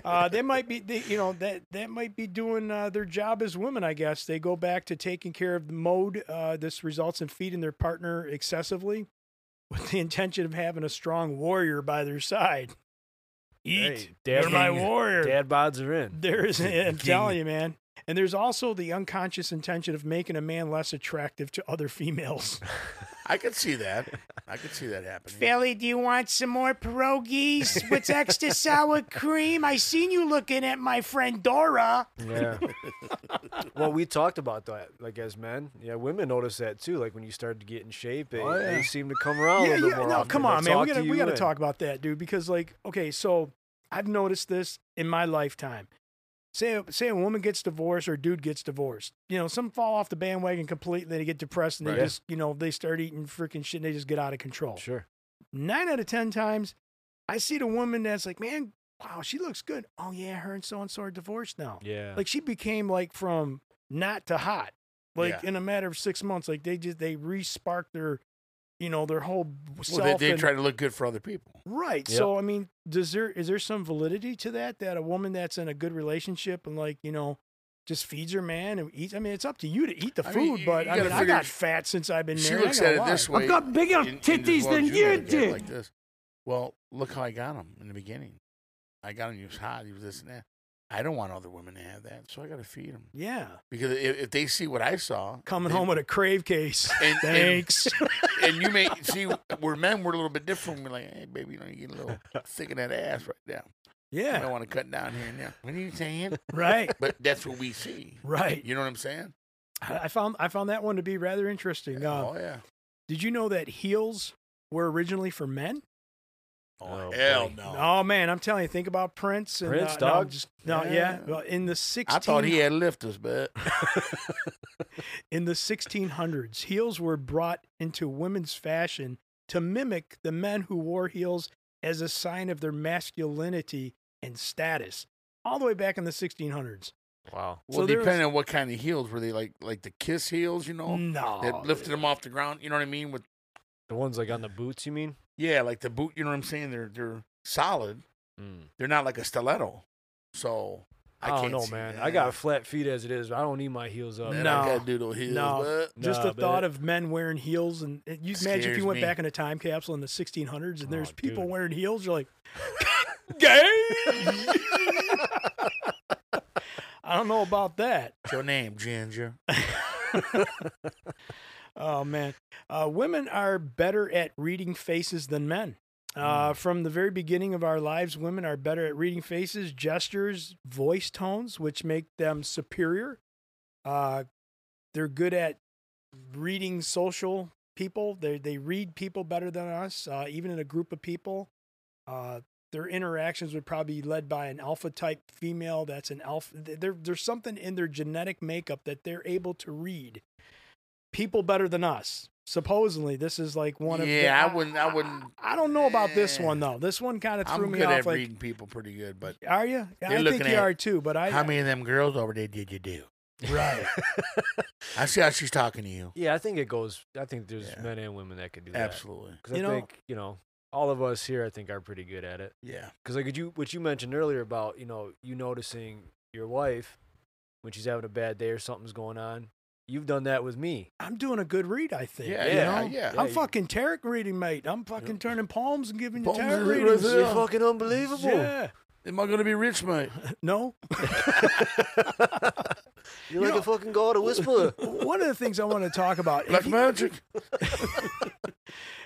Speaker 3: uh, they might be, they, you know, that that might be doing uh, their job as women. I guess they go back to taking care of the mode. Uh, this results in feeding their partner excessively, with the intention of having a strong warrior by their side. Eat,
Speaker 2: Hey, dad
Speaker 3: you're my
Speaker 2: bod-
Speaker 3: warrior.
Speaker 2: Dad bods are in.
Speaker 3: There is, I'm
Speaker 4: King.
Speaker 3: telling you, man. And there's also the unconscious intention of making a man less attractive to other females.
Speaker 4: I could see that. I could see that
Speaker 2: Mm.
Speaker 4: happening.
Speaker 3: Philly, do you want some more pierogies with extra sour cream? I seen you looking at my friend Dora.
Speaker 2: Yeah. well, we talked about that, like as men. Yeah, women notice that too. Like when you start to get in shape, it, they seem to come around a
Speaker 3: Oh, Yeah,
Speaker 2: little
Speaker 3: yeah,
Speaker 2: bit more.
Speaker 3: no,
Speaker 2: often.
Speaker 3: come
Speaker 2: Oh, They
Speaker 3: on, man. We
Speaker 2: talk
Speaker 3: gotta
Speaker 2: to
Speaker 3: we
Speaker 2: you
Speaker 3: gotta
Speaker 2: and-
Speaker 3: talk about that, dude. Because like, okay, so I've noticed this in my lifetime. Say say a woman gets divorced or a dude gets divorced. You know, some fall off the bandwagon completely. They get depressed and they
Speaker 2: Right.
Speaker 3: just you know they start eating freaking shit and they just get out of control.
Speaker 2: Sure.
Speaker 3: nine out of ten times, I see the woman that's like, man, wow, she looks good. Oh yeah, her and so and so are divorced now.
Speaker 2: Yeah.
Speaker 3: Like she became like from not to hot, like
Speaker 4: Yeah.
Speaker 3: in a matter of six months. Like they just they re-sparked their, you know, their whole self.
Speaker 4: well, they, they
Speaker 3: and-
Speaker 4: try to look good for other people.
Speaker 3: right.
Speaker 2: Yep.
Speaker 3: So I mean, does there is there some validity to that? That a woman that's in a good relationship and like you know. Just feeds her man and eats. I mean, it's up to you to eat the
Speaker 4: I
Speaker 3: food,
Speaker 4: mean, you-
Speaker 3: but
Speaker 4: you
Speaker 3: I
Speaker 4: gotta
Speaker 3: mean, I
Speaker 4: figure-
Speaker 3: got fat since I've been
Speaker 4: She
Speaker 3: married. I
Speaker 4: looks
Speaker 3: ain't
Speaker 4: at
Speaker 3: gonna
Speaker 4: it this
Speaker 3: lie.
Speaker 4: way.
Speaker 7: got bigger
Speaker 4: in- in just
Speaker 7: titties
Speaker 4: what
Speaker 7: than
Speaker 4: look
Speaker 7: you
Speaker 4: at it
Speaker 7: did.
Speaker 4: Like this. Well, look how I got him in the beginning. I got him. He was hot. He was this and that. I don't want other women to have that, so I got to feed him
Speaker 3: Yeah,
Speaker 4: because if, if they see what I saw,
Speaker 3: coming
Speaker 4: they-
Speaker 3: home with a crave case.
Speaker 4: and, and,
Speaker 3: Thanks.
Speaker 4: and you may see we're men, we're a little bit different. We're like, hey, baby, you know, you get a little thick in that ass right now. I
Speaker 3: Yeah.
Speaker 4: don't want to cut down here and there. What are you saying?
Speaker 3: Right.
Speaker 4: But that's what we see.
Speaker 3: Right.
Speaker 4: You know what I'm saying?
Speaker 3: I I found I found that one to be rather interesting. Uh,
Speaker 4: oh yeah.
Speaker 3: did you know that heels were originally for men?
Speaker 4: Oh,
Speaker 2: Oh,
Speaker 4: hell
Speaker 2: boy.
Speaker 4: no.
Speaker 3: Oh man, I'm telling you, think about Prince and
Speaker 2: Prince,
Speaker 3: uh, no,
Speaker 2: dog.
Speaker 3: just- no, yeah.
Speaker 5: Yeah.
Speaker 3: well, in the 16
Speaker 4: I thought he had lifters, but
Speaker 3: in the 1600s, heels were brought into women's fashion to mimic the men who wore heels as a sign of their masculinity and status. All the way back in the 1600s.
Speaker 2: Wow.
Speaker 4: well,
Speaker 3: there was-
Speaker 4: depending on what kind of heels were they like, like the kiss heels, you know,
Speaker 3: no,
Speaker 4: that lifted them off the ground. You know what I mean? With
Speaker 2: The ones like on the boots, you mean?
Speaker 4: yeah, like the boot. You know what I'm saying? They're they're solid.
Speaker 2: Mm.
Speaker 4: They're not like a stiletto. So I,
Speaker 2: I, don't
Speaker 4: can't
Speaker 2: know,
Speaker 4: see
Speaker 2: man.
Speaker 4: that.
Speaker 2: I got flat feet as it is. I don't need my heels up.
Speaker 4: Man,
Speaker 3: No.
Speaker 4: I got doodle heels.
Speaker 3: No.
Speaker 4: but-
Speaker 3: Just
Speaker 2: Nah,
Speaker 3: the thought
Speaker 2: but-
Speaker 3: of men wearing heels, and and you imagine if
Speaker 4: Scares
Speaker 3: you went
Speaker 4: me.
Speaker 3: back in a time capsule in the 1600s, and there's
Speaker 2: Oh,
Speaker 3: people
Speaker 2: dude.
Speaker 3: wearing heels. You're like, I don't know about that.
Speaker 4: What's your name, Ginger?
Speaker 3: Oh man, uh, women are better at reading faces than men.
Speaker 2: Mm.
Speaker 3: Uh, From the very beginning of our lives, women are better at reading faces, gestures, voice tones, which make them superior. Uh, they're good at reading social people. They they read people better than us, uh, even in a group of people. Uh, their interactions would probably be led by an alpha type female. That's an alpha. th- There, there's something in their genetic makeup that they're able to read people better than us. Supposedly, this is like one of. the-
Speaker 4: Yeah, I wouldn't- I wouldn't-
Speaker 3: I don't know about this one
Speaker 4: Yeah.
Speaker 3: though. This one kind of threw
Speaker 4: I'm
Speaker 3: me
Speaker 4: good
Speaker 3: off.
Speaker 4: at
Speaker 3: like,
Speaker 4: reading people pretty good, but
Speaker 3: are you?
Speaker 4: They're
Speaker 3: I think
Speaker 4: looking
Speaker 3: you
Speaker 4: at
Speaker 3: are too. But I.
Speaker 4: how many of them girls over there did you do?
Speaker 3: Right.
Speaker 4: I see how she's talking to you.
Speaker 2: Yeah, I think it goes. I think there's
Speaker 4: Yeah.
Speaker 2: men and women that could do that.
Speaker 4: Absolutely.
Speaker 2: Because I
Speaker 3: You know-
Speaker 2: think you know all of us here. I think are pretty good at it.
Speaker 4: Yeah.
Speaker 2: Because like you, what you mentioned earlier about you know you noticing your wife when she's having a bad day or something's going on. You've done that with me.
Speaker 3: I'm doing a good read. I think.
Speaker 4: Yeah,
Speaker 3: you
Speaker 4: yeah,
Speaker 3: know?
Speaker 4: yeah.
Speaker 3: I'm
Speaker 2: Yeah, you-
Speaker 3: fucking tarot reading, mate. I'm fucking turning palms and giving you
Speaker 4: Palms
Speaker 3: tarot
Speaker 4: and reading,
Speaker 3: readings.
Speaker 4: yeah.
Speaker 2: You're fucking unbelievable.
Speaker 3: Yeah.
Speaker 4: Am I gonna be rich, mate?
Speaker 3: No.
Speaker 2: You're like a fucking god, a whisperer.
Speaker 3: One of the things I want to talk about.
Speaker 4: Black
Speaker 3: Have you,
Speaker 4: magic.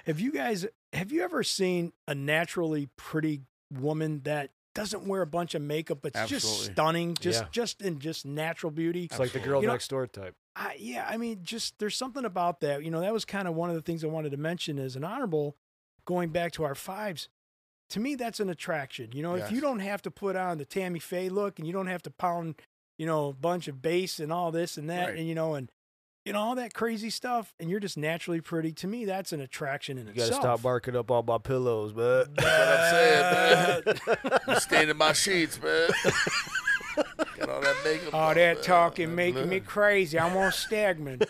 Speaker 3: have you guys? Have you ever seen a naturally pretty woman that doesn't wear a bunch of makeup, but it's just
Speaker 4: Absolutely.
Speaker 3: stunning, just
Speaker 2: Yeah.
Speaker 3: just in just natural beauty?
Speaker 2: it's like the
Speaker 4: Absolutely.
Speaker 2: girl
Speaker 3: You know-
Speaker 2: next door type.
Speaker 3: I, yeah, I mean, just there's something about that. You know, that was kind of one of the things I wanted to mention as an honorable going back to our fives. To me, that's an attraction. You know, if you
Speaker 4: Yes.
Speaker 3: don't have to put on the Tammy Faye look and you don't have to pound, you know, a bunch of bass and all this and that,
Speaker 4: Right.
Speaker 3: and, you know, and, you know, all that crazy stuff, and you're just naturally pretty. To me, that's an attraction in
Speaker 2: You gotta
Speaker 3: itself.
Speaker 2: stop barking up all my pillows, but
Speaker 4: That's what I'm saying, man. You Staining my sheets, man. Got all that makeup.
Speaker 3: Oh,
Speaker 4: on,
Speaker 3: that
Speaker 4: man.
Speaker 3: talking
Speaker 4: That
Speaker 3: making me
Speaker 4: blood.
Speaker 3: crazy. I want Stagman.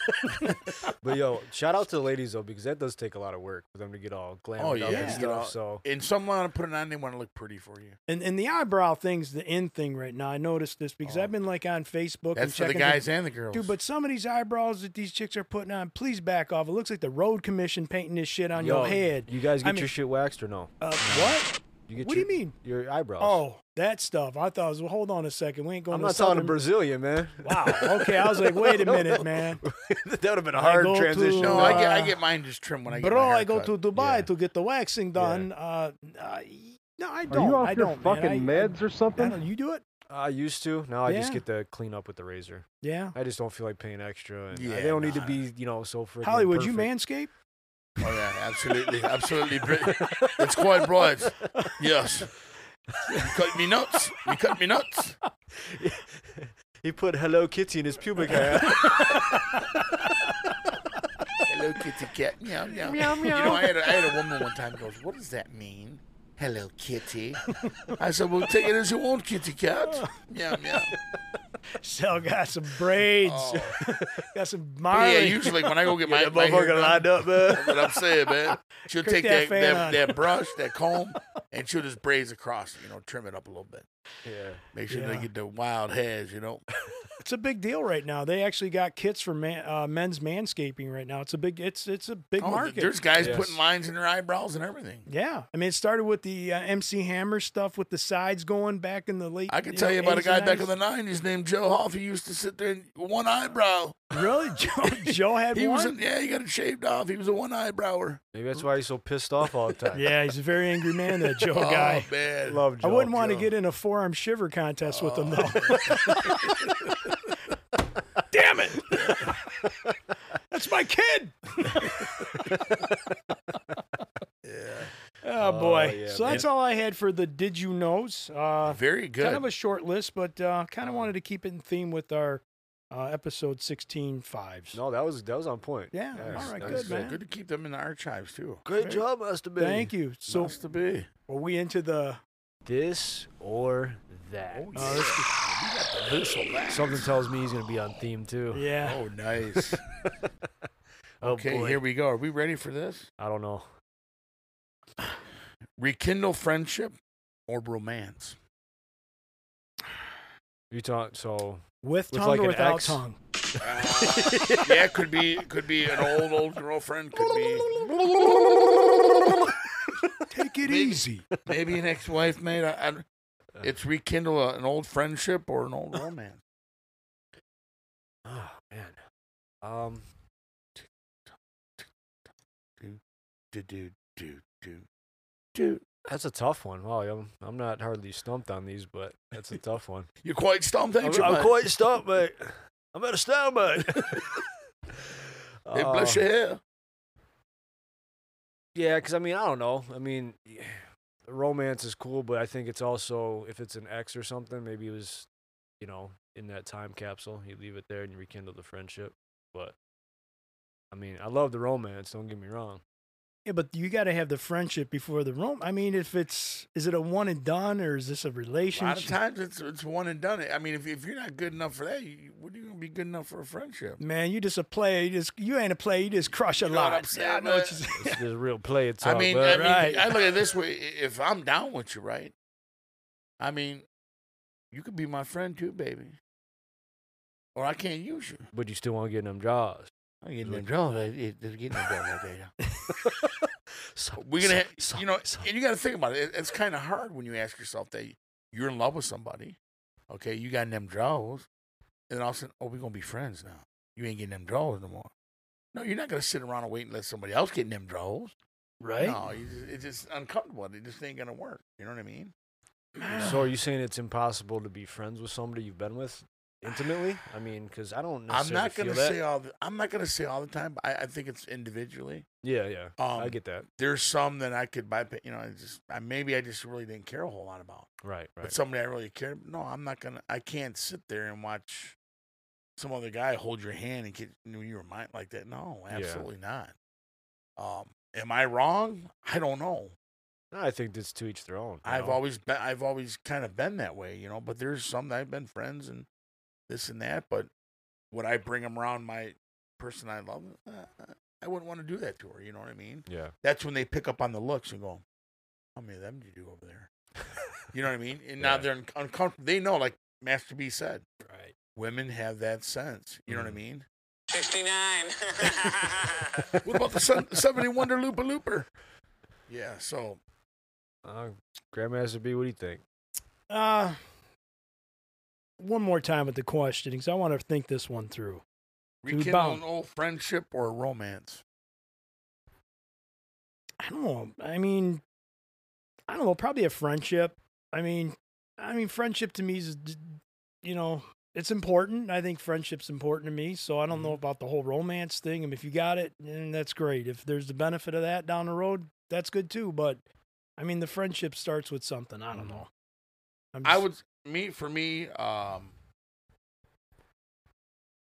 Speaker 2: But yo, shout out to the ladies though, because that does take a lot of work for them to get all glammed
Speaker 4: Oh,
Speaker 2: up
Speaker 4: yeah.
Speaker 2: and
Speaker 4: You know,
Speaker 2: stuff. So
Speaker 4: And some want to put it on. They want to look pretty for you.
Speaker 3: and and the eyebrow thing's the end thing right now. I noticed this because
Speaker 4: Oh.
Speaker 3: I've been like on Facebook and
Speaker 4: That's for
Speaker 3: checking
Speaker 4: the guys and the girls.
Speaker 3: Dude, but some of these eyebrows that these chicks are putting on, please back off. It looks like the road commission painting this shit on
Speaker 2: Yo,
Speaker 3: your head.
Speaker 2: You guys
Speaker 3: I
Speaker 2: get
Speaker 3: mean-
Speaker 2: your shit waxed or no?
Speaker 3: Uh, what?
Speaker 2: You get
Speaker 3: What do
Speaker 2: your,
Speaker 3: you mean?
Speaker 2: Your eyebrows.
Speaker 3: Oh, that stuff. I thought, it was, well, hold on a second. We ain't going
Speaker 2: I'm
Speaker 3: to
Speaker 2: not talking to
Speaker 3: Southern-
Speaker 2: Brazilian, man.
Speaker 3: Wow. Okay. I was like, wait a minute, man.
Speaker 2: that would have been a
Speaker 3: I
Speaker 2: hard
Speaker 3: go to-
Speaker 2: transition.
Speaker 4: no, I get I
Speaker 3: uh,
Speaker 4: get mine just trimmed when I get
Speaker 3: Bro,
Speaker 4: my
Speaker 3: I go
Speaker 4: haircut.
Speaker 3: to Dubai
Speaker 2: Yeah.
Speaker 3: to get the waxing done. Uh, uh, no, I
Speaker 9: Are
Speaker 3: don't.
Speaker 9: you off
Speaker 3: I
Speaker 9: your
Speaker 3: don't. man.
Speaker 9: fucking
Speaker 3: I, I-
Speaker 9: meds or
Speaker 3: I
Speaker 9: something?
Speaker 3: don't, you do it?
Speaker 2: I used to. Now I just
Speaker 3: Yeah.
Speaker 2: get to clean up with the razor.
Speaker 3: Yeah.
Speaker 2: I just don't feel like paying extra. And yeah,
Speaker 4: Yeah,
Speaker 2: they don't need to
Speaker 4: nah.
Speaker 2: be, you know, so freaking
Speaker 3: Hollywood, you
Speaker 2: perfect.
Speaker 3: manscape?
Speaker 4: Oh yeah, absolutely, absolutely. Brit- It's quite broad. Yes. You cut me nuts. You cut me nuts.
Speaker 2: He put Hello Kitty in his pubic hair.
Speaker 4: Hello, kitty cat. Meow, meow. meow, meow. You know, I had, a, I had a woman one time goes, What does that mean? Hello, kitty. I said, Well, take it as you want, kitty cat. Meow, meow.
Speaker 3: Sal got some braids. got some
Speaker 4: But
Speaker 3: Marley.
Speaker 4: yeah, usually when I go get my, my hair done,
Speaker 2: up, man.
Speaker 4: that's what I'm saying, man. She'll
Speaker 3: Click
Speaker 4: take
Speaker 3: that
Speaker 4: that,
Speaker 3: fan
Speaker 4: that,
Speaker 3: on.
Speaker 4: that brush, that comb, and she'll just braids across, you know, trim it up a little bit.
Speaker 2: Yeah.
Speaker 4: Make sure
Speaker 3: Yeah.
Speaker 4: they get the wild hairs, you know.
Speaker 3: it's a big deal right now. They actually got kits for man, uh, men's manscaping right now. It's a big it's it's a big
Speaker 4: Oh,
Speaker 3: market.
Speaker 4: there's guys
Speaker 2: Yes.
Speaker 4: putting lines in their eyebrows and everything.
Speaker 3: yeah, I mean, it started with the uh, MC Hammer stuff with the sides going back in the late.
Speaker 4: I can tell you about a
Speaker 3: 80s and
Speaker 4: guy back in
Speaker 3: 90s.
Speaker 4: the 90s named Joe Hoff. He used to sit there and one eyebrow.
Speaker 3: really Joe. Joe had
Speaker 4: He was,
Speaker 3: one.
Speaker 4: a, yeah, he got it shaved off. He was a one eyebrower.
Speaker 2: Maybe that's why he's so pissed off all the time.
Speaker 3: yeah, he's a very angry man. That Joe guy.
Speaker 4: Oh, man.
Speaker 2: Love
Speaker 3: I
Speaker 2: Joe.
Speaker 3: wouldn't want to get in a forearm shiver contest with him though. Damn it! That's my kid.
Speaker 4: Yeah.
Speaker 3: Oh boy.
Speaker 2: yeah,
Speaker 3: so that's all I had for the did you knows. Uh,
Speaker 4: Very good.
Speaker 3: kind of a short list, but uh, kind of wanted to keep it in theme with our uh, episode 16 fives.
Speaker 2: No, that was that was on point.
Speaker 3: Yeah, all right,
Speaker 2: that
Speaker 3: good,
Speaker 2: was
Speaker 3: man.
Speaker 4: Good to keep them in the archives too.
Speaker 2: Good job, Master B.
Speaker 3: Thank you. So
Speaker 4: Nice to be.
Speaker 3: are we into the
Speaker 2: This or that.
Speaker 3: uh, this-
Speaker 4: This or that.
Speaker 2: Oh, Something tells me he's gonna be on theme too.
Speaker 3: yeah.
Speaker 4: Oh, nice.
Speaker 2: Oh,
Speaker 4: okay,
Speaker 2: boy.
Speaker 4: here we go. Are we ready for this?
Speaker 2: I don't know.
Speaker 4: Rekindle friendship or romance?
Speaker 2: You talk so
Speaker 3: With
Speaker 2: With
Speaker 3: tongue
Speaker 2: like
Speaker 3: or
Speaker 2: an
Speaker 3: without
Speaker 2: X?
Speaker 3: tongue?
Speaker 4: yeah, it could be could be an old old girlfriend. Could be
Speaker 3: Take it
Speaker 4: Maybe.
Speaker 3: easy.
Speaker 4: maybe an ex wife mate. I, I, it's rekindle a, an old friendship or an old romance.
Speaker 2: Oh man. Um
Speaker 4: Do do do do do.
Speaker 2: that's a tough one. Wow, I'm, I'm not hardly stumped on these, but that's a tough one.
Speaker 4: You're quite stumped, ain't you? bud?
Speaker 2: quite stumped, mate. I'm at a stalemate.
Speaker 4: Hey, bless
Speaker 2: Oh.
Speaker 4: your hair.
Speaker 2: Yeah, because I mean, I don't know. I mean, yeah, romance is cool, but I think it's also if it's an ex or something, maybe it was, you know, in that time capsule. You leave it there and you rekindle the friendship. But I mean, I love the romance. Don't get me wrong.
Speaker 3: Yeah, but you got to have the friendship before the room. I mean, if it's is it a one and done or is this a
Speaker 4: A lot
Speaker 3: relationship?
Speaker 4: of times it's it's one and done. I mean, if if you're not good enough for that, you, what are you gonna be good enough for a friendship?
Speaker 3: Man, you just a player. You just you ain't a player. You just crush a
Speaker 4: know
Speaker 3: lot.
Speaker 4: what I'm saying,
Speaker 3: I know what
Speaker 4: man?
Speaker 3: you're saying.
Speaker 2: It's just real play. It's
Speaker 4: I mean, I mean,
Speaker 3: Right.
Speaker 4: I look at it this way: i- if I'm down with you, right? I mean, you could be my friend too, baby. Or I can't use you.
Speaker 2: but you still want to get them jaws.
Speaker 4: I'm getting in trouble. There's getting in
Speaker 2: So,
Speaker 4: We're gonna,
Speaker 2: so- so-
Speaker 4: ha- you know,
Speaker 2: so-
Speaker 4: and you got to think about it. It- It's kind of hard when you ask yourself that you're in love with somebody. Okay, you got in them draws, and then all of a sudden, oh, we're gonna be friends now. You ain't getting them draws no more. No, you're not gonna sit around and wait and let somebody else get in them draws.
Speaker 3: right?
Speaker 4: No, you just, it's just uncomfortable. It just ain't gonna work. You know what I mean? Ah,
Speaker 2: so are you saying it's impossible to be friends with somebody you've been with intimately? I mean, because I don't.
Speaker 4: I'm
Speaker 2: necessarily
Speaker 4: not gonna
Speaker 2: feel that.
Speaker 4: say all. The, I'm not gonna say all the time. But I, I think it's individually.
Speaker 2: Yeah, yeah. I
Speaker 4: Um,
Speaker 2: get that.
Speaker 4: There's some that I could bypass. You know, I just I, maybe I just really didn't care a whole lot about.
Speaker 2: Right,
Speaker 4: but
Speaker 2: right.
Speaker 4: somebody I really care. No, I'm not gonna. I can't sit there and watch some other guy hold your hand and get you your mind like that. No,
Speaker 2: Yeah.
Speaker 4: absolutely not. Um, am I wrong? I don't know.
Speaker 2: No, I think it's to each their own. you
Speaker 4: I've
Speaker 2: know?
Speaker 4: always been. I've always kind of been that way, you know. But there's some that I've been friends and this and that. But would I bring them around my person I love? Uh, I wouldn't want to do that to her. You know what I mean?
Speaker 2: Yeah.
Speaker 4: that's when they pick up on the looks and go, "How many of them do you do over there?" You know what I mean? And now
Speaker 2: Right.
Speaker 4: they're un- uncomfortable. They know, like Master B said,
Speaker 2: Right.
Speaker 4: women have that sense. You know what I
Speaker 2: Mhm.
Speaker 4: mean?
Speaker 6: 69.
Speaker 4: What about the sun- seventy wonder looper looper? Yeah. So
Speaker 2: Uh, Grandmaster B, what do you think?
Speaker 3: Uh, one more time with the question because I want to think this one through. Dude,
Speaker 4: rekindle
Speaker 3: bound.
Speaker 4: an old friendship or romance.
Speaker 3: I don't know. I mean, I don't know. Probably a friendship. I mean, I mean, friendship to me is, d- you know, it's important. I think friendship's important to me. So I
Speaker 4: Mm-hmm.
Speaker 3: don't know about the whole romance thing. And if you got it, then that's great. If there's the benefit of that down the road, that's good too. But I mean, the friendship starts with something. I don't know. I'm
Speaker 4: Mm-hmm. I
Speaker 3: just-
Speaker 4: would me for me. um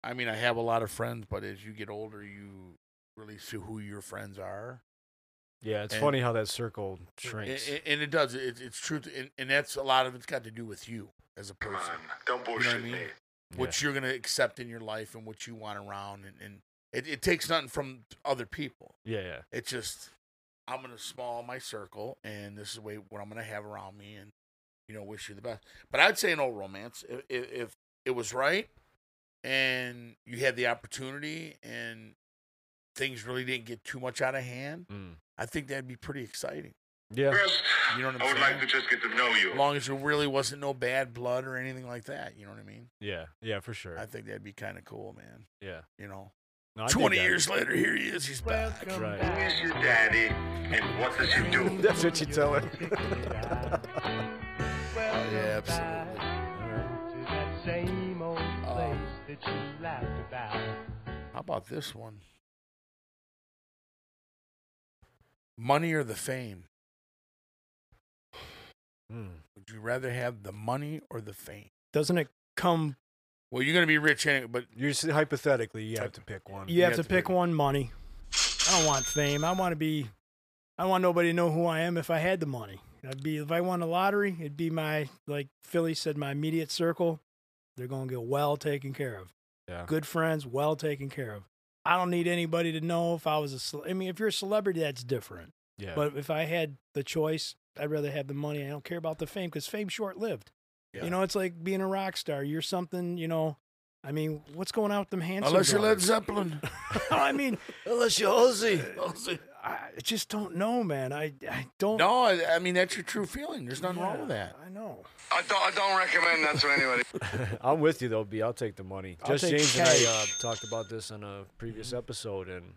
Speaker 4: I mean, I have a lot of friends, but as you get older, you really see who your friends are.
Speaker 2: Yeah, it's
Speaker 4: And-
Speaker 2: funny how that circle
Speaker 4: A-
Speaker 2: shrinks.
Speaker 4: a- and it does. It, it's true, to- and, and that's a lot of it's got to do with you as a person.
Speaker 8: Don't
Speaker 4: You know what I mean? What you're gonna accept in your life and what you want around, and, and it, it takes nothing from other people.
Speaker 2: yeah, yeah.
Speaker 4: It's just I'm gonna small my circle, and this is the way what I'm gonna have around me, and you know, wish you the best. But I'd say an old romance if, if, if it was right, and you had the opportunity, and things really didn't get too much out of hand.
Speaker 2: Mm.
Speaker 4: I think that'd be pretty exciting.
Speaker 2: Yeah.
Speaker 4: You know what I'm
Speaker 8: I
Speaker 4: saying?
Speaker 8: would like to just get to know you.
Speaker 4: As long as there really wasn't no bad blood or anything like that, you know what I mean?
Speaker 2: Yeah. Yeah, for sure.
Speaker 4: I think that'd be kind of cool, man.
Speaker 2: yeah.
Speaker 4: You know,
Speaker 2: No, I dig
Speaker 4: 20
Speaker 2: that.
Speaker 4: years later, here he is. He's back.
Speaker 2: Right.
Speaker 8: Where's your daddy? And what does he do?
Speaker 2: That's what you tell her.
Speaker 4: Oh, yeah, absolutely. Um, how about this one? Money or the fame?
Speaker 2: Hmm.
Speaker 4: Would you rather have the money or the fame?
Speaker 3: Doesn't it come?
Speaker 4: Well, you're gonna be rich anyway, but
Speaker 2: You're s- hypothetically, you have to pick one.
Speaker 3: You, have, to pick one money. I don't want fame. I want to be. I want nobody to know who I am if I had the money. I'd be if I won the lottery. It'd be my like Philly said, my immediate circle. They're gonna get well taken care of.
Speaker 2: Yeah.
Speaker 3: Good friends, well taken care of. I don't need anybody to know if I was a. cel- I mean, if you're a celebrity, that's different.
Speaker 2: Yeah.
Speaker 3: But if I had the choice, I'd rather have the money. I don't care about the fame because fame's short lived.
Speaker 4: Yeah.
Speaker 3: You know, it's like being a rock star. You're something, you know. I mean, what's going on with them handsome?
Speaker 4: unless you're Led
Speaker 3: brothers?
Speaker 4: Zeppelin,
Speaker 3: I mean,
Speaker 2: unless you're Aussie.
Speaker 3: I I just don't know, man. I, I don't
Speaker 4: no, I, I mean that's your true feeling. There's nothing wrong with that.
Speaker 3: I know.
Speaker 8: I don't, I don't recommend that to anybody.
Speaker 2: I'm with you though, B. I'll take the money.
Speaker 3: I'll
Speaker 2: Just
Speaker 3: take
Speaker 2: James and I uh,
Speaker 3: cash. Mm-hmm.
Speaker 2: talked about this in a previous episode, and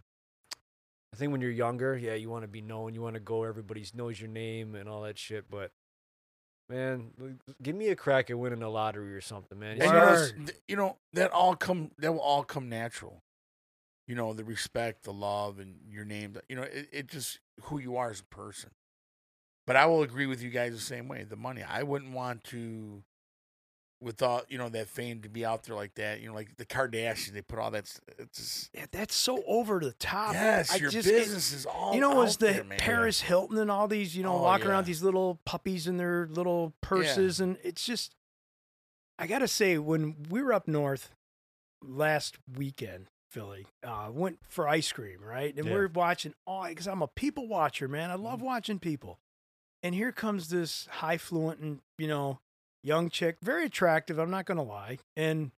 Speaker 2: I think when you're younger, yeah, you want to be known, you want to go, everybody knows your name and all that shit. But man, l- give me a crack at winning the lottery or something, man.
Speaker 4: And you know, it's-
Speaker 3: Word.
Speaker 4: th- you know that all come that will all come natural. You know the respect, the love, and your name. You know it, it just who you are as a person. But I will agree with you guys the same way. The money, I wouldn't want to, with all you know that fame to be out there like that. You know, like the Kardashians, they put all that. s- It's just,
Speaker 3: Yeah, that's so over the top.
Speaker 4: yes,
Speaker 3: Ah, I
Speaker 4: your
Speaker 3: just get-
Speaker 4: business is all.
Speaker 3: you know,
Speaker 4: out
Speaker 3: was the
Speaker 4: there, man.
Speaker 3: Paris Hilton and all these, you know,
Speaker 4: Oh,
Speaker 3: walking around
Speaker 4: yeah.
Speaker 3: these little puppies in their little purses, and it's just. I gotta say, when we were up north last weekend, Philly uh, went for ice cream, right? And
Speaker 2: Yeah.
Speaker 3: we're watching all because I'm a people watcher, man. I
Speaker 4: Mm-hmm.
Speaker 3: love watching people. And here comes this high fluent and you know young chick, very attractive. I'm not gonna lie, and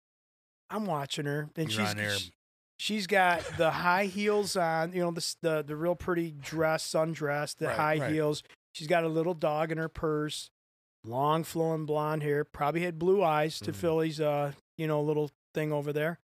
Speaker 3: I'm watching her, and
Speaker 4: You're
Speaker 3: she's
Speaker 4: on air.
Speaker 3: sh- she's got the high heels on, you know, the s- the, the real pretty dress, sundress, the
Speaker 4: Right,
Speaker 3: high
Speaker 4: right.
Speaker 3: heels. She's got a little dog in her purse, long flowing blonde hair, probably had blue eyes to
Speaker 4: Mm-hmm.
Speaker 2: Mhm.
Speaker 3: Philly's uh, you know, little thing over there.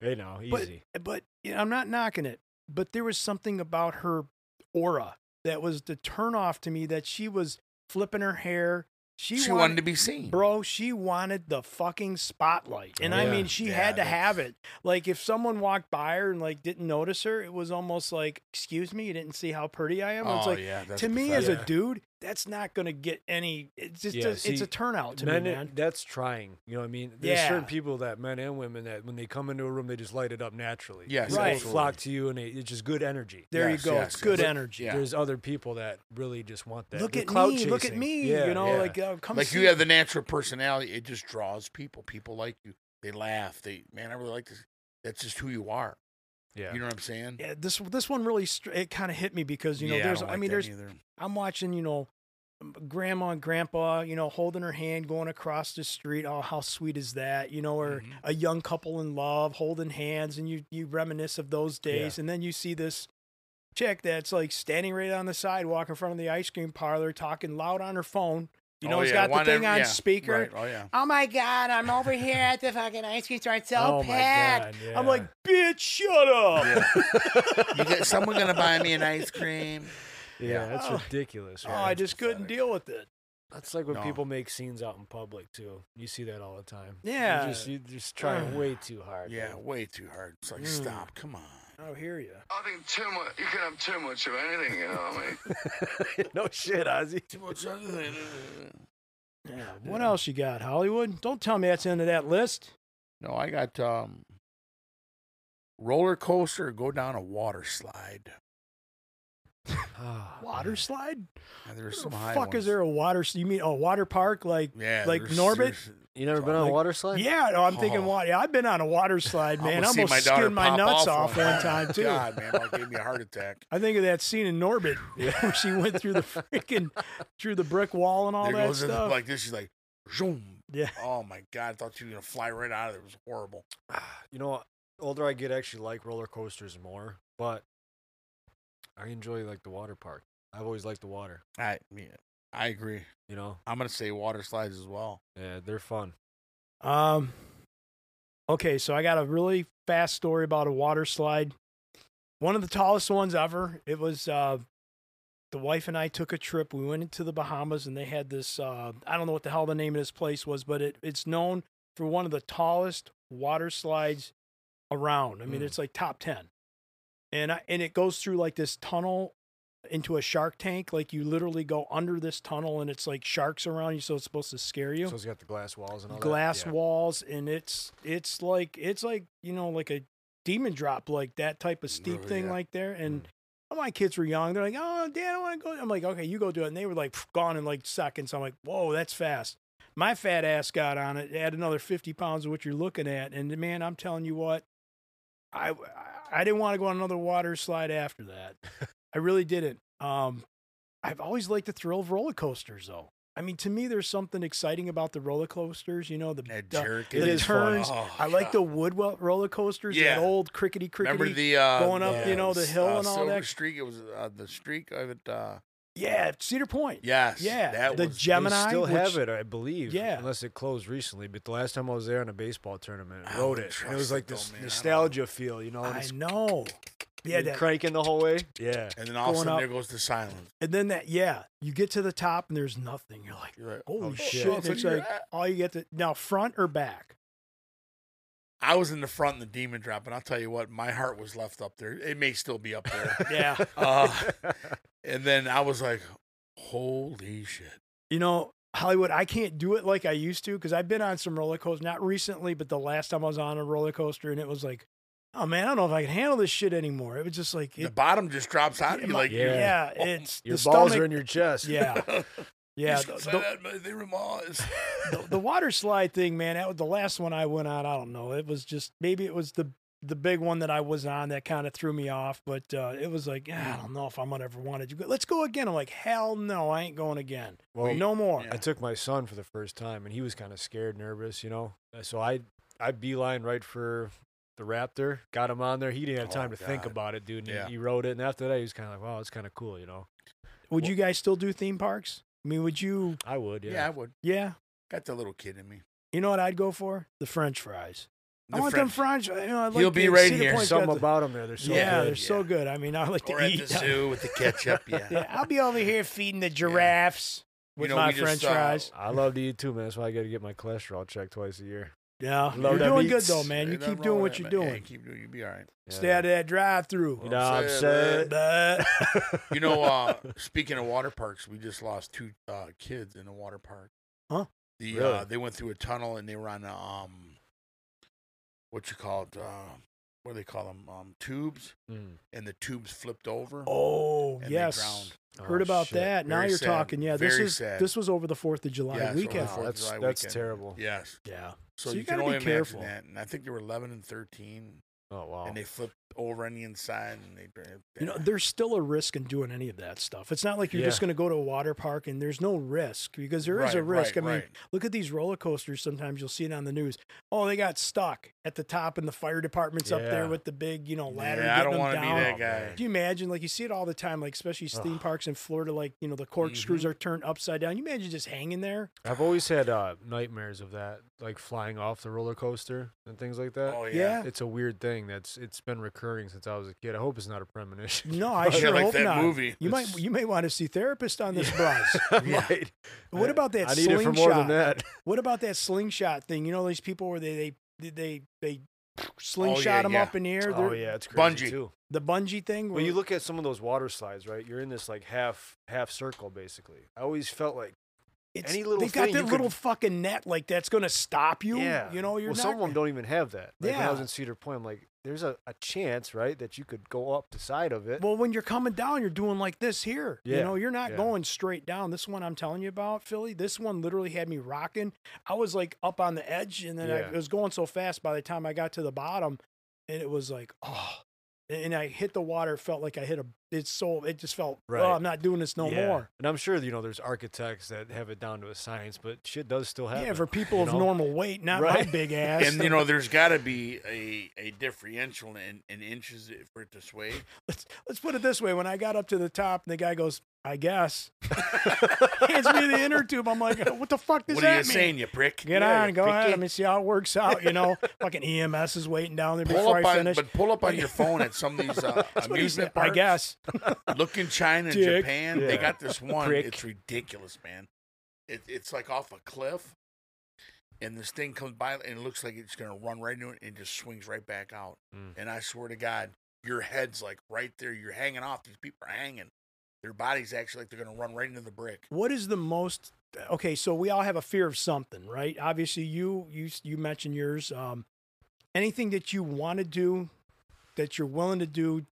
Speaker 2: hey, now easy.
Speaker 3: But, but you know, I'm not knocking it. But there was something about her aura that was the turnoff to me that she was flipping her hair. She,
Speaker 4: She
Speaker 3: wanted,
Speaker 4: wanted to be seen.
Speaker 3: bro, she wanted the fucking spotlight. And I
Speaker 2: Yeah.
Speaker 3: mean, she
Speaker 4: Yeah,
Speaker 3: had to
Speaker 4: that's-
Speaker 3: have it. Like if someone walked by her and like didn't notice her, it was almost like, "Excuse me, you didn't see how pretty I am."
Speaker 4: oh
Speaker 3: it's like
Speaker 4: yeah, that's
Speaker 3: to me as a
Speaker 2: pathetic.
Speaker 3: dude, that's not going to get any it's just
Speaker 2: Yeah,
Speaker 3: a, it's
Speaker 2: see,
Speaker 3: a turnout to
Speaker 2: men,
Speaker 3: me, man.
Speaker 2: that's trying. You know what I mean? There's
Speaker 3: Yeah.
Speaker 2: certain people that men and women that when they come into a room, they just light it up naturally.
Speaker 4: Yes,
Speaker 2: They
Speaker 3: Right.
Speaker 2: flock to you, and they, it's just good energy.
Speaker 3: there
Speaker 4: yes,
Speaker 3: you go.
Speaker 4: yes,
Speaker 3: it's good
Speaker 4: yes.
Speaker 3: energy.
Speaker 4: Yeah.
Speaker 2: There's other people that really just want that.
Speaker 3: Look
Speaker 2: The
Speaker 3: at
Speaker 2: clout
Speaker 3: me, look at
Speaker 2: chasing.
Speaker 3: me.
Speaker 2: Yeah,
Speaker 3: you know,
Speaker 2: yeah.
Speaker 3: like uh, come
Speaker 4: like
Speaker 3: see
Speaker 4: you have the natural personality it just draws people people like you they laugh they man i really like this that's just who you are
Speaker 2: yeah.
Speaker 4: you know what i'm saying
Speaker 3: yeah, this this one really str- it kind of hit me because you know
Speaker 4: Yeah,
Speaker 3: there's I,
Speaker 4: don't like
Speaker 3: mean
Speaker 4: that
Speaker 3: there's
Speaker 4: neither.
Speaker 3: I'm watching, you know, grandma and grandpa, you know, holding her hand going across the street. Oh, how sweet is that? You know, or
Speaker 4: Mhm.
Speaker 3: a young couple in love holding hands and you you reminisce of those days and then you see this chick that's like standing right on the sidewalk in front of the ice cream parlor talking loud on her phone. You know,
Speaker 4: Oh,
Speaker 3: it's
Speaker 4: yeah,
Speaker 3: got
Speaker 4: one
Speaker 3: the thing
Speaker 4: every-
Speaker 3: on
Speaker 4: yeah,
Speaker 3: speaker.
Speaker 4: right, oh yeah
Speaker 3: Oh my god, I'm over here at the fucking ice cream store. It's so
Speaker 2: oh
Speaker 3: packed.
Speaker 2: my god. Yeah.
Speaker 3: I'm like, bitch, shut up.
Speaker 4: you get someone gonna buy me an ice cream
Speaker 2: yeah, that's
Speaker 3: Oh.
Speaker 2: ridiculous.
Speaker 3: Oh,
Speaker 2: man.
Speaker 3: I just couldn't deal with it.
Speaker 2: That's like when
Speaker 4: No.
Speaker 2: people make scenes out in public too. You see that all the time.
Speaker 3: Yeah.
Speaker 2: you're just, you're just trying way too hard.
Speaker 4: yeah
Speaker 2: dude.
Speaker 4: way too hard it's like
Speaker 3: Mm.
Speaker 4: stop come on
Speaker 3: I Oh, hear you.
Speaker 8: I think too much. You can have too much of anything, you know what I mean?
Speaker 2: no shit, Ozzy.
Speaker 4: Too much other than-
Speaker 3: Yeah. What else you got, Hollywood? Don't tell me that's into that list.
Speaker 4: no i got um roller coaster or go down a water slide
Speaker 2: Ah,
Speaker 3: Water slide?
Speaker 4: Now, there's
Speaker 3: Where
Speaker 4: some
Speaker 3: the
Speaker 4: high
Speaker 3: fuck is
Speaker 4: ones.
Speaker 3: there a water? s- You mean a water park like?
Speaker 4: yeah
Speaker 3: like
Speaker 4: there's-
Speaker 3: Norbit?
Speaker 4: there's-
Speaker 2: You never been on a
Speaker 4: Like-
Speaker 2: water slide?
Speaker 3: Yeah, no, I'm thinking
Speaker 4: Oh.
Speaker 3: water. Yeah, I've been on a water slide, man. I
Speaker 4: see
Speaker 3: almost
Speaker 4: daughter
Speaker 3: skinned my
Speaker 4: pop
Speaker 3: nuts off one,
Speaker 4: time.
Speaker 3: time too.
Speaker 4: God, man, it gave me a heart attack.
Speaker 3: I think of that scene in Norbit where she went through the freaking through the brick wall and all
Speaker 4: there
Speaker 3: that
Speaker 4: goes in
Speaker 3: stuff.
Speaker 4: like this. She's like, zoom.
Speaker 3: yeah.
Speaker 4: Oh my god, I thought she was gonna fly right out of there. It was horrible.
Speaker 2: Ah, You know, older I get, I actually like roller coasters more, but I enjoy like the water park. I've always liked the water.
Speaker 4: I mean, I agree.
Speaker 2: You know,
Speaker 4: I'm gonna say water slides as well.
Speaker 2: yeah, they're fun.
Speaker 3: Um. Okay, so I got a really fast story about a water slide. One of the tallest ones ever. It was uh, the wife and I took a trip. We went into the Bahamas, and they had this. Uh, I don't know what the hell the name of this place was, but it, it's known for one of the tallest water slides around. I mean,
Speaker 2: Hmm.
Speaker 3: it's like top ten, and I, and it goes through like this tunnel into a shark tank. Like you literally go under this tunnel and it's like sharks around you, so it's supposed to scare you.
Speaker 2: So it's got the glass walls and all
Speaker 3: glass
Speaker 2: that.
Speaker 3: walls and it's it's like it's like you know like a demon drop like that type of steep
Speaker 5: Oh,
Speaker 3: thing
Speaker 5: yeah.
Speaker 3: like there and
Speaker 2: Mm.
Speaker 3: my kids were young they're like oh dad i want to go i'm like okay you go do it and they were like pff, gone in like seconds i'm like whoa that's fast my fat ass got on it add another 50 pounds of what you're looking at and man i'm telling you what i I- i didn't want to go on another water slide after that i really didn't um i've always liked the thrill of roller coasters though I mean, to me, there's something exciting about the roller coasters. You know, the,
Speaker 4: That
Speaker 3: the-
Speaker 4: jerk.
Speaker 3: the
Speaker 2: is fun.
Speaker 3: turns.
Speaker 4: Oh,
Speaker 3: I like
Speaker 4: God.
Speaker 3: the wood wel- roller coasters,
Speaker 4: Yeah.
Speaker 3: that old crickety crickety.
Speaker 4: Remember the uh,
Speaker 3: going up, you know, the hill
Speaker 4: uh,
Speaker 3: and all
Speaker 4: Silver
Speaker 3: that.
Speaker 4: Streak. It was uh, the streak of it. Uh,
Speaker 3: yeah, Cedar Point.
Speaker 4: yes.
Speaker 3: Yeah,
Speaker 4: That
Speaker 3: the
Speaker 4: was,
Speaker 2: They
Speaker 3: Gemini.
Speaker 2: still
Speaker 3: which-
Speaker 2: have it, I believe.
Speaker 3: Yeah.
Speaker 2: Unless it closed recently. But the last time I was there in a baseball tournament,
Speaker 4: I
Speaker 2: I rode
Speaker 4: don't
Speaker 2: it. And it was
Speaker 4: trust it
Speaker 2: like
Speaker 4: though,
Speaker 2: this
Speaker 4: man. I don't know.
Speaker 2: nostalgia feel, you know? And
Speaker 3: I
Speaker 2: it's
Speaker 3: know. Yeah,
Speaker 2: you're
Speaker 3: that,
Speaker 2: cranking the whole way. Yeah.
Speaker 4: And then all of a
Speaker 3: Going
Speaker 4: sudden,
Speaker 3: up.
Speaker 4: there goes the silence.
Speaker 3: and then that. Yeah, you get to the top and there's nothing. You're like,
Speaker 4: You're like,
Speaker 3: holy
Speaker 2: Oh,
Speaker 3: shit!
Speaker 2: shit.
Speaker 3: and it's like all you get to now front or back.
Speaker 4: I was in the front in the demon drop, and I'll tell you what, my heart was left up there. It may still be up there.
Speaker 3: Yeah.
Speaker 4: uh, and then I was like, holy shit.
Speaker 3: you know hollywood i can't do it like i used to because i've been on some roller coasters not recently but the last time i was on a roller coaster and it was like oh man i don't know if i can handle this shit anymore it was just like
Speaker 4: The
Speaker 3: it,
Speaker 4: bottom just drops out. You're
Speaker 3: my-
Speaker 4: like,
Speaker 2: Yeah.
Speaker 3: yeah,
Speaker 4: Oh,
Speaker 3: it's
Speaker 2: Your
Speaker 3: the
Speaker 2: balls
Speaker 3: stomach,
Speaker 2: are in your chest.
Speaker 3: yeah yeah
Speaker 4: "He's
Speaker 3: the,
Speaker 4: inside
Speaker 3: the-
Speaker 4: that, but they were moths."
Speaker 3: the- the water slide thing man that was the last one i went on i don't know it was just maybe it was the the big one that i was on that kind of threw me off but uh, it was like "Ah, i don't know if i'm gonna ever want to go let's go again i'm like hell no i ain't going again
Speaker 2: Well,
Speaker 3: no more
Speaker 2: I took my son for the first time, and he was kind of scared, nervous, you know. Uh, So I, I beeline right for the Raptor, got him on there. He didn't have
Speaker 4: Oh,
Speaker 2: time to think
Speaker 4: God.
Speaker 2: about it, dude. And he-
Speaker 4: Yeah.
Speaker 2: he, rode it, and after that, he was kind of like, "Wow, it's kind of cool," you know.
Speaker 3: would you guys still do theme parks i mean would you
Speaker 2: I would,
Speaker 4: yeah.
Speaker 2: yeah.
Speaker 4: I would.
Speaker 3: yeah
Speaker 4: Got the little kid in me.
Speaker 3: You know what I'd go for? The French fries. I
Speaker 4: The
Speaker 3: want them
Speaker 4: French-
Speaker 3: French. You know, I like
Speaker 4: He'll be
Speaker 3: the
Speaker 4: right
Speaker 3: Cedar
Speaker 4: here.
Speaker 3: Point's got
Speaker 2: Something
Speaker 3: the-
Speaker 2: about them there, they're so
Speaker 3: yeah,
Speaker 2: good.
Speaker 3: they're so good. I mean, I like
Speaker 4: Or
Speaker 3: to
Speaker 4: at
Speaker 3: eat.
Speaker 4: the zoo with the ketchup. Yeah.
Speaker 3: Yeah, I'll be over here feeding the giraffs with
Speaker 4: know,
Speaker 3: my
Speaker 4: we just,
Speaker 3: French
Speaker 4: uh,
Speaker 3: fries.
Speaker 2: I love to eat too, man. That's why I got to get my cholesterol checked twice a year.
Speaker 3: Yeah,
Speaker 2: love
Speaker 3: you're
Speaker 2: them
Speaker 3: doing good
Speaker 2: eats.
Speaker 3: though, man. You
Speaker 4: Ain't nothing
Speaker 3: keep
Speaker 4: wrong
Speaker 3: doing
Speaker 4: with
Speaker 3: what
Speaker 4: that,
Speaker 3: you'll
Speaker 4: man. Yeah,
Speaker 3: doing.
Speaker 4: keep doing. You'll be all right.
Speaker 3: Stay out of that drive-through.
Speaker 2: You know, I'm saying?
Speaker 4: Upset,
Speaker 3: But
Speaker 4: You know, uh, speaking of water parks, we just lost two uh, kids in a water park.
Speaker 3: Huh?
Speaker 4: The uh,
Speaker 2: Really?
Speaker 4: they went through a tunnel and they were on a, um, what you call it? Uh, what do they call them? Um, tubes,
Speaker 2: Mm.
Speaker 4: and the tubes flipped over.
Speaker 3: oh
Speaker 4: and they
Speaker 3: yes,
Speaker 4: drowned.
Speaker 2: Oh,
Speaker 3: heard about
Speaker 2: shit.
Speaker 3: that. now
Speaker 4: Very
Speaker 3: you're
Speaker 4: sad.
Speaker 3: talking. Yeah, this
Speaker 4: Very
Speaker 3: is
Speaker 4: sad.
Speaker 3: this was over the Fourth of July
Speaker 4: Yes, over the
Speaker 3: weekend.
Speaker 4: Fourth of
Speaker 2: that's-
Speaker 4: July
Speaker 2: that's
Speaker 4: weekend.
Speaker 2: terrible.
Speaker 4: Yes.
Speaker 3: Yeah,
Speaker 4: So,
Speaker 3: So
Speaker 4: you,
Speaker 3: you
Speaker 4: can
Speaker 3: gotta be
Speaker 4: only imagine
Speaker 3: careful.
Speaker 4: that. And I think they were 11 and 13,
Speaker 2: Oh wow.
Speaker 4: and they flipped over on the inside, and they. dra-
Speaker 3: You know, there's still a risk in doing any of that stuff. It's not like you're just
Speaker 2: Yeah.
Speaker 3: going to go to a water park and there's no risk because there is a
Speaker 4: Right,
Speaker 3: risk.
Speaker 4: right,
Speaker 3: I mean,
Speaker 4: right.
Speaker 3: look at these roller coasters. Sometimes you'll see it on the news. Oh, they got stuck at the top, and the fire department's up there
Speaker 2: Yeah.
Speaker 3: with the big, you know, ladder.
Speaker 4: yeah, I don't
Speaker 3: getting them
Speaker 4: want to be
Speaker 3: down.
Speaker 4: that
Speaker 2: Oh,
Speaker 4: guy.
Speaker 2: man.
Speaker 3: Do you imagine? Like you see it all the time, like especially theme
Speaker 2: Ugh.
Speaker 3: parks in Florida. Like you know, the corkscrews are turned upside down. You imagine just hanging there.
Speaker 2: I've always had uh, nightmares of that, like flying off the roller coaster and things like that.
Speaker 4: Oh yeah.
Speaker 3: Yeah.
Speaker 2: It's a weird thing that's it's been recurring since I was a kid. I hope it's not a premonition.
Speaker 3: No, I
Speaker 4: Yeah,
Speaker 3: sure
Speaker 4: like
Speaker 3: hope
Speaker 4: that
Speaker 3: not.
Speaker 4: movie.
Speaker 3: You might
Speaker 2: It's-
Speaker 3: you may want to see therapist on this, Bryce.
Speaker 2: I
Speaker 4: Yeah.
Speaker 2: might.
Speaker 3: What
Speaker 2: I-
Speaker 3: about that
Speaker 2: I need it for more than
Speaker 3: slingshot?
Speaker 2: that.
Speaker 3: What about that slingshot thing? You know these people where they they they they slingshot them
Speaker 4: yeah.
Speaker 3: up in the air.
Speaker 2: Oh
Speaker 3: They're-
Speaker 2: yeah, it's crazy
Speaker 4: Bungee.
Speaker 2: too.
Speaker 3: The bungee thing.
Speaker 2: Well,
Speaker 3: where-
Speaker 2: you look at some of those water slides, right? You're in this like half half circle basically. I always felt like
Speaker 3: it's,
Speaker 2: any little
Speaker 3: They've got
Speaker 2: thing
Speaker 3: that
Speaker 2: you could-
Speaker 3: little fucking net like that's gonna stop you.
Speaker 2: yeah,
Speaker 3: You know you're
Speaker 2: well,
Speaker 3: not.
Speaker 2: some of them don't even have that. Like when I was
Speaker 3: Yeah.
Speaker 2: in Cedar Point, I'm like, there's a, a chance, right, that you could go up the side of it.
Speaker 3: Well, when you're coming down, you're doing like this here. You
Speaker 2: Yeah,
Speaker 3: know, you're not
Speaker 2: yeah.
Speaker 3: going straight down. This one I'm telling you about, Philly. This one literally had me rocking. I was like up on the edge, and then I,
Speaker 2: Yeah.
Speaker 3: it was going so fast. By the time I got to the bottom, and it was like, oh. And and I hit the water, felt like I hit a. It's so it just felt.
Speaker 2: Right.
Speaker 3: Oh, I'm not doing this no
Speaker 2: Yeah.
Speaker 3: more.
Speaker 2: And I'm sure you know there's architects that have it down to a science, but shit does still happen.
Speaker 3: Yeah, for people
Speaker 2: you
Speaker 3: of
Speaker 2: know?
Speaker 3: normal weight, not my
Speaker 2: Right.
Speaker 3: big ass.
Speaker 4: And you know, there's got to be a, a differential in, in inches for it to sway.
Speaker 3: let's let's put it this way: when I got up to the top, and the guy goes, "I guess," hands me the inner tube. I'm like, "What the fuck does
Speaker 4: what
Speaker 3: that
Speaker 4: are you
Speaker 3: mean?"
Speaker 4: saying, you prick?
Speaker 3: Get
Speaker 2: Yeah,
Speaker 3: on,
Speaker 2: you
Speaker 3: go ahead.
Speaker 2: freaky.
Speaker 3: Let me see how it works out. You know, fucking EMS is waiting down there
Speaker 4: Pull
Speaker 3: before
Speaker 4: up
Speaker 3: I
Speaker 4: on,
Speaker 3: finish.
Speaker 4: but pull up on your phone at some of these uh,
Speaker 3: That's what he
Speaker 4: amusement
Speaker 3: said, I
Speaker 4: parks.
Speaker 3: guess.
Speaker 4: Look in China and
Speaker 3: Dick.
Speaker 4: Japan, they
Speaker 2: Yeah.
Speaker 4: got this one.
Speaker 2: Prick.
Speaker 4: It's ridiculous, man. It, it's like off a cliff, and this thing comes by, and it looks like it's gonna run right into it, and just swings right back out.
Speaker 2: Mm.
Speaker 4: And I swear to God, your head's like right there. You're hanging off. These people are hanging, their bodies actually like they're going to run right into the brick.
Speaker 3: What is the most okay? So we all have a fear of something, right? Obviously, you you you mentioned yours. Um, anything that you want to do, that you're willing to do,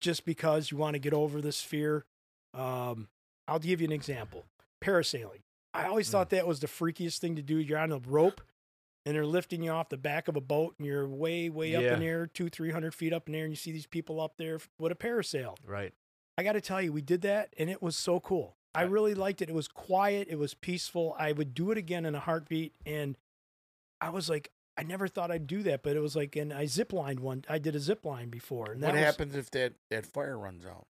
Speaker 3: just because you want to get over this fear. Um, I'll give you an example: parasailing. I always thought that was the freakiest thing to do. You're on a rope, and they're lifting you off the back of a boat, and you're way way up
Speaker 2: Yeah.
Speaker 3: in the air, two three hundred feet up in the air, and you see these people up there with a parasail.
Speaker 2: Right.
Speaker 3: I got to tell you, we did that and it was so cool. I really liked it. It was quiet, it was peaceful. I would do it again in a heartbeat. And I was like, I never thought I'd do that, but it was like, and I ziplined one. I did a zipline before. And that
Speaker 4: What
Speaker 3: was-
Speaker 4: happens if that, that fire runs out?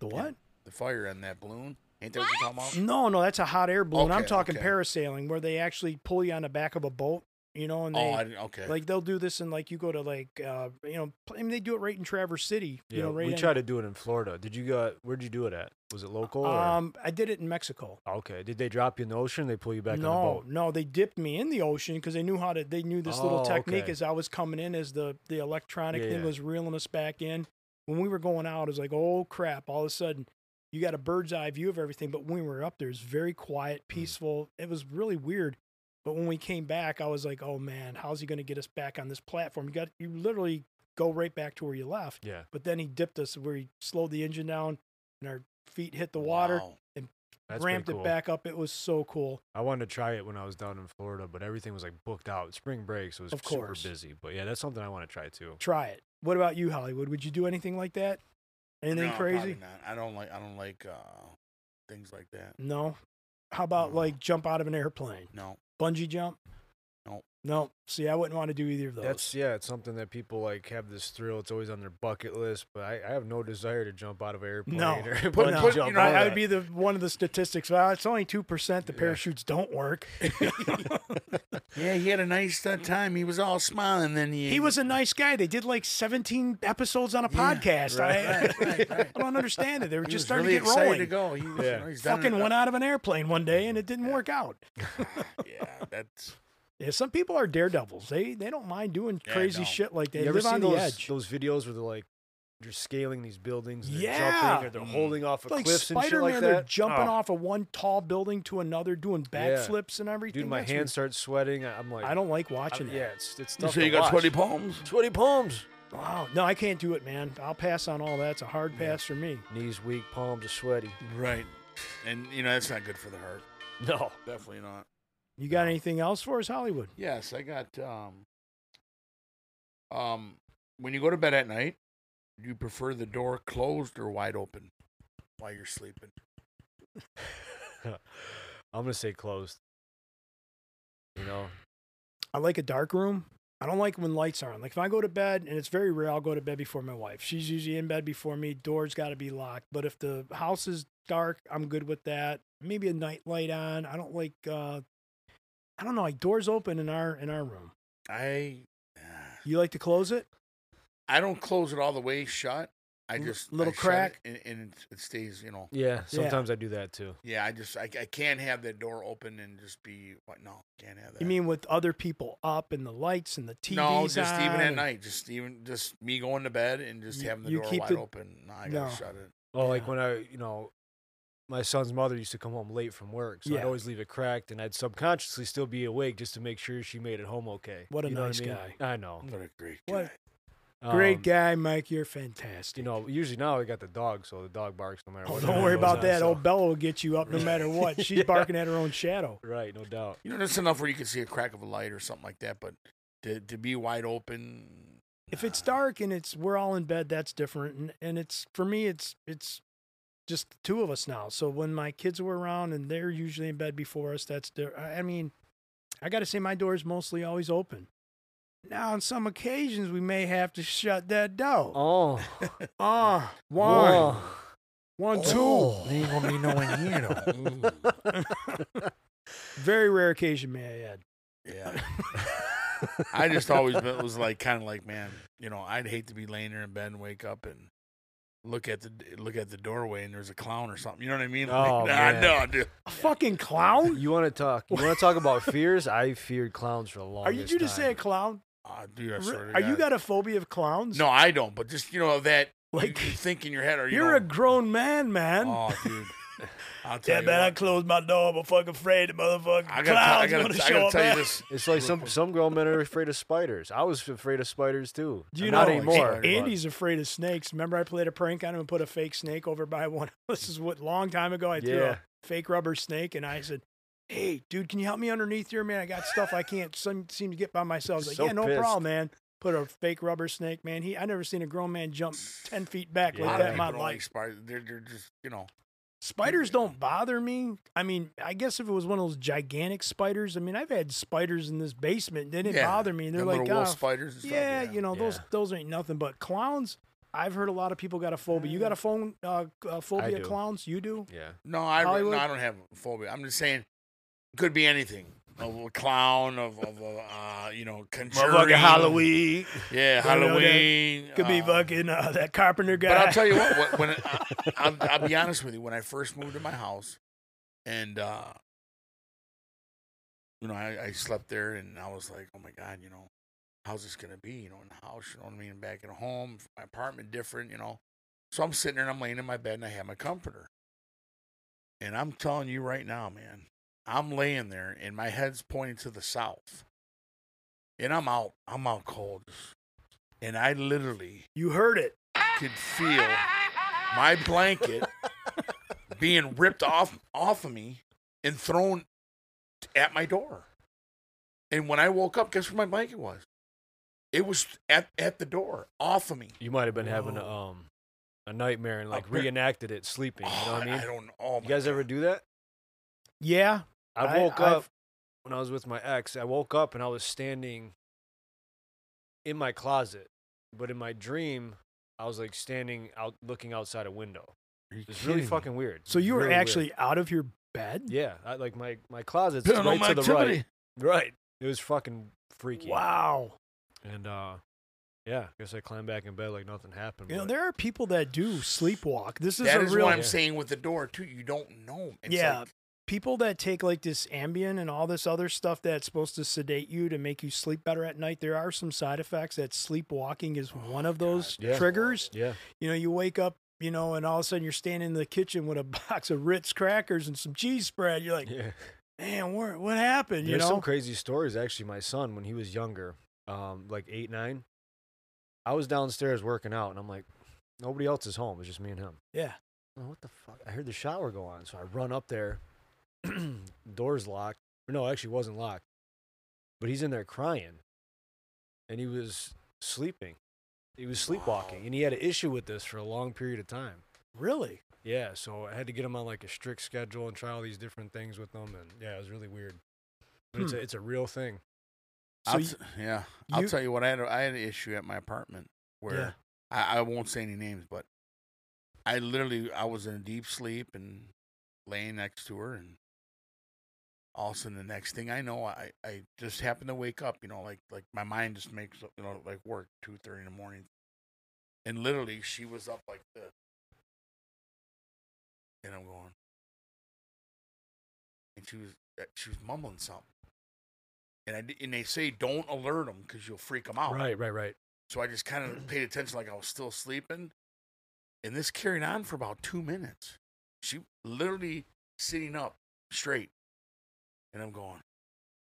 Speaker 3: The what?
Speaker 4: The fire on that balloon? Ain't that what you're talking about?
Speaker 3: No, no, that's a hot air balloon. I'm
Speaker 4: Okay,
Speaker 3: talking
Speaker 4: okay.
Speaker 3: parasailing where they actually pull you on the back of a boat, you know, and they.
Speaker 4: Oh, I didn't, okay.
Speaker 3: like they'll do this and like you go to like uh you know I mean they do it right in Traverse City you
Speaker 2: Yeah,
Speaker 3: know right
Speaker 2: we
Speaker 3: in-
Speaker 2: tried to do it in Florida. Did you go? Where'd you do it at? Was it local? Or?
Speaker 3: um I did it in Mexico
Speaker 2: okay. Did they drop you in the ocean? They pull you back
Speaker 3: no,
Speaker 2: on the boat.
Speaker 3: No, they dipped me in the ocean because they knew how to. They knew this little
Speaker 2: Oh,
Speaker 3: technique
Speaker 2: okay.
Speaker 3: as I was coming in, as the the electronic
Speaker 2: Yeah,
Speaker 3: thing
Speaker 2: yeah.
Speaker 3: was reeling us back in. When we were going out, it was like, oh crap! All of a sudden, you got a bird's eye view of everything. But when we were up there, it's very quiet,
Speaker 2: Hmm.
Speaker 3: peaceful. It was really weird. But when we came back, I was like, oh man, how's he going to get us back on this platform? You got you literally go right back to where you left.
Speaker 2: Yeah.
Speaker 3: But then he dipped us where he slowed the engine down, and our feet hit the water,
Speaker 4: Wow.
Speaker 2: That's pretty
Speaker 3: ramped
Speaker 2: cool.
Speaker 3: it back up. It was so cool.
Speaker 2: I wanted to try it when I was down in Florida, but everything was like booked out. Spring break, so it was
Speaker 3: Of
Speaker 2: super
Speaker 3: course.
Speaker 2: busy. But yeah, that's something I want to try too.
Speaker 3: try it. What about you, Hollywood? Would you do anything like that? Anything
Speaker 4: No, probably
Speaker 3: crazy?
Speaker 4: not. I don't like I don't like uh, things like that.
Speaker 3: No. How about
Speaker 4: No.
Speaker 3: like jump out of an airplane,
Speaker 4: No.
Speaker 3: bungee jump?
Speaker 4: No.
Speaker 3: No. See, I wouldn't want to do either of those.
Speaker 2: That's yeah, it's something that people like have this thrill. It's always on their bucket list, but I, I have no desire to jump out of an airplane
Speaker 3: No.
Speaker 2: or
Speaker 3: Put-
Speaker 2: bungee
Speaker 3: put-
Speaker 2: jump.
Speaker 4: you know,
Speaker 2: all
Speaker 3: I, I
Speaker 2: that.
Speaker 3: would be the one of the statistics. Well, it's only two percent the parachutes don't work.
Speaker 4: Yeah, he had a nice uh, time. He was all smiling. Then he
Speaker 3: he was a nice guy. They did like seventeen episodes on a podcast. I,
Speaker 4: Right, right, right.
Speaker 3: I don't understand it. They were
Speaker 4: He
Speaker 3: just
Speaker 4: was
Speaker 3: starting
Speaker 4: really
Speaker 3: to get
Speaker 4: excited
Speaker 3: rolling.
Speaker 4: to go. He was,
Speaker 2: Yeah.
Speaker 4: you know, he's done
Speaker 3: Fucking
Speaker 4: it.
Speaker 3: went out of an airplane one day and it didn't work out.
Speaker 4: Yeah, that's
Speaker 3: Yeah, some people are daredevils. They they don't mind doing
Speaker 4: Yeah,
Speaker 3: crazy
Speaker 4: no.
Speaker 3: shit like that.
Speaker 2: you ever
Speaker 3: live
Speaker 2: seen
Speaker 3: on the
Speaker 2: those,
Speaker 3: edge.
Speaker 2: those videos where they're like they're scaling these buildings and they're
Speaker 3: Yeah.
Speaker 2: jumping or they're holding off of
Speaker 3: like
Speaker 2: cliffs
Speaker 3: Spider-Man,
Speaker 2: and shit like
Speaker 3: they're
Speaker 2: that.
Speaker 3: jumping
Speaker 2: Oh,
Speaker 3: off of one tall building to another, doing
Speaker 2: Yeah.
Speaker 3: backflips and everything.
Speaker 2: Dude, my
Speaker 3: That's
Speaker 2: hands start sweating. I- I'm
Speaker 3: ridiculous.
Speaker 2: like
Speaker 3: I don't like
Speaker 2: I
Speaker 3: watching
Speaker 2: don't-
Speaker 3: it.
Speaker 2: yeah, it's it's tough.
Speaker 5: so
Speaker 2: to
Speaker 5: you got
Speaker 2: watch.
Speaker 5: sweaty palms?
Speaker 2: Sweaty palms.
Speaker 3: Wow. No, I can't do it, man. I'll pass on all that. It's a hard pass for me.
Speaker 2: Knees weak, palms are sweaty.
Speaker 4: right. And you know that's not good for the heart.
Speaker 2: No.
Speaker 4: Definitely not.
Speaker 3: You got anything else for us, Hollywood?
Speaker 4: Yes, I got um um when you go to bed at night, do you prefer the door closed or wide open while you're sleeping?
Speaker 2: I'm gonna say closed. You know,
Speaker 3: I like a dark room. I don't like when lights are on. Like if I go to bed, and it's very rare, I'll go to bed before my wife. She's usually in bed before me. Doors got to be locked. But if the house is dark, I'm good with that. Maybe a night light on. I don't like. uh I don't know. Like doors open in our in our room.
Speaker 4: I
Speaker 3: You like to close it?
Speaker 4: I don't close it all the way shut. I
Speaker 3: L-
Speaker 4: just I
Speaker 3: little
Speaker 4: shut it
Speaker 3: crack.
Speaker 4: and, and it, it stays. You know,
Speaker 2: yeah. Sometimes I do that too.
Speaker 4: yeah. I just I, I can't have that door open and just be what? No, can't have that.
Speaker 3: You mean with other people up and the lights and the TVs
Speaker 4: no? Just
Speaker 3: on
Speaker 4: even at
Speaker 3: and-
Speaker 4: night, just even just me going to bed and just
Speaker 3: You-
Speaker 4: having the
Speaker 3: you
Speaker 4: door
Speaker 3: keep
Speaker 4: wide
Speaker 3: the-
Speaker 4: open. No, I gotta
Speaker 3: No.
Speaker 4: shut it.
Speaker 2: Well, like
Speaker 3: Yeah.
Speaker 2: when I, you know, my son's mother used to come home late from work, so
Speaker 3: Yeah.
Speaker 2: I'd always leave it cracked, and I'd subconsciously still be awake just to make sure she made it home okay.
Speaker 3: What a
Speaker 2: You know
Speaker 3: nice
Speaker 2: I mean?
Speaker 3: guy.
Speaker 2: I know.
Speaker 4: What a great
Speaker 3: What?
Speaker 4: guy.
Speaker 3: Great
Speaker 2: Um,
Speaker 3: guy, Mike. You're fantastic.
Speaker 2: You know, usually now I got the dog, so the dog barks no matter.
Speaker 3: oh,
Speaker 2: what
Speaker 3: don't
Speaker 2: time
Speaker 3: worry
Speaker 2: it goes
Speaker 3: about
Speaker 2: on,
Speaker 3: that.
Speaker 2: so-
Speaker 3: Old Bella will get you up no matter what. She's
Speaker 2: Yeah.
Speaker 3: barking at her own shadow.
Speaker 2: Right, no doubt.
Speaker 4: You know, that's enough where you can see a crack of a light or something like that. But to to be wide open,
Speaker 3: If it's
Speaker 4: nah.
Speaker 3: dark and it's we're all in bed, that's different. And and it's for me, it's it's just the two of us now. So when my kids were around and they're usually in bed before us, that's di- I I mean, I got to say my door is mostly always open. Now, on some occasions, we may have to shut that door.
Speaker 2: Oh,
Speaker 3: Ah, one,
Speaker 2: one,
Speaker 3: one, two.
Speaker 4: Oh. ain't gonna be no one here. though. Mm.
Speaker 3: Very rare occasion, may I add.
Speaker 4: Yeah. I just always been, was like, kind of like, man, you know, I'd hate to be laying there in bed and wake up and look at the look at the doorway and there's a clown or something. You know what I mean? Like,
Speaker 2: Oh,
Speaker 4: nah,
Speaker 2: man.
Speaker 4: no, dude.
Speaker 3: A fucking clown?
Speaker 2: You want to talk? You want to talk about fears? I feared clowns for a long.
Speaker 3: Are you due to say a clown?
Speaker 4: Ah, dude, I
Speaker 3: Re-
Speaker 4: swear to
Speaker 3: Are you
Speaker 4: God.
Speaker 3: got a phobia of clowns?
Speaker 4: No, I don't. But just you know that Like
Speaker 3: Like
Speaker 4: you, you think in your head, are you?
Speaker 3: you are a
Speaker 4: know-
Speaker 3: grown man, man.
Speaker 4: Oh, dude. I'll tell
Speaker 3: yeah,
Speaker 4: you
Speaker 3: man. I
Speaker 4: what.
Speaker 3: closed my door. I'm a fucking afraid the motherfucking
Speaker 4: I gotta, tell- I
Speaker 3: clowns
Speaker 4: gotta,
Speaker 3: gonna
Speaker 4: I
Speaker 3: show
Speaker 4: gotta
Speaker 3: up.
Speaker 4: tell you
Speaker 3: man.
Speaker 4: this.
Speaker 2: It's like some some grown men are afraid of spiders. I was afraid of spiders too.
Speaker 3: Do you
Speaker 2: Not
Speaker 3: know,
Speaker 2: anymore.
Speaker 3: A- Andy's afraid of snakes. Remember, I played a prank on him and put a fake snake over by one. This is what long time ago. I threw
Speaker 2: Yeah.
Speaker 3: a fake rubber snake, and I said, "Hey, dude, can you help me underneath here, man? I got stuff I can't some, seem to get by myself." He's like,
Speaker 2: So
Speaker 3: yeah, no
Speaker 2: pissed.
Speaker 3: problem, man. Put a fake rubber snake, man. He, I never seen a grown man jump ten feet back
Speaker 4: A
Speaker 3: like
Speaker 4: lot
Speaker 3: that
Speaker 4: of
Speaker 3: in my
Speaker 4: people don't
Speaker 3: life.
Speaker 4: like spiders. They're, they're just, you know.
Speaker 3: Spiders
Speaker 4: Mm-hmm.
Speaker 3: don't bother me. I mean, I guess if it was one of those gigantic spiders, I mean, I've had spiders in this basement. They didn't
Speaker 4: yeah,
Speaker 3: bother me. They're
Speaker 4: them
Speaker 3: like,
Speaker 4: little wolf
Speaker 3: "Oh,
Speaker 4: spiders. And stuff,
Speaker 3: yeah, you know those
Speaker 2: Yeah.
Speaker 3: those ain't nothing. But clowns, I've heard a lot of people got a phobia. You
Speaker 4: Mm.
Speaker 3: got a phone uh, uh, phobia of
Speaker 2: do.
Speaker 3: clowns? You do?
Speaker 2: yeah.
Speaker 4: No, I re- no,
Speaker 3: Hollywood?
Speaker 4: I don't have a phobia. I'm just saying, could be anything. Of a clown, of of a uh, you know, conjuring.
Speaker 3: Halloween
Speaker 4: Yeah,
Speaker 3: You know, that
Speaker 4: Halloween.
Speaker 3: could be
Speaker 4: uh,
Speaker 3: fucking uh, that carpenter guy.
Speaker 4: But I'll tell you what. what- When I, I'll, I'll be honest with you, when I first moved to my house, and uh, you know, I, I slept there, and I was like, oh my god, you know, how's this gonna be? You know, in the house, you know what I mean? Back at home, my apartment different, you know. So I'm sitting there, and I'm laying in my bed, and I have my comforter. And I'm telling you right now, man, I'm laying there, and my head's pointing to the south, and I'm out, I'm out cold, and I literally
Speaker 3: you heard it.
Speaker 4: could feel my blanket being ripped off off of me and thrown at my door. And when I woke up, guess where my blanket was? It was at, at the door, off of me.
Speaker 2: You might have been having a, um a nightmare and like
Speaker 4: par-
Speaker 2: reenacted it sleeping. You know
Speaker 4: Oh,
Speaker 2: what I mean?
Speaker 4: don't know. Oh,
Speaker 2: you
Speaker 4: my
Speaker 2: guys ever
Speaker 4: God.
Speaker 2: do that?
Speaker 3: Yeah,
Speaker 2: I
Speaker 3: I-
Speaker 2: woke
Speaker 3: I've-
Speaker 2: up when I was with my ex. I woke up and I was standing in my closet, but in my dream, I was like standing out looking outside a window. It's really fucking weird.
Speaker 3: so you were
Speaker 2: Really weird.
Speaker 3: actually out of your bed?
Speaker 2: yeah. I, like my my closet's
Speaker 4: Paranormal
Speaker 2: right to the
Speaker 4: activity.
Speaker 2: right. Right. It was fucking freaky.
Speaker 3: Wow.
Speaker 2: And uh, yeah, I guess I climbed back in bed like nothing happened.
Speaker 3: You know
Speaker 2: but-
Speaker 3: there are people that do sleepwalk. This is
Speaker 4: That
Speaker 3: a
Speaker 4: is
Speaker 3: real
Speaker 4: what I'm
Speaker 2: Yeah.
Speaker 4: saying with the door too. You don't know. It's
Speaker 3: Yeah.
Speaker 4: like-
Speaker 3: people that take like this Ambien and all this other stuff that's supposed to sedate you to make you sleep better at night, there are some side effects that sleepwalking is one of those
Speaker 2: yeah.
Speaker 3: triggers.
Speaker 2: yeah.
Speaker 3: You know, you wake up, you know, and all of a sudden you're standing in the kitchen with a box of Ritz crackers and some cheese spread. You're like,
Speaker 2: Yeah.
Speaker 3: man, where, what happened?
Speaker 2: There's
Speaker 3: you know?
Speaker 2: some crazy stories. Actually, my son, when he was younger, um, like eight, nine, I was downstairs working out, and I'm like, nobody else is home. It's just me and him.
Speaker 3: yeah.
Speaker 2: I'm like, what the fuck? I heard the shower go on, so I run up there. Door's locked. Or no, actually, it wasn't locked. But he's in there crying, and he was sleeping. He was sleepwalking, and he had an issue with this for a long period of time.
Speaker 3: Really?
Speaker 2: Yeah, so I had to get him on like a strict schedule and try all these different things with them, and yeah, it was really weird. But it's a it's a real thing.
Speaker 4: I'll
Speaker 3: So
Speaker 4: t- yeah, I'll
Speaker 3: you-
Speaker 4: tell you what. I had a, I had an issue at my apartment where I, I won't say any names, but I literally I was in a deep sleep and laying next to her, and all of a sudden the next thing I know, I I just happened to wake up. You know, like like my mind just makes you know like work two thirty in the morning, and literally she was up like this, and I'm going, and she was uh, she was mumbling something. And, I, di- and they say don't alert them because you'll freak them out.
Speaker 2: Right, right, right.
Speaker 4: So I just kind of paid attention like I was still sleeping. And this carried on for about two minutes. She literally sitting up straight. And I'm going,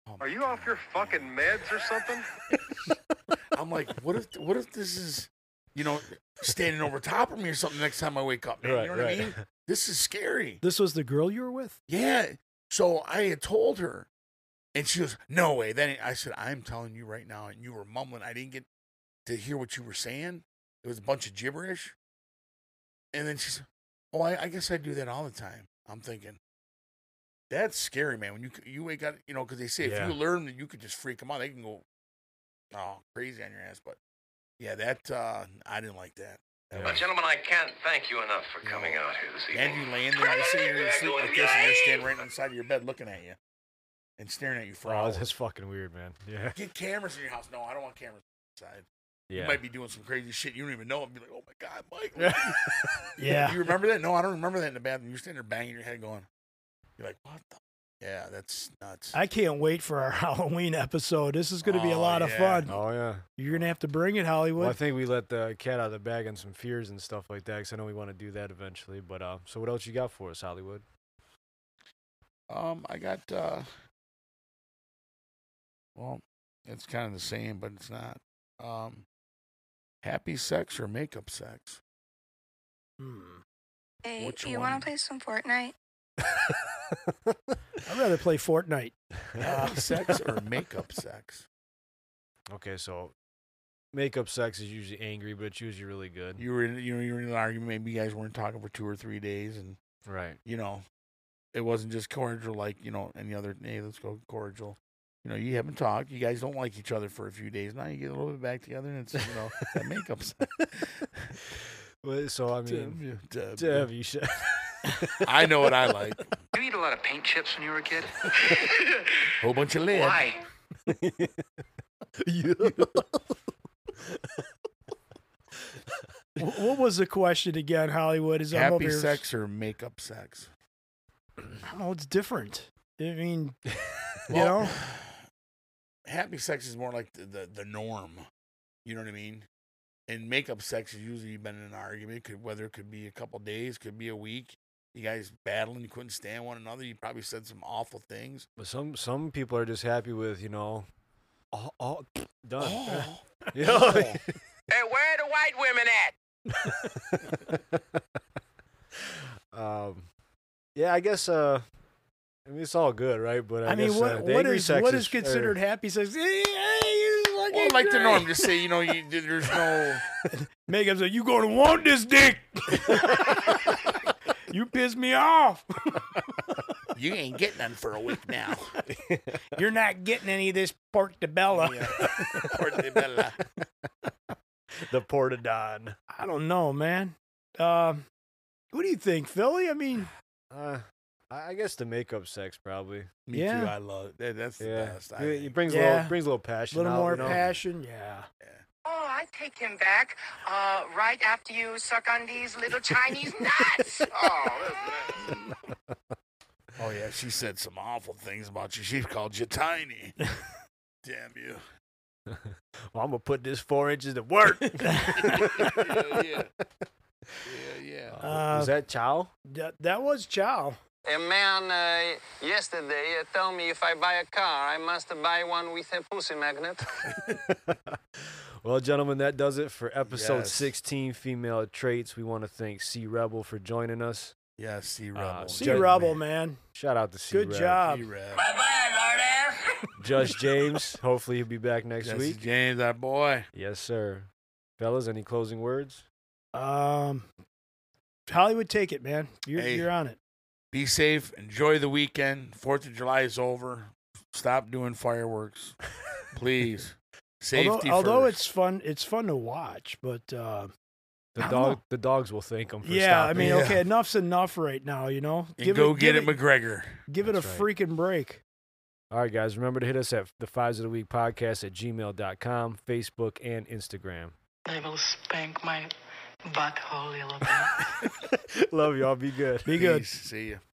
Speaker 4: oh my
Speaker 8: Are you off
Speaker 4: God,
Speaker 8: your
Speaker 4: man.
Speaker 8: fucking meds or something?
Speaker 4: I'm like, what if what if this is, you know, standing over top of me or something next time I wake up, man? you know what I mean? This is scary.
Speaker 3: This was the girl you were with?
Speaker 4: Yeah. So I had told her, and she goes, "No way." Then I said, "I'm telling you right now," and you were mumbling. I didn't get to hear what you were saying. It was a bunch of gibberish. And then she said, "Oh, I, I guess I do that all the time." I'm thinking, that's scary, man. When you you wake up, you know, because they say
Speaker 2: Yeah.
Speaker 4: if you learn that you could just freak them out, they can go, oh, crazy on your ass. But yeah, that uh, I didn't like that. That
Speaker 8: Well,
Speaker 4: was-
Speaker 8: gentlemen, I can't thank you enough for coming out here this
Speaker 4: and
Speaker 8: evening.
Speaker 4: you laying there, you sitting there asleep like this, and they're standing right inside of your bed looking at you and staring at you for
Speaker 2: Oh,
Speaker 4: hours.
Speaker 2: that's fucking weird, man. Yeah,
Speaker 4: Get cameras in your house. No, I don't want cameras inside.
Speaker 2: yeah.
Speaker 4: You might be doing some crazy shit you don't even know. And be like, oh my god, Mike. look at
Speaker 3: Yeah.
Speaker 4: you remember that? No, I don't remember that in the bathroom. You're standing there banging your head, going, "You're like, what the Yeah, that's nuts.
Speaker 3: I can't wait for our Halloween episode. This is going to be a
Speaker 4: Oh,
Speaker 3: lot of
Speaker 4: yeah.
Speaker 3: fun.
Speaker 2: Oh yeah.
Speaker 3: You're going to have to bring it, Hollywood.
Speaker 2: Well, I think we let the cat out of the bag on some fears and stuff like that. Cause I know we want to do that eventually. But uh, so what else you got for us, Hollywood?
Speaker 4: Um, I got. uh Well, it's kind of the same, but it's not. Um, happy sex or makeup sex?
Speaker 9: Hey,
Speaker 4: Which
Speaker 9: you
Speaker 4: one?
Speaker 9: want to play some Fortnite?
Speaker 3: I'd rather play Fortnite.
Speaker 4: Happy Uh, sex or makeup sex?
Speaker 2: Okay, so makeup sex is usually angry, but it's usually really good.
Speaker 4: You were in, you know you were in an argument. Maybe you guys weren't talking for two or three days, and
Speaker 2: right.
Speaker 4: you know, it wasn't just cordial like you know any other. Hey, let's go cordial. You know, you haven't talked. You guys don't like each other for a few days. Now you get a little bit back together, and it's you know that makeup sex.
Speaker 2: Well, so I mean,
Speaker 4: W- W-
Speaker 2: Dev, you should.
Speaker 4: I know what I like.
Speaker 8: You eat a lot of paint chips when you were a kid.
Speaker 4: Whole bunch of lead.
Speaker 8: Why?
Speaker 3: Wh- What was the question again, Hollywood? Is I'm over
Speaker 4: Happy
Speaker 3: here-
Speaker 4: sex or makeup sex?
Speaker 3: Oh, it's different. I mean, you know,
Speaker 4: happy sex is more like the, the, the norm. You know what I mean? And makeup sex has usually been an argument, could whether it could be a couple days, could be a week. You guys battling, you couldn't stand one another. You probably said some awful things.
Speaker 2: But some some people are just happy with you know, all, all done.
Speaker 4: Oh,
Speaker 2: You know?
Speaker 4: oh.
Speaker 6: Hey, where are the white women at?
Speaker 2: um, yeah, I guess. Uh, I mean, it's all good, right? But I,
Speaker 3: I mean,
Speaker 2: guess, uh,
Speaker 3: what,
Speaker 2: the
Speaker 3: what
Speaker 2: angry
Speaker 3: is
Speaker 2: sex
Speaker 3: what is considered
Speaker 2: or-
Speaker 3: happy sex? Hey, hey, you fucking
Speaker 4: well, like the
Speaker 3: great.
Speaker 4: norm, just say you know you, there's no.
Speaker 3: Megan's like, you gonna want this dick? you piss me off.
Speaker 4: You ain't getting none for a week now.
Speaker 3: You're not getting any of this portabella.
Speaker 4: Yeah. Portobello.
Speaker 2: the portadon.
Speaker 3: I don't know, man. Um, what do you think, Philly? I mean,
Speaker 2: Uh, I I guess the makeup sex probably.
Speaker 4: Me
Speaker 3: Yeah.
Speaker 4: too. I love it. That- That's the
Speaker 2: Yeah,
Speaker 4: best. I
Speaker 2: it, it
Speaker 4: think.
Speaker 2: brings a
Speaker 3: Yeah.
Speaker 2: little brings a little
Speaker 3: a
Speaker 2: passion.
Speaker 3: little
Speaker 2: out,
Speaker 3: more
Speaker 2: you know?
Speaker 3: passion. Yeah.
Speaker 6: Oh, I take him back uh, right after you suck on these little Chinese nuts.
Speaker 8: Oh, that's nice.
Speaker 4: Oh yeah, she said some awful things about you. She called you tiny. Damn you.
Speaker 2: Well, I'm gonna put this four inches to work.
Speaker 4: yeah, yeah. Yeah, yeah.
Speaker 3: Uh,
Speaker 2: is that Chow?
Speaker 3: That, that was Chow.
Speaker 10: A man uh, yesterday uh, told me if I buy a car, I must buy one with a pussy magnet.
Speaker 2: Well, gentlemen, that does it for episode
Speaker 4: Yes.
Speaker 2: 16, Female Traits. We want to thank C Rebel for joining us.
Speaker 4: yeah, C Rebel.
Speaker 2: C
Speaker 3: See,
Speaker 2: Judge
Speaker 3: Uh, Rebel, man.
Speaker 2: Shout out to C
Speaker 3: Good
Speaker 2: Rev.
Speaker 3: job.
Speaker 4: C Rebel.
Speaker 6: Bye, Lord F.
Speaker 2: Judge James. Hopefully he'll be back next
Speaker 4: Jesse
Speaker 2: week.
Speaker 4: James, our boy.
Speaker 2: Yes, sir. Fellas, any closing words?
Speaker 3: Um, Hollywood, take it, man. You're,
Speaker 4: Hey.
Speaker 3: you're on it.
Speaker 4: Be safe. Enjoy the weekend. Fourth of July is over. Stop doing fireworks, please. Safety
Speaker 3: although, although
Speaker 4: first.
Speaker 3: it's fun, it's fun to watch. But uh,
Speaker 2: The
Speaker 3: I don't
Speaker 2: dog
Speaker 3: know.
Speaker 2: the dogs will thank him for
Speaker 3: yeah, I
Speaker 2: stopping.
Speaker 3: mean,
Speaker 4: Yeah.
Speaker 3: okay, enough's enough right now. You know,
Speaker 4: and go get it,
Speaker 3: give it,
Speaker 4: McGregor.
Speaker 3: give it a
Speaker 2: That's right.
Speaker 3: freaking break.
Speaker 2: All right, guys. Remember to hit us at the fives of the week podcast at gmail.com, Facebook, and Instagram.
Speaker 6: I will spank my butthole a little bit.
Speaker 2: Love y'all. Be good.
Speaker 3: Be good.
Speaker 4: Peace. See you.